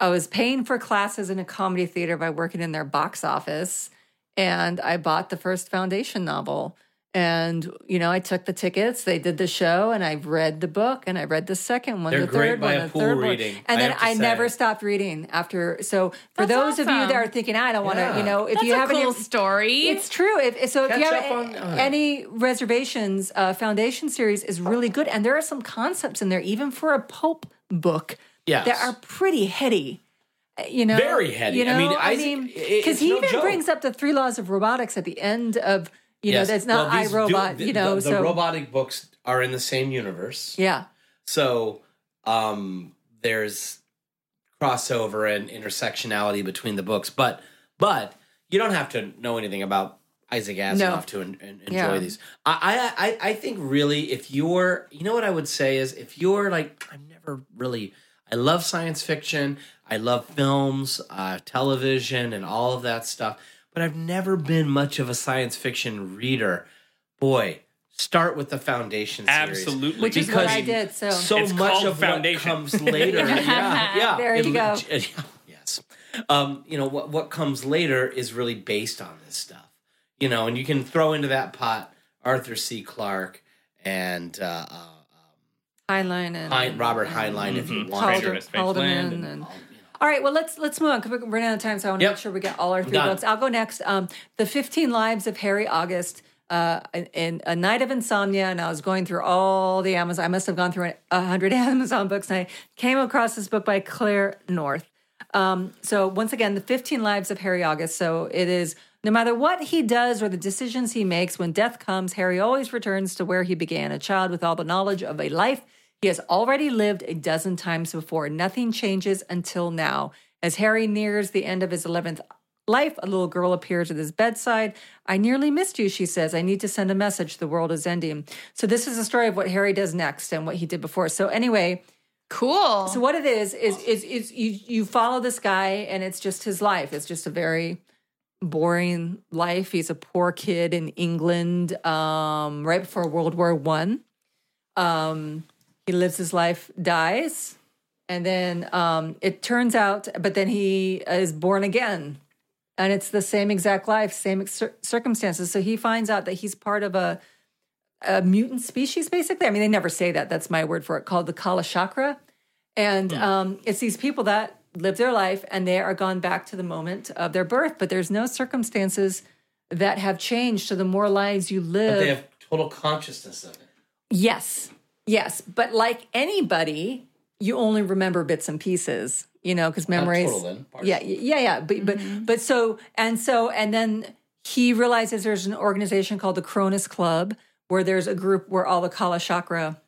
[SPEAKER 1] I was paying for classes in a comedy theater by working in their box office, and I bought the first Foundation novel. And you know, I took the tickets. They did the show, and I read the book, and I read the second one,
[SPEAKER 2] They're
[SPEAKER 1] the
[SPEAKER 2] great
[SPEAKER 1] third
[SPEAKER 2] by
[SPEAKER 1] one,
[SPEAKER 2] a
[SPEAKER 1] the
[SPEAKER 2] pool
[SPEAKER 1] third
[SPEAKER 2] reading,
[SPEAKER 1] one, and
[SPEAKER 2] I
[SPEAKER 1] then
[SPEAKER 2] have to
[SPEAKER 1] I never
[SPEAKER 2] say.
[SPEAKER 1] stopped reading after. So for
[SPEAKER 3] That's
[SPEAKER 1] those of you that
[SPEAKER 3] awesome.
[SPEAKER 1] are thinking, "Ah, I don't want to, you
[SPEAKER 2] Yeah.
[SPEAKER 1] know, if
[SPEAKER 3] That's
[SPEAKER 1] you
[SPEAKER 3] a
[SPEAKER 1] have
[SPEAKER 3] cool
[SPEAKER 1] any,
[SPEAKER 3] story.
[SPEAKER 1] it's true. If, if- so, if you
[SPEAKER 2] Catch
[SPEAKER 1] have
[SPEAKER 2] up on-
[SPEAKER 1] a-
[SPEAKER 2] oh, yeah.
[SPEAKER 1] any reservations, uh, Foundation series is really good, and there are some concepts in there, even for a pulp book,
[SPEAKER 2] Yes.
[SPEAKER 1] that are pretty heady. uh, You know,
[SPEAKER 2] Very heady.
[SPEAKER 1] You know,
[SPEAKER 2] I mean,
[SPEAKER 1] I
[SPEAKER 2] Isaac-
[SPEAKER 1] mean,
[SPEAKER 2] i- i-
[SPEAKER 1] because
[SPEAKER 2] it's
[SPEAKER 1] he
[SPEAKER 2] no
[SPEAKER 1] even
[SPEAKER 2] joke.
[SPEAKER 1] brings up the three laws of robotics at the end of you
[SPEAKER 2] Yes.
[SPEAKER 1] know that's not
[SPEAKER 2] Well, these
[SPEAKER 1] I Robot.
[SPEAKER 2] do-
[SPEAKER 1] you know,
[SPEAKER 2] the,
[SPEAKER 1] so
[SPEAKER 2] the robotic books are in the same universe.
[SPEAKER 1] yeah,
[SPEAKER 2] So um, there's crossover and intersectionality between the books, but but you don't have to know anything about Isaac Asimov
[SPEAKER 1] No.
[SPEAKER 2] to en- en- enjoy
[SPEAKER 1] Yeah.
[SPEAKER 2] these. I, I I I think really if you're you know what I would say is if you're like I'm never really I love science fiction, I love films, uh, television, and all of that stuff, but I've never been much of a science fiction reader. Boy, start with the Foundation series
[SPEAKER 4] Absolutely.
[SPEAKER 1] which is what
[SPEAKER 2] Because
[SPEAKER 1] I did. So,
[SPEAKER 2] so
[SPEAKER 4] It's
[SPEAKER 2] much
[SPEAKER 4] called
[SPEAKER 2] of
[SPEAKER 4] foundation.
[SPEAKER 2] what comes later. yeah, yeah.
[SPEAKER 1] There you go.
[SPEAKER 2] yes. Um, you know what? What comes later is really based on this stuff. You know, and you can throw into that pot Arthur C. Clarke and uh, uh,
[SPEAKER 1] Heinlein and
[SPEAKER 2] Hein- Robert Heinlein, if you want.
[SPEAKER 4] Treasure
[SPEAKER 1] Halder-
[SPEAKER 4] of Spaceland
[SPEAKER 1] Haldeman
[SPEAKER 4] and-
[SPEAKER 1] and- all right, well let's let's move on because we're running out of time, so I want to
[SPEAKER 2] Yep.
[SPEAKER 1] make sure we get all our three
[SPEAKER 2] Done.
[SPEAKER 1] books. I'll go next. Um, the Fifteen Lives of Harry August, uh, in, in A Night of Insomnia, and I was going through all the Amazon. I must have gone through a hundred Amazon books, and I came across this book by Claire North. Um, so once again, the 15 lives of Harry August. So it is no matter what he does or the decisions he makes, when death comes, Harry always returns to where he began, a child with all the knowledge of a life he has already lived a dozen times before. Nothing changes until now. As Harry nears the end of his 11th life, a little girl appears at his bedside. I nearly missed you, she says. I need to send a message. The world is ending. So this is a story of what Harry does next and what he did before. So anyway,
[SPEAKER 3] cool.
[SPEAKER 1] so what it is is is is you you follow this guy and it's just his life. It's just a very boring life. He's a poor kid in England, um, right before World War One. Um, he lives his life, dies, and then um, it turns out. But then he is born again, and it's the same exact life, same cir- circumstances. So he finds out that he's part of a a mutant species, basically. I mean, they never say that. That's my word for it. Called the Kala Chakra. And um, it's these people that live their life and they are gone back to the moment of their birth, but there's no circumstances that have changed. So the more lives you live,
[SPEAKER 2] They have total consciousness of it.
[SPEAKER 1] yes, yes. But like anybody, you only remember bits and pieces, you know, because memories.
[SPEAKER 2] total then, partial.
[SPEAKER 1] yeah, yeah, yeah. But but but so and so and then he realizes there's an organization called the Cronus Club where there's a group where all the Kala Chakra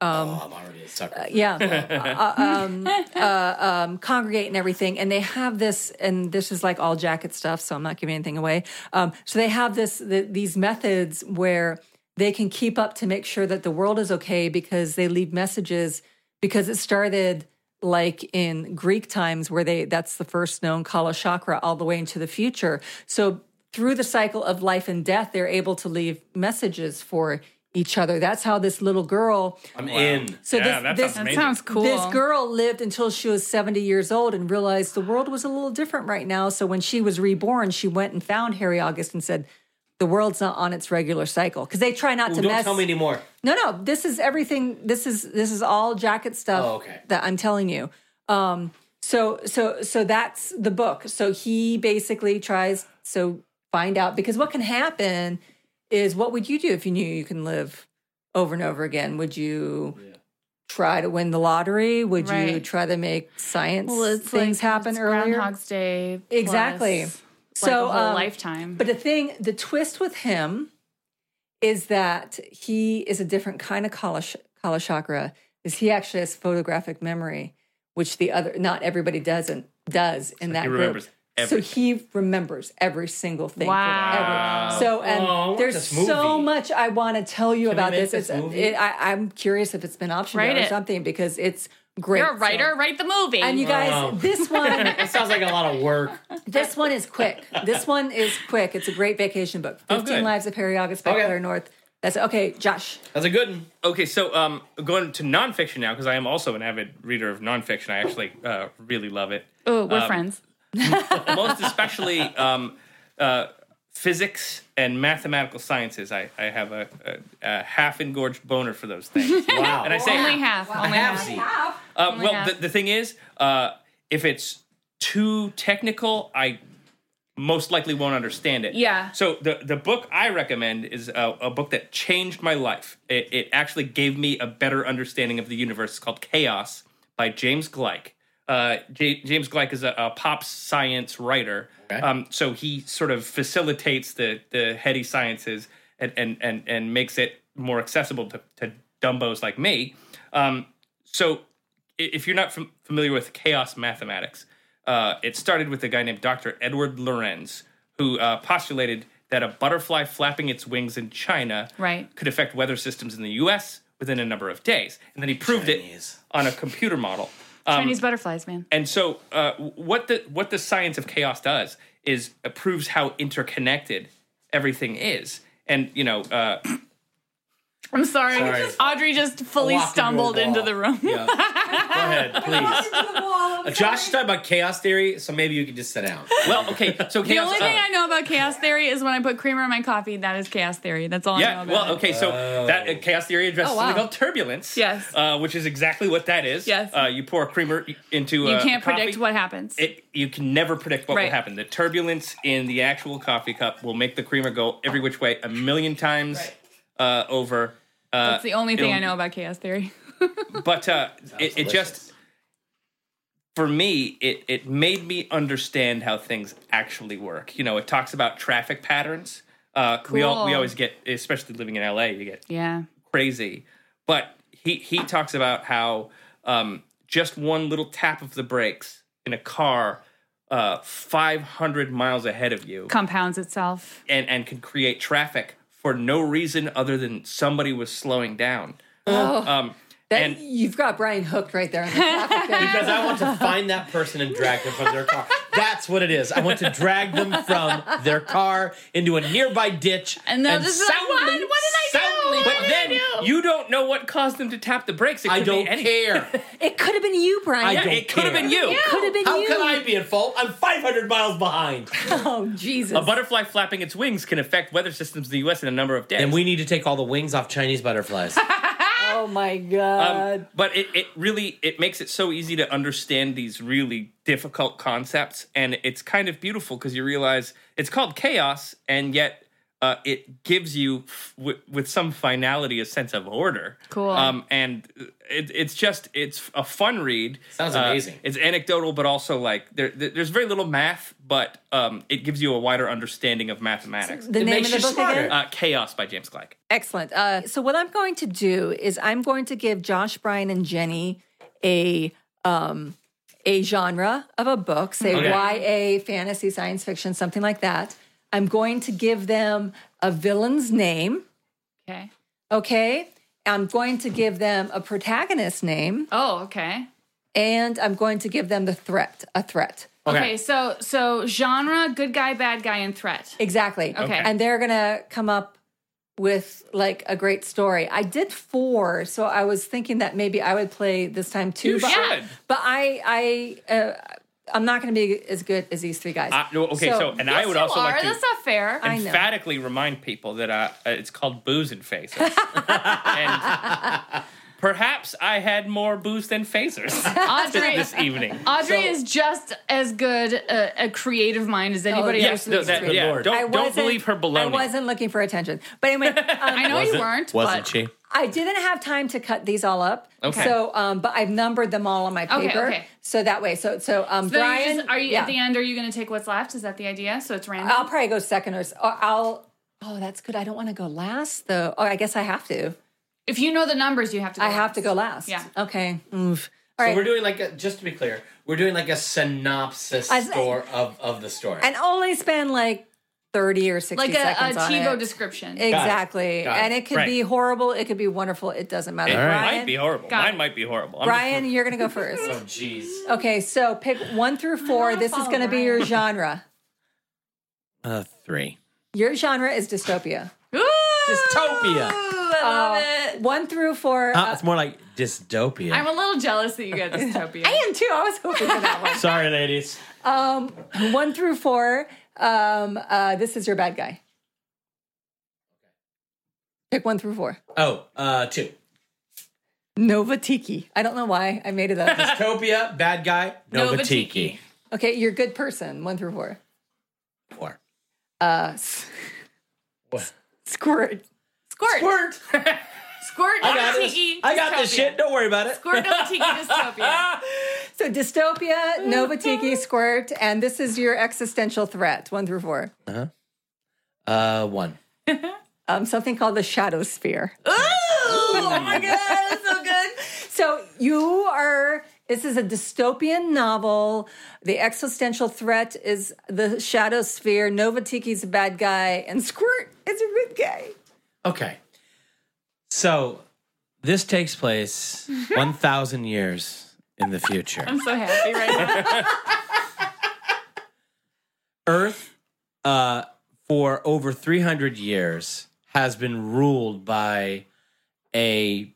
[SPEAKER 2] oh, I'm already a sucker.
[SPEAKER 1] yeah uh, um, uh, um, congregate and everything and they have this and this is like all jacket stuff so i'm not giving anything away um, so they have this th these methods where they can keep up to make sure that the world is okay because they leave messages because it started like in Greek times, where they that's the first known Kala chakra all the way into the future. So through the cycle of life and death, they're able to leave messages for each other. That's how this little girl.
[SPEAKER 2] I'm in.
[SPEAKER 1] So
[SPEAKER 4] Yeah,
[SPEAKER 1] this,
[SPEAKER 4] that
[SPEAKER 1] this
[SPEAKER 4] sounds amazing.
[SPEAKER 3] That sounds cool.
[SPEAKER 1] this girl lived until she was 70 years old and realized the world was a little different right now. So when she was reborn, she went and found Harry August and said, the world's not on its regular cycle because they try not
[SPEAKER 2] Ooh,
[SPEAKER 1] to
[SPEAKER 2] don't
[SPEAKER 1] mess.
[SPEAKER 2] tell me anymore.
[SPEAKER 1] no, no, this is everything. This is this is all jacket stuff
[SPEAKER 2] Oh, okay.
[SPEAKER 1] that I'm telling you. Um, so so so that's the book. So he basically tries so find out because what can happen is what would you do if you knew you can live over and over again? Would you try to win the lottery? Would you
[SPEAKER 3] Right.
[SPEAKER 1] try to make science
[SPEAKER 3] Well, it's
[SPEAKER 1] things
[SPEAKER 3] like,
[SPEAKER 1] happen
[SPEAKER 3] it's
[SPEAKER 1] earlier?
[SPEAKER 3] Groundhog's Day. plus,
[SPEAKER 1] Exactly.
[SPEAKER 3] like,
[SPEAKER 1] So,
[SPEAKER 3] a whole
[SPEAKER 1] um,
[SPEAKER 3] lifetime.
[SPEAKER 1] But the thing, the twist with him is that he is a different kind of Kala, sh- Kala chakra. Is he actually has photographic memory, which the other not everybody doesn't does in that
[SPEAKER 4] he
[SPEAKER 1] group.
[SPEAKER 4] remembers everything.
[SPEAKER 1] So he remembers every single thing.
[SPEAKER 3] Wow.
[SPEAKER 1] Forever. So and
[SPEAKER 2] Oh, I want
[SPEAKER 1] there's
[SPEAKER 2] this movie.
[SPEAKER 1] so much I want to tell you
[SPEAKER 2] Can we
[SPEAKER 1] about
[SPEAKER 2] make
[SPEAKER 1] this.
[SPEAKER 2] this
[SPEAKER 1] It's- uh,
[SPEAKER 2] movie?
[SPEAKER 1] it- I, I'm curious if it's been optioned
[SPEAKER 3] Write
[SPEAKER 1] or
[SPEAKER 3] it.
[SPEAKER 1] something because it's great.
[SPEAKER 3] You're a writer. Write the movie.
[SPEAKER 1] So- and you guys,
[SPEAKER 2] Wow.
[SPEAKER 1] this one
[SPEAKER 2] That sounds like a lot of work.
[SPEAKER 1] this one is quick. This one is quick. It's a great vacation book.
[SPEAKER 4] Oh,
[SPEAKER 1] Fifteen
[SPEAKER 4] good.
[SPEAKER 1] Lives of Harry August by
[SPEAKER 2] Okay.
[SPEAKER 1] Claire North. That's okay, Josh.
[SPEAKER 2] That's a good one.
[SPEAKER 4] Okay, so um, going to nonfiction now because I am also an avid reader of nonfiction. I actually uh, really love it,
[SPEAKER 3] oh,
[SPEAKER 2] Um,
[SPEAKER 3] we're friends.
[SPEAKER 4] most especially um, uh, physics and mathematical sciences. I, I have a, a, a half engorged boner for those things.
[SPEAKER 2] Wow.
[SPEAKER 4] And I say
[SPEAKER 3] Only half.
[SPEAKER 1] Oh,
[SPEAKER 3] Only half.
[SPEAKER 2] Halvesy.
[SPEAKER 4] Uh, well,
[SPEAKER 3] half.
[SPEAKER 4] the, the thing is, uh, if it's too technical, I most likely won't understand it.
[SPEAKER 3] Yeah.
[SPEAKER 4] So the the book I recommend is uh, a, a book that changed my life. It, it actually gave me a better understanding of the universe. It's called Chaos by James Gleick. Uh, J- James Gleick is a, a pop science writer.
[SPEAKER 2] Okay.
[SPEAKER 4] Um, so he sort of facilitates the the heady sciences and and and, and makes it more accessible to, to dumbos like me. Um, so i- if you're not fam- familiar with chaos mathematics, uh, it started with a guy named Dr. Edward Lorenz, who uh, postulated that a butterfly flapping its wings in China
[SPEAKER 3] Right.
[SPEAKER 4] could affect weather systems in the U.S. within a number of days, and then he proved
[SPEAKER 2] Chinese.
[SPEAKER 4] it on a computer model.
[SPEAKER 3] Chinese butterflies, man.
[SPEAKER 4] And so, uh, what the what the science of chaos does is it proves how interconnected everything is. And you know, uh,
[SPEAKER 3] I'm sorry.
[SPEAKER 2] Sorry.
[SPEAKER 3] Audrey just fully
[SPEAKER 2] Walked into a
[SPEAKER 3] stumbled into
[SPEAKER 2] wall.
[SPEAKER 3] the room.
[SPEAKER 2] Yeah. Go ahead, please. Uh, Josh talked about chaos theory, so maybe you can just sit down.
[SPEAKER 4] well, okay, so
[SPEAKER 3] The
[SPEAKER 4] chaos. uh,
[SPEAKER 3] only thing I know about chaos theory is when I put creamer in my coffee. That is chaos theory. That's all
[SPEAKER 4] yeah,
[SPEAKER 3] I know about.
[SPEAKER 4] well,
[SPEAKER 3] it.
[SPEAKER 4] okay, so that uh, chaos theory addresses
[SPEAKER 1] Oh, wow.
[SPEAKER 4] something called turbulence.
[SPEAKER 3] Yes.
[SPEAKER 4] uh, which is exactly what that is.
[SPEAKER 3] Yes.
[SPEAKER 4] uh, you pour creamer into.
[SPEAKER 3] You
[SPEAKER 4] uh,
[SPEAKER 3] can't
[SPEAKER 4] coffee.
[SPEAKER 3] predict what happens.
[SPEAKER 4] It, you can never predict what will
[SPEAKER 3] Right.
[SPEAKER 4] happen. The turbulence in the actual coffee cup will make the creamer go every which way a million times uh, over. Uh,
[SPEAKER 3] That's the only thing
[SPEAKER 4] it'll-
[SPEAKER 3] I know about chaos theory.
[SPEAKER 4] but uh, it, it just for me it, it made me understand how things actually work you know it talks about traffic patterns uh, we, all, we
[SPEAKER 3] Cool.
[SPEAKER 4] always get especially living in la you get
[SPEAKER 3] Yeah.
[SPEAKER 4] crazy but he, he talks about how um, just one little tap of the brakes in a car uh, 500 miles ahead of you
[SPEAKER 3] Compounds itself.
[SPEAKER 4] and, and can create traffic for no reason other than somebody was slowing down um,
[SPEAKER 1] That,
[SPEAKER 4] and
[SPEAKER 1] you've got Brian hooked right there. On the traffic thing.
[SPEAKER 2] Because I want to find that person and drag them from their car. That's what it is. I want to drag them from their car into a nearby ditch
[SPEAKER 3] And they'll just be like, "What? What did I do?
[SPEAKER 2] soundly-
[SPEAKER 3] What
[SPEAKER 4] But then you don't know what caused them to tap the brakes. It could
[SPEAKER 2] I don't
[SPEAKER 4] be any-
[SPEAKER 2] care.
[SPEAKER 1] it could have been you, Brian.
[SPEAKER 2] I don't
[SPEAKER 4] It could have
[SPEAKER 2] care.
[SPEAKER 4] been you.
[SPEAKER 1] Could have been
[SPEAKER 2] How
[SPEAKER 1] you.
[SPEAKER 2] could I be at fault? I'm 500 miles behind.
[SPEAKER 1] Oh Jesus!
[SPEAKER 4] A
[SPEAKER 2] Um,
[SPEAKER 4] butterfly flapping its wings can affect weather systems in the U.S. in a number of days.
[SPEAKER 2] And we need to take all the wings off Chinese butterflies.
[SPEAKER 1] oh my
[SPEAKER 4] Um,
[SPEAKER 1] God!
[SPEAKER 4] but it, it really it makes it so easy to understand these really difficult concepts, and it's kind of beautiful because you realize it's called chaos, and yet uh, it gives you f- wi- with some finality a sense of order.
[SPEAKER 3] Cool.
[SPEAKER 4] Um, and it, it's just it's a fun read.
[SPEAKER 2] Sounds
[SPEAKER 4] Uh,
[SPEAKER 2] amazing.
[SPEAKER 4] it's anecdotal, but also like there, there- there's very little math, but um, it gives you a wider understanding of mathematics.
[SPEAKER 1] the
[SPEAKER 2] it
[SPEAKER 1] name
[SPEAKER 2] makes
[SPEAKER 1] of the
[SPEAKER 2] you
[SPEAKER 1] book
[SPEAKER 2] smarter.
[SPEAKER 1] again.
[SPEAKER 4] Uh, chaos by James Gleick.
[SPEAKER 1] Excellent. Uh, so what I'm going to do is I'm going to give Josh, Brian, and Jenny a um, a genre of a book, say YA, fantasy, science fiction, something like that. I'm going to give them a villain's name.
[SPEAKER 3] Okay.
[SPEAKER 1] Okay. I'm going to give them a protagonist name
[SPEAKER 3] Oh, okay.
[SPEAKER 1] and I'm going to give them the threat, a threat.
[SPEAKER 4] Okay.
[SPEAKER 3] Okay, so so genre, good guy, bad guy, and threat.
[SPEAKER 1] Exactly.
[SPEAKER 3] Okay.
[SPEAKER 1] And they're going to come up with like a great story. I did four, so I was thinking that maybe I would play this time too.
[SPEAKER 4] You
[SPEAKER 1] but,
[SPEAKER 4] should.
[SPEAKER 1] But I, I, uh, I'm not going to be as good as these three guys.
[SPEAKER 4] I, Uh, no, okay, so, and I
[SPEAKER 3] Yes,
[SPEAKER 4] would
[SPEAKER 3] you
[SPEAKER 4] also
[SPEAKER 3] are.
[SPEAKER 4] like to
[SPEAKER 3] That's not fair.
[SPEAKER 1] I know.
[SPEAKER 4] emphatically remind people that uh, uh, it's called booze and phasers. and perhaps I had more booze than phasers
[SPEAKER 3] Audrey,
[SPEAKER 4] this evening.
[SPEAKER 3] Audrey is just as good uh, a, a creative mind as anybody
[SPEAKER 1] yeah.
[SPEAKER 3] else.
[SPEAKER 4] Yes,
[SPEAKER 3] in
[SPEAKER 4] no,
[SPEAKER 3] this
[SPEAKER 4] that-
[SPEAKER 3] room.
[SPEAKER 4] yeah,
[SPEAKER 2] Lord.
[SPEAKER 4] don't,
[SPEAKER 1] I
[SPEAKER 4] don't
[SPEAKER 1] wasn't-
[SPEAKER 4] believe her
[SPEAKER 1] I
[SPEAKER 4] baloney.
[SPEAKER 1] wasn't looking for attention. But anyway, um,
[SPEAKER 3] I know you weren't.
[SPEAKER 2] Wasn't
[SPEAKER 3] but
[SPEAKER 2] she?
[SPEAKER 1] I didn't have time to cut these all up.
[SPEAKER 4] Okay.
[SPEAKER 1] So, um, but I've numbered them all on my
[SPEAKER 3] Okay,
[SPEAKER 1] paper.
[SPEAKER 3] okay.
[SPEAKER 1] So that way, so so um,
[SPEAKER 3] So
[SPEAKER 1] Brian,
[SPEAKER 3] you just, are you
[SPEAKER 1] yeah. Um,
[SPEAKER 3] at the end? Are you going to take what's left? Is that the idea? So it's random.
[SPEAKER 1] I'll probably go second or, s- or I'll. Oh, that's good. I don't want to go last though. Oh, I guess I have to.
[SPEAKER 3] if you know the numbers, you have to. Go
[SPEAKER 1] I have to
[SPEAKER 3] last.
[SPEAKER 1] go last.
[SPEAKER 3] Yeah.
[SPEAKER 1] Okay. Oof. All right.
[SPEAKER 2] We're doing like a, just to be clear, we're doing like a synopsis
[SPEAKER 1] I-
[SPEAKER 2] store of, of the story.
[SPEAKER 1] and only spend like thirty or sixty
[SPEAKER 3] Like a, a
[SPEAKER 1] seconds on
[SPEAKER 3] TiVo
[SPEAKER 1] it.
[SPEAKER 3] description.
[SPEAKER 1] Exactly.
[SPEAKER 2] Got it.
[SPEAKER 1] And it could
[SPEAKER 4] Right.
[SPEAKER 1] be horrible. It could be wonderful. It doesn't matter.
[SPEAKER 4] It
[SPEAKER 1] Brian,
[SPEAKER 4] might be horrible.
[SPEAKER 3] Got it.
[SPEAKER 4] Mine might be horrible. I'm
[SPEAKER 1] Brian, you're gonna go first.
[SPEAKER 2] oh, jeez.
[SPEAKER 1] Okay, so pick one through four.
[SPEAKER 3] wanna
[SPEAKER 1] This is
[SPEAKER 3] follow
[SPEAKER 1] going to be
[SPEAKER 3] Brian.
[SPEAKER 1] your genre.
[SPEAKER 2] Uh, three.
[SPEAKER 1] Your genre is dystopia. Uh,
[SPEAKER 3] Ooh,
[SPEAKER 2] Dystopia.
[SPEAKER 3] I love it.
[SPEAKER 1] One through four.
[SPEAKER 2] Uh,
[SPEAKER 1] uh,
[SPEAKER 2] it's more like dystopia.
[SPEAKER 3] I'm a little jealous that you got dystopia.
[SPEAKER 1] I am too. I was hoping for that
[SPEAKER 2] Sorry, ladies.
[SPEAKER 1] one. one through four. Um, uh, this is your bad guy. Pick one through four.
[SPEAKER 2] Oh, uh, two.
[SPEAKER 1] Nova Tiki. I don't know why I made it up.
[SPEAKER 2] Dystopia, bad guy, Novatiki.
[SPEAKER 3] Novatiki.
[SPEAKER 1] okay, you're a good person. One through four.
[SPEAKER 2] Four.
[SPEAKER 1] Uh, s-
[SPEAKER 2] What?
[SPEAKER 1] squirt.
[SPEAKER 3] Squirt.
[SPEAKER 2] Squirt.
[SPEAKER 3] Squirt.
[SPEAKER 2] I got
[SPEAKER 3] no
[SPEAKER 2] this.
[SPEAKER 3] tiki,
[SPEAKER 2] I got this
[SPEAKER 3] dystopia.
[SPEAKER 2] shit. Don't worry about it.
[SPEAKER 3] Squirt. No tiki dystopia.
[SPEAKER 1] So dystopia, Nova Tiki, squirt, and this is your existential threat. One through four.
[SPEAKER 2] Uh, one.
[SPEAKER 1] Um, something called the Shadow Sphere.
[SPEAKER 3] oh my god, that's so good.
[SPEAKER 1] So you are. This is a dystopian novel. The existential threat is the shadow sphere. Novatiki's a bad guy, and Squirt is a good guy.
[SPEAKER 2] Okay. So this takes place 1,000 years in the future.
[SPEAKER 3] I'm so happy right now.
[SPEAKER 2] Earth, uh, for over 300 years, has been ruled by a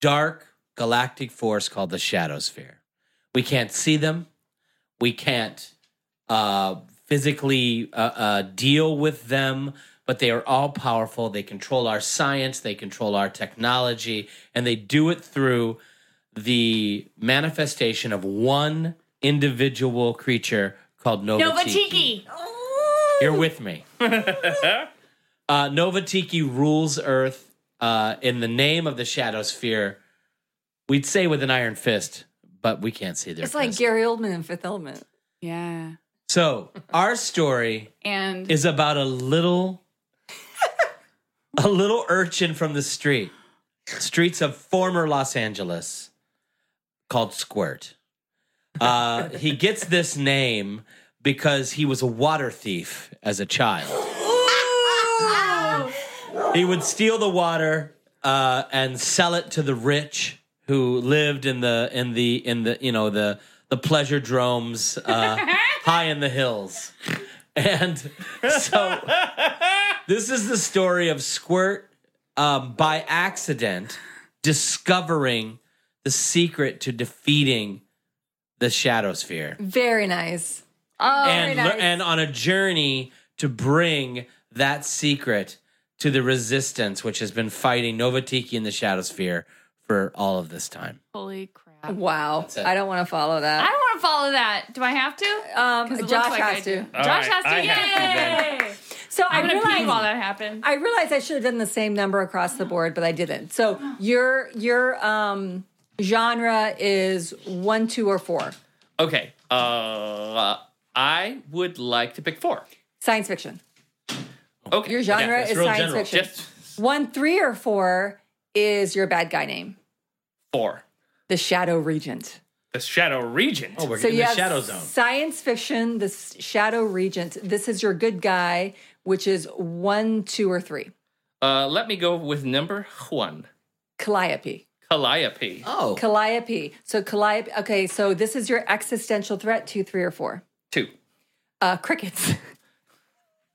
[SPEAKER 2] dark galactic force called the Shadow Sphere. We can't see them. We can't uh, physically uh, uh, deal with them, but they are all powerful. They control our science, they control our technology, and they do it through the manifestation of one individual creature called Nova,
[SPEAKER 3] Nova
[SPEAKER 2] Tiki.
[SPEAKER 3] tiki.
[SPEAKER 2] You're with me. uh, Nova Tiki rules Earth uh, in the name of the Shadow Sphere. We'd say with an iron fist, but we can't see their
[SPEAKER 1] It's like
[SPEAKER 2] fist.
[SPEAKER 1] Gary Oldman in Fifth Element.
[SPEAKER 3] Yeah.
[SPEAKER 2] so our story
[SPEAKER 3] And
[SPEAKER 2] is about a little a little urchin from the street streets of former los angeles called squirt uh, he gets this name because he was a water thief as a child he would steal the water uh, and sell it to the rich who lived in the in the in the you know the the pleasure dromes uh, high in the hills and so this is the story of Squirt um, by accident discovering the secret to defeating the Shadow Sphere.
[SPEAKER 1] Very nice.
[SPEAKER 3] oh,
[SPEAKER 2] and,
[SPEAKER 1] nice.
[SPEAKER 2] lear- and on a journey to bring that secret to the resistance, which has been fighting Novatiki and the Shadow Sphere for all of this time.
[SPEAKER 3] holy crap.
[SPEAKER 1] Wow.
[SPEAKER 2] it.
[SPEAKER 1] I don't want to follow
[SPEAKER 3] I
[SPEAKER 1] that.
[SPEAKER 3] don't want to follow that. Do I have to?
[SPEAKER 1] Um,
[SPEAKER 3] 'Cause it looks
[SPEAKER 1] Josh
[SPEAKER 3] like I
[SPEAKER 1] has
[SPEAKER 3] do.
[SPEAKER 1] to.
[SPEAKER 4] All
[SPEAKER 3] Josh
[SPEAKER 4] right,
[SPEAKER 3] has to.
[SPEAKER 4] I
[SPEAKER 3] Yay!
[SPEAKER 4] have
[SPEAKER 1] So I
[SPEAKER 3] I'm gonna pee while
[SPEAKER 1] realized.
[SPEAKER 3] that happened.
[SPEAKER 1] I realized I should have done the same number across the board, but I didn't. So your your um, genre is one, two, or four.
[SPEAKER 4] Okay. Uh, I would like to pick four.
[SPEAKER 1] Science fiction.
[SPEAKER 4] Okay.
[SPEAKER 1] Your genre
[SPEAKER 2] that's
[SPEAKER 1] is
[SPEAKER 2] Oh, real
[SPEAKER 1] science
[SPEAKER 2] general.
[SPEAKER 1] fiction.
[SPEAKER 4] Just
[SPEAKER 1] One, three, or four is your bad guy name,
[SPEAKER 4] four.
[SPEAKER 1] the Shadow Regent.
[SPEAKER 4] The Shadow Regent.
[SPEAKER 2] Oh, we're
[SPEAKER 1] So
[SPEAKER 2] in
[SPEAKER 1] you
[SPEAKER 2] the
[SPEAKER 1] have
[SPEAKER 2] Shadow Zone.
[SPEAKER 1] science fiction, the s- Shadow Regent. This is your good guy, which is one, two, or three.
[SPEAKER 4] Uh, let me go with number one.
[SPEAKER 1] Calliope.
[SPEAKER 4] Calliope.
[SPEAKER 2] Oh,
[SPEAKER 1] Calliope. So Calliope. Okay, so this is your existential threat. Two, three, or four.
[SPEAKER 4] Two.
[SPEAKER 1] Uh, crickets.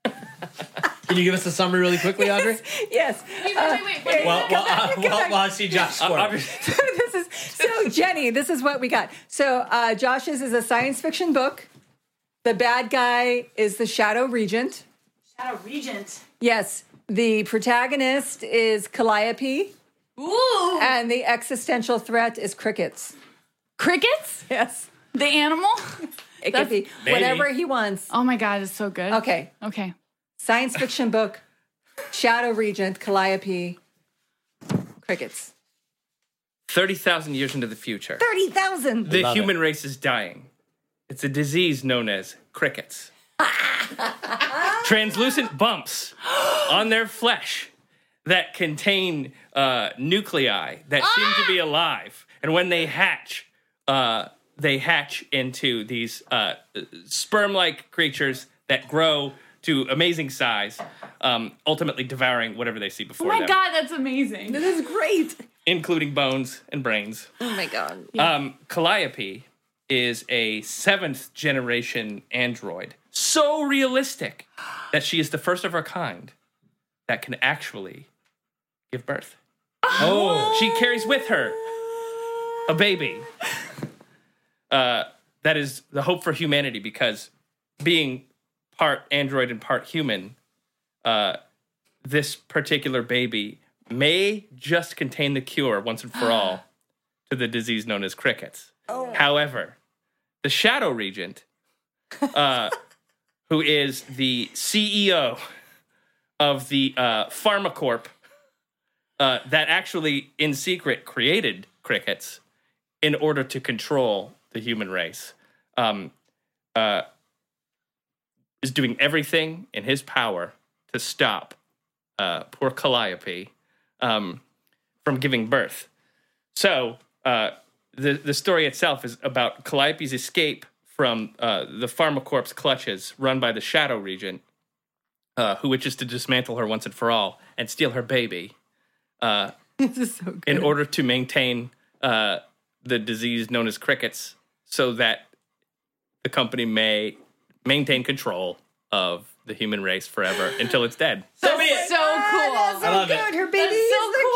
[SPEAKER 2] can you give us a summary really quickly, Audrey?
[SPEAKER 1] yes.
[SPEAKER 3] Wait, wait, wait, wait.
[SPEAKER 2] Well, well, uh,
[SPEAKER 1] come
[SPEAKER 2] well,
[SPEAKER 1] back.
[SPEAKER 2] well, I see Josh
[SPEAKER 4] Uh,
[SPEAKER 2] squirm.
[SPEAKER 4] obviously-
[SPEAKER 1] this is so Jenny. This is what we got. So uh, Josh's is a science fiction book. The bad guy is the Shadow Regent.
[SPEAKER 6] Shadow Regent.
[SPEAKER 1] Yes, the protagonist is Calliope,
[SPEAKER 3] Ooh.
[SPEAKER 1] and the existential threat is crickets.
[SPEAKER 3] Crickets?
[SPEAKER 1] Yes,
[SPEAKER 3] The animal?
[SPEAKER 1] it
[SPEAKER 3] That's-
[SPEAKER 1] could be
[SPEAKER 4] Maybe.
[SPEAKER 1] whatever he wants.
[SPEAKER 3] Oh my God, it's so good.
[SPEAKER 1] Okay,
[SPEAKER 3] Okay.
[SPEAKER 1] science fiction book, Shadow Regent, Calliope, crickets.
[SPEAKER 4] 30,000 years into the future.
[SPEAKER 1] Thirty thousand.
[SPEAKER 4] The
[SPEAKER 2] Love
[SPEAKER 4] human race is dying. It's a disease known as crickets. Translucent bumps on their flesh that contain uh, nuclei that seem
[SPEAKER 3] Ah!
[SPEAKER 4] to be alive. And when they hatch, uh, they hatch into these uh, sperm like creatures that grow to amazing size, um, ultimately devouring whatever they see before
[SPEAKER 3] Oh my
[SPEAKER 4] them,
[SPEAKER 3] God, that's amazing.
[SPEAKER 1] This is great.
[SPEAKER 4] including bones and brains.
[SPEAKER 1] Oh my god.
[SPEAKER 4] Um, Calliope is a seventh generation android, so realistic that she is the first of her kind that can actually give birth. Oh, she carries with her a baby. Uh, that is the hope for humanity because being part android and part human, uh, this particular baby may just contain the cure once and for all to the disease known as crickets. However, the Shadow Regent, uh, who is the CEO of the uh, PharmaCorp uh, that actually in secret created crickets in order to control the human race, um, uh, is doing everything in his power to stop uh, poor Calliope um, from giving birth. So uh, the the story itself is about Calliope's escape from uh, the Pharmacorp's clutches, run by the Shadow Regent, uh, who wishes to dismantle her once and for all and steal her baby uh,
[SPEAKER 1] This is so good.
[SPEAKER 4] in order to maintain uh, the disease known as crickets, so that the company may maintain control of the human race forever until it's dead.
[SPEAKER 2] So be it.
[SPEAKER 3] So cool.
[SPEAKER 1] Ah, so
[SPEAKER 2] I love it.
[SPEAKER 1] good. Her baby
[SPEAKER 3] That's
[SPEAKER 1] is
[SPEAKER 3] so
[SPEAKER 1] the
[SPEAKER 3] cool.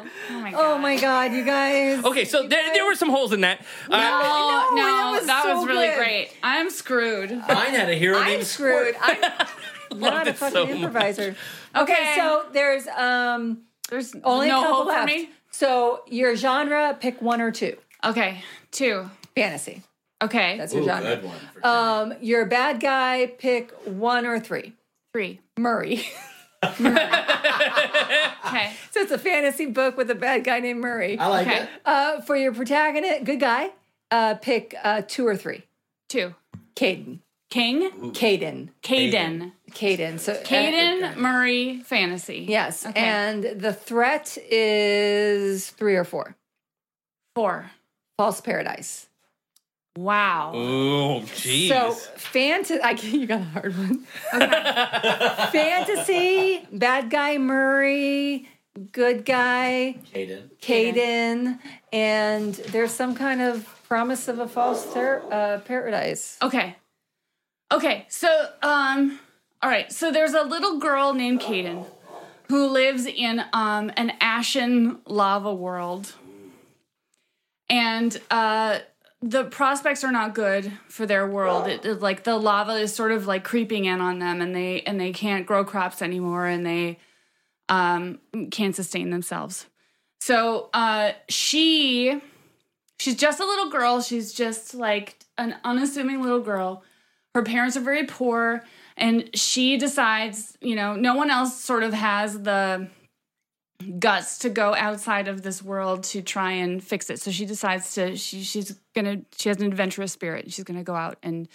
[SPEAKER 1] cure.
[SPEAKER 3] Oh my God.
[SPEAKER 1] Oh my god, you guys.
[SPEAKER 2] Oh,
[SPEAKER 4] Okay, so there, there were some holes in that. Uh,
[SPEAKER 3] Oh,
[SPEAKER 1] No,
[SPEAKER 3] no,
[SPEAKER 1] that
[SPEAKER 3] that
[SPEAKER 1] was
[SPEAKER 3] was,
[SPEAKER 1] so
[SPEAKER 3] really
[SPEAKER 1] good.
[SPEAKER 3] great. I'm screwed. Okay,
[SPEAKER 2] Mine had a hero
[SPEAKER 1] I'm
[SPEAKER 2] named
[SPEAKER 1] screwed.
[SPEAKER 2] Squirt.
[SPEAKER 1] I'm not a
[SPEAKER 4] it
[SPEAKER 1] fucking
[SPEAKER 4] so much.
[SPEAKER 1] improviser. Okay, so there's um
[SPEAKER 3] there's
[SPEAKER 1] only
[SPEAKER 3] no
[SPEAKER 1] a couple
[SPEAKER 3] hope
[SPEAKER 1] left.
[SPEAKER 3] for me.
[SPEAKER 1] So your genre, pick one or two.
[SPEAKER 3] Okay, two.
[SPEAKER 1] Fantasy.
[SPEAKER 3] Okay,
[SPEAKER 1] That's your
[SPEAKER 2] Ooh,
[SPEAKER 1] genre.
[SPEAKER 2] good one. for
[SPEAKER 1] Um, your bad guy, pick one or three.
[SPEAKER 3] three.
[SPEAKER 1] Murray.
[SPEAKER 3] Okay,
[SPEAKER 1] so it's a fantasy book with a bad guy named Murray.
[SPEAKER 2] I like
[SPEAKER 3] okay,
[SPEAKER 2] it.
[SPEAKER 1] Uh, for your protagonist, good guy, uh, pick uh, two or three.
[SPEAKER 3] two.
[SPEAKER 1] Caden.
[SPEAKER 3] King,
[SPEAKER 1] Caden.
[SPEAKER 3] Caden,
[SPEAKER 1] Caden. So uh,
[SPEAKER 3] Caden Murray, fantasy.
[SPEAKER 1] Yes.
[SPEAKER 3] Okay.
[SPEAKER 1] And the threat is three or four.
[SPEAKER 3] four.
[SPEAKER 1] False paradise.
[SPEAKER 3] Wow.
[SPEAKER 4] oh, jeez.
[SPEAKER 1] So fantasy. I you got a hard one. fantasy. Bad guy Murray. Good guy
[SPEAKER 2] Caden.
[SPEAKER 1] Caden. And there's some kind of promise of a false ter- uh, paradise.
[SPEAKER 3] Okay. Okay. So, um, all right. So there's a little girl named Kaden who lives in um, an ashen lava world. And uh, the prospects are not good for their world. It, it- like the lava is sort of like creeping in on them and they and they can't grow crops anymore and they um, can't sustain themselves. So uh, she She's just a little girl. She's just like an unassuming little girl. Her parents are very poor, and she decides, you know, no one else sort of has the guts to go outside of this world to try and fix it. So she decides to she she's gonna she has an adventurous spirit. and She's gonna go out and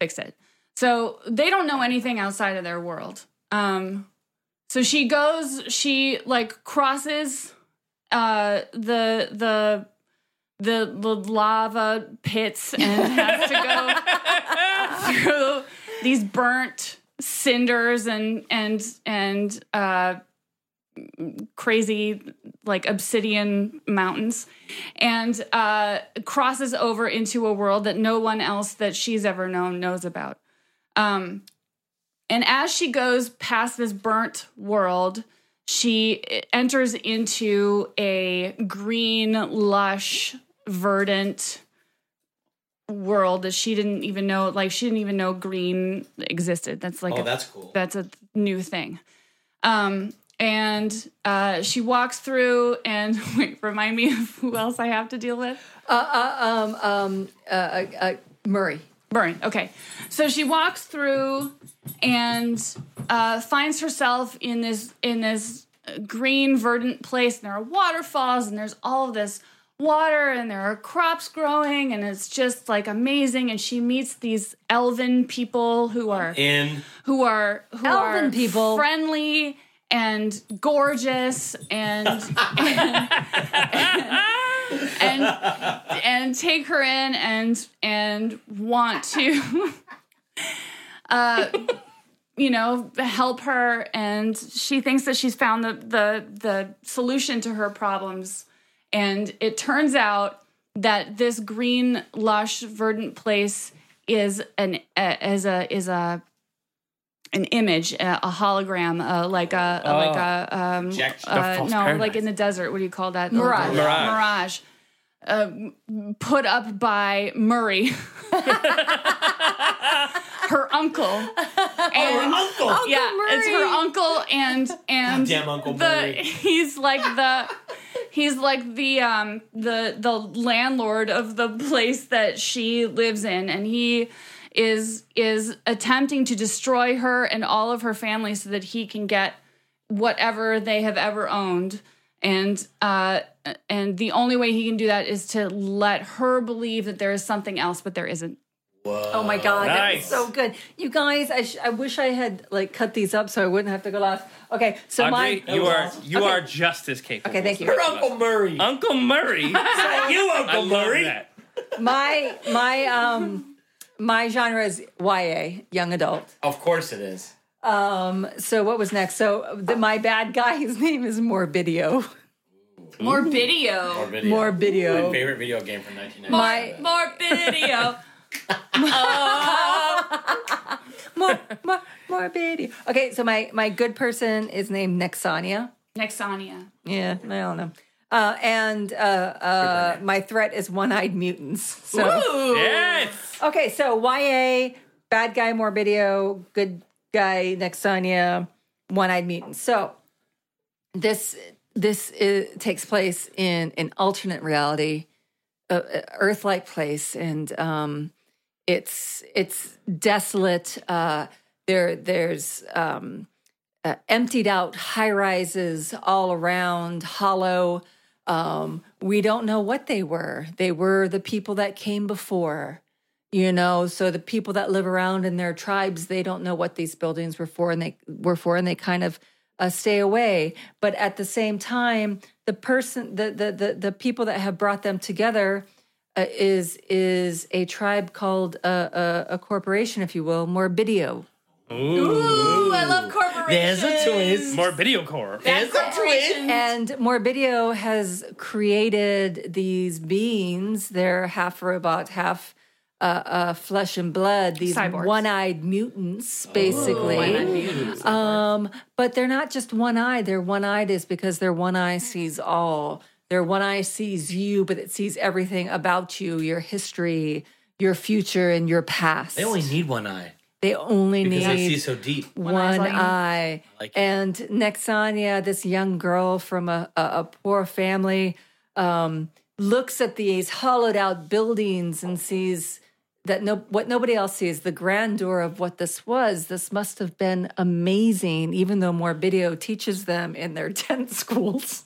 [SPEAKER 3] fix it. So they don't know anything outside of their world. Um, so she goes. She like crosses uh, the the the, the lava pits and has to go through these burnt cinders and and and uh, crazy like obsidian mountains, and uh, crosses over into a world that no one else that she's ever known knows about. Um, and as she goes past this burnt world, she enters into a green, lush, verdant world that she didn't even know. Like she didn't even know green existed. That's like
[SPEAKER 2] Oh,
[SPEAKER 3] a
[SPEAKER 2] that's cool.
[SPEAKER 3] that's a th- new thing. Um, and uh, she walks through and wait, remind me of who else I have to deal with.
[SPEAKER 1] Um, um, uh, uh, uh, Murray.
[SPEAKER 3] Burn. Okay. So she walks through and uh, finds herself in this in this uh, green verdant place and there are waterfalls and there's all of this water and there are crops growing and it's just like amazing and she meets these elven people who are
[SPEAKER 2] In
[SPEAKER 3] who are who
[SPEAKER 1] Elven
[SPEAKER 3] are
[SPEAKER 1] people.
[SPEAKER 3] friendly and gorgeous and and, and and take her in and and want to uh you know help her and she thinks that she's found the the the solution to her problems and it turns out that this green lush verdant place is an uh, is a is a an image, a, a hologram, uh, like a, a- like a um,
[SPEAKER 2] Projection.
[SPEAKER 3] uh,
[SPEAKER 4] A false
[SPEAKER 3] no,
[SPEAKER 4] paradise.
[SPEAKER 3] like in the desert. What do you call that?
[SPEAKER 1] Mirage.
[SPEAKER 4] Mirage.
[SPEAKER 3] Mirage. Uh, put up by Murray, her uncle. And-
[SPEAKER 2] uncle.
[SPEAKER 3] yeah, it's her
[SPEAKER 1] Murray.
[SPEAKER 3] uncle and and
[SPEAKER 2] Goddamn Uncle
[SPEAKER 3] the
[SPEAKER 2] Murray.
[SPEAKER 3] he's like the he's like the um the the landlord of the place that she lives in and he is is attempting to destroy her and all of her family so that he can get whatever they have ever owned and uh and the only way he can do that is to let her believe that there is something else but there isn't
[SPEAKER 2] Whoa.
[SPEAKER 1] Oh my god, that was
[SPEAKER 4] Nice.
[SPEAKER 1] so good. You guys, I, sh- I wish I had like cut these up so I wouldn't have to go last. Okay, so
[SPEAKER 4] Audrey,
[SPEAKER 1] my
[SPEAKER 4] you are
[SPEAKER 2] awesome.
[SPEAKER 4] you
[SPEAKER 1] Okay.
[SPEAKER 4] are just as capable.
[SPEAKER 1] Okay, thank you.
[SPEAKER 2] Your Uncle Murray.
[SPEAKER 4] Uncle Murray.
[SPEAKER 2] you
[SPEAKER 4] I
[SPEAKER 2] Uncle
[SPEAKER 4] love
[SPEAKER 2] Murray.
[SPEAKER 4] that.
[SPEAKER 1] my my um my genre is YA, young adult.
[SPEAKER 2] Of course it is.
[SPEAKER 1] Um so what was next? So the, my bad guy his name is Morbidio.
[SPEAKER 3] more video
[SPEAKER 2] Or video.
[SPEAKER 1] Morbidio.
[SPEAKER 2] favorite video game from 1990.
[SPEAKER 1] My
[SPEAKER 3] more video
[SPEAKER 1] more, more, Morbidio. Okay, so my my good person is named Nexania.
[SPEAKER 3] nexania
[SPEAKER 1] Yeah, I don't know. Uh, and uh, uh, my threat is one-eyed mutants. So
[SPEAKER 4] Yes.
[SPEAKER 1] okay, so YA, bad guy Morbidio, good guy Nexania, one-eyed mutants. So this this is, takes place in an alternate reality, uh, Earth-like place, and um, it's it's desolate. Uh, there there's um, uh, emptied out high rises all around, hollow. Um, we don't know what they were. They were the people that came before, you know. So the people that live around in their tribes, they don't know what these buildings were for, and they were for, and they kind of uh, stay away. But at the same time, the person, the the the, the people that have brought them together. Uh, is is a tribe called uh, uh, a corporation, if you will, Morbidio.
[SPEAKER 3] Ooh, I love corporations.
[SPEAKER 2] There's a twist.
[SPEAKER 4] More video core.
[SPEAKER 2] There's a twist.
[SPEAKER 1] And Morbidio has created these beings. They're half robot, half uh, uh, flesh and blood. These
[SPEAKER 3] Cyborgs.
[SPEAKER 1] one-eyed mutants,
[SPEAKER 2] Oh.
[SPEAKER 1] basically. Um, but they're not just one eye. Their one eyed is because their one eye sees all. Their one eye sees you, but it sees everything about you, your history, your future, and your past.
[SPEAKER 2] They only need one eye
[SPEAKER 1] They only
[SPEAKER 2] because they see
[SPEAKER 1] need
[SPEAKER 2] so deep.
[SPEAKER 1] one,
[SPEAKER 3] eye's all you need.
[SPEAKER 1] eye.
[SPEAKER 2] "Mm, like it.
[SPEAKER 1] and Nexania, this young girl from a, a, a poor family, um, looks at these hollowed out buildings and sees that no what nobody else sees the grandeur of what this was this must have been amazing even though morbidio teaches them in their tent schools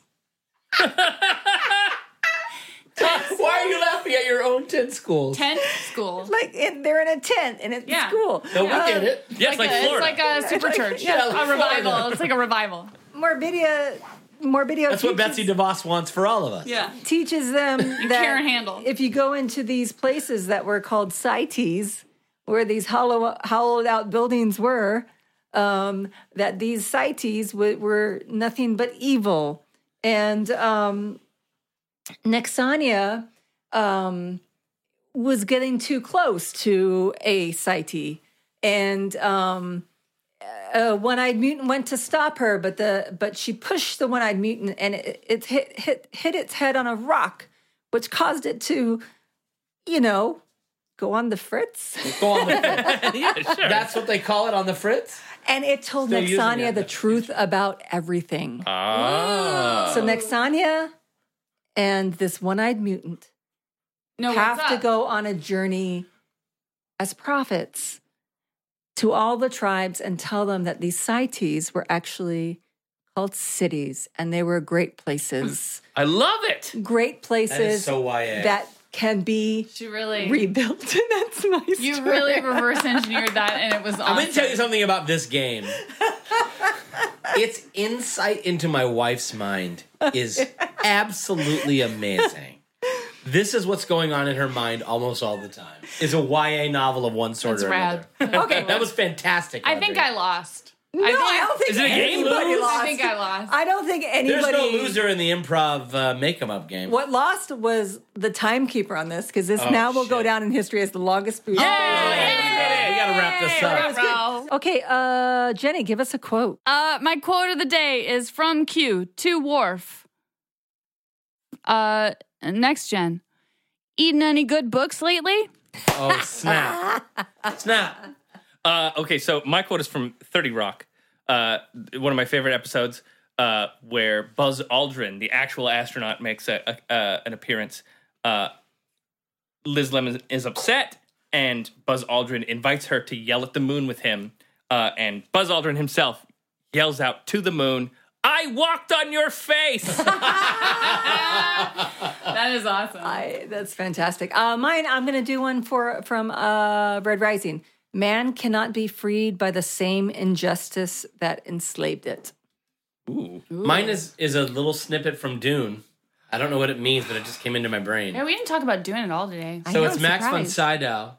[SPEAKER 2] Why are you laughing at your own tin schools?
[SPEAKER 3] Tent school.
[SPEAKER 1] like in, they're in a tent and it's
[SPEAKER 3] Yeah.
[SPEAKER 1] school
[SPEAKER 2] No, we get it.
[SPEAKER 4] Yes, like,
[SPEAKER 3] a, it's
[SPEAKER 4] Florida.
[SPEAKER 3] like a super church.
[SPEAKER 2] Yeah, like
[SPEAKER 3] a revival.
[SPEAKER 2] Florida.
[SPEAKER 3] It's like a revival.
[SPEAKER 1] morbidio morbidio
[SPEAKER 2] That's what Betsy DeVos wants for all of us.
[SPEAKER 3] Yeah.
[SPEAKER 1] teaches them that
[SPEAKER 3] can't handle.
[SPEAKER 1] if you go into these places that were called cites, where these hollow, hollowed out buildings were, um, that these cites w- were nothing but evil And um, Nexania um, was getting too close to a Psyche. And um, uh, one-eyed mutant went to stop her, but the but she pushed the one-eyed mutant, and it, it hit hit hit its head on a rock, which caused it to, you know, go on the fritz.
[SPEAKER 2] Go on the fritz.
[SPEAKER 4] yeah, sure.
[SPEAKER 2] That's what they call it on the fritz.
[SPEAKER 1] And it told
[SPEAKER 4] Still using
[SPEAKER 1] Nexania
[SPEAKER 4] it.
[SPEAKER 1] the truth about everything.
[SPEAKER 4] Ah.
[SPEAKER 1] So Nexania and this one-eyed mutant
[SPEAKER 3] No, Oh, what's
[SPEAKER 1] have to
[SPEAKER 3] up?
[SPEAKER 1] go on a journey as prophets to all the tribes and tell them that these cities were actually called cities and they were great places.
[SPEAKER 4] I love it.
[SPEAKER 1] great places
[SPEAKER 2] That is so YA.
[SPEAKER 1] that can be
[SPEAKER 3] She really,
[SPEAKER 1] rebuilt. That's my
[SPEAKER 3] you
[SPEAKER 1] story.
[SPEAKER 3] really reverse engineered that, and it was. Awesome.
[SPEAKER 2] I'm going to tell you something about this game. its insight into my wife's mind is absolutely amazing. This is what's going on in her mind almost all the time. It's a YA novel of one sort
[SPEAKER 3] That's
[SPEAKER 2] or
[SPEAKER 3] rad.
[SPEAKER 2] another.
[SPEAKER 3] Okay.
[SPEAKER 2] that was fantastic.
[SPEAKER 3] I think I
[SPEAKER 2] Audrey.
[SPEAKER 3] lost.
[SPEAKER 1] No,
[SPEAKER 3] I
[SPEAKER 1] I,
[SPEAKER 3] think,
[SPEAKER 1] don't think
[SPEAKER 4] Is it a game
[SPEAKER 1] anybody
[SPEAKER 4] lose?
[SPEAKER 1] lost.
[SPEAKER 3] I think I lost.
[SPEAKER 1] I don't think anybody.
[SPEAKER 2] There's no loser in the improv uh, make 'em up game.
[SPEAKER 1] What lost was the timekeeper on this because this now will go
[SPEAKER 2] shit.
[SPEAKER 1] down in history as the longest booze.
[SPEAKER 2] Hey, we got to wrap this up.
[SPEAKER 3] Bravo.
[SPEAKER 1] Okay, uh, Jenny, give us a quote.
[SPEAKER 3] Uh, my quote of the day is from Q to Worf. Uh, next gen. Eaten any good books lately?
[SPEAKER 2] Oh, snap. snap.
[SPEAKER 4] Uh, okay, so my quote is from 30 Rock, uh, one of my favorite episodes, uh, where Buzz Aldrin, the actual astronaut, makes a, a, uh, an appearance. Uh, Liz Lemon is upset, and Buzz Aldrin invites her to yell at the moon with him. Uh, and Buzz Aldrin himself yells out to the moon, I walked on your face!
[SPEAKER 3] That is awesome.
[SPEAKER 1] I, that's fantastic. Uh, mine, I'm going to do one for from uh, Red Rising. Man cannot be freed by the same injustice that enslaved it.
[SPEAKER 2] Mine is, is a little snippet from Dune. I don't know what it means, but it just came into my brain.
[SPEAKER 3] yeah, we didn't talk about doing it all today.
[SPEAKER 1] I
[SPEAKER 2] So
[SPEAKER 1] know,
[SPEAKER 2] it's Max von
[SPEAKER 1] surprise.
[SPEAKER 2] Sydow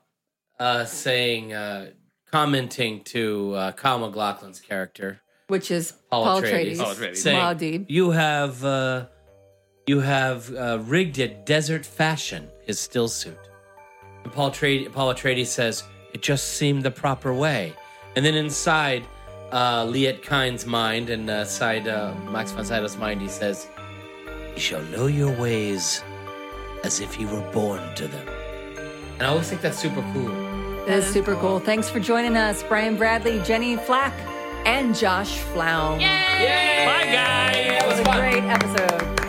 [SPEAKER 2] uh, saying, uh, commenting to uh, Kyle McLaughlin's character,
[SPEAKER 1] which is
[SPEAKER 2] Paul,
[SPEAKER 1] Paul
[SPEAKER 2] Atreides,
[SPEAKER 1] Atreides.
[SPEAKER 4] Paul Atreides.
[SPEAKER 2] saying,
[SPEAKER 1] Maudie.
[SPEAKER 2] "You have uh, you have uh, rigged it desert fashion his still suit." And Paul, Trade- Paul Atreides says, "It just seemed the proper way." And then inside uh, Liet Kind's mind and uh, side uh, Max von Sydow's mind, he says, "You shall know your ways as if you were born to them." And I always think that's super cool.
[SPEAKER 1] That is super cool. Thanks for joining us, Brian Bradley, Jenny Flack, and Josh Flown.
[SPEAKER 4] Bye, guys!
[SPEAKER 1] That was a great episode.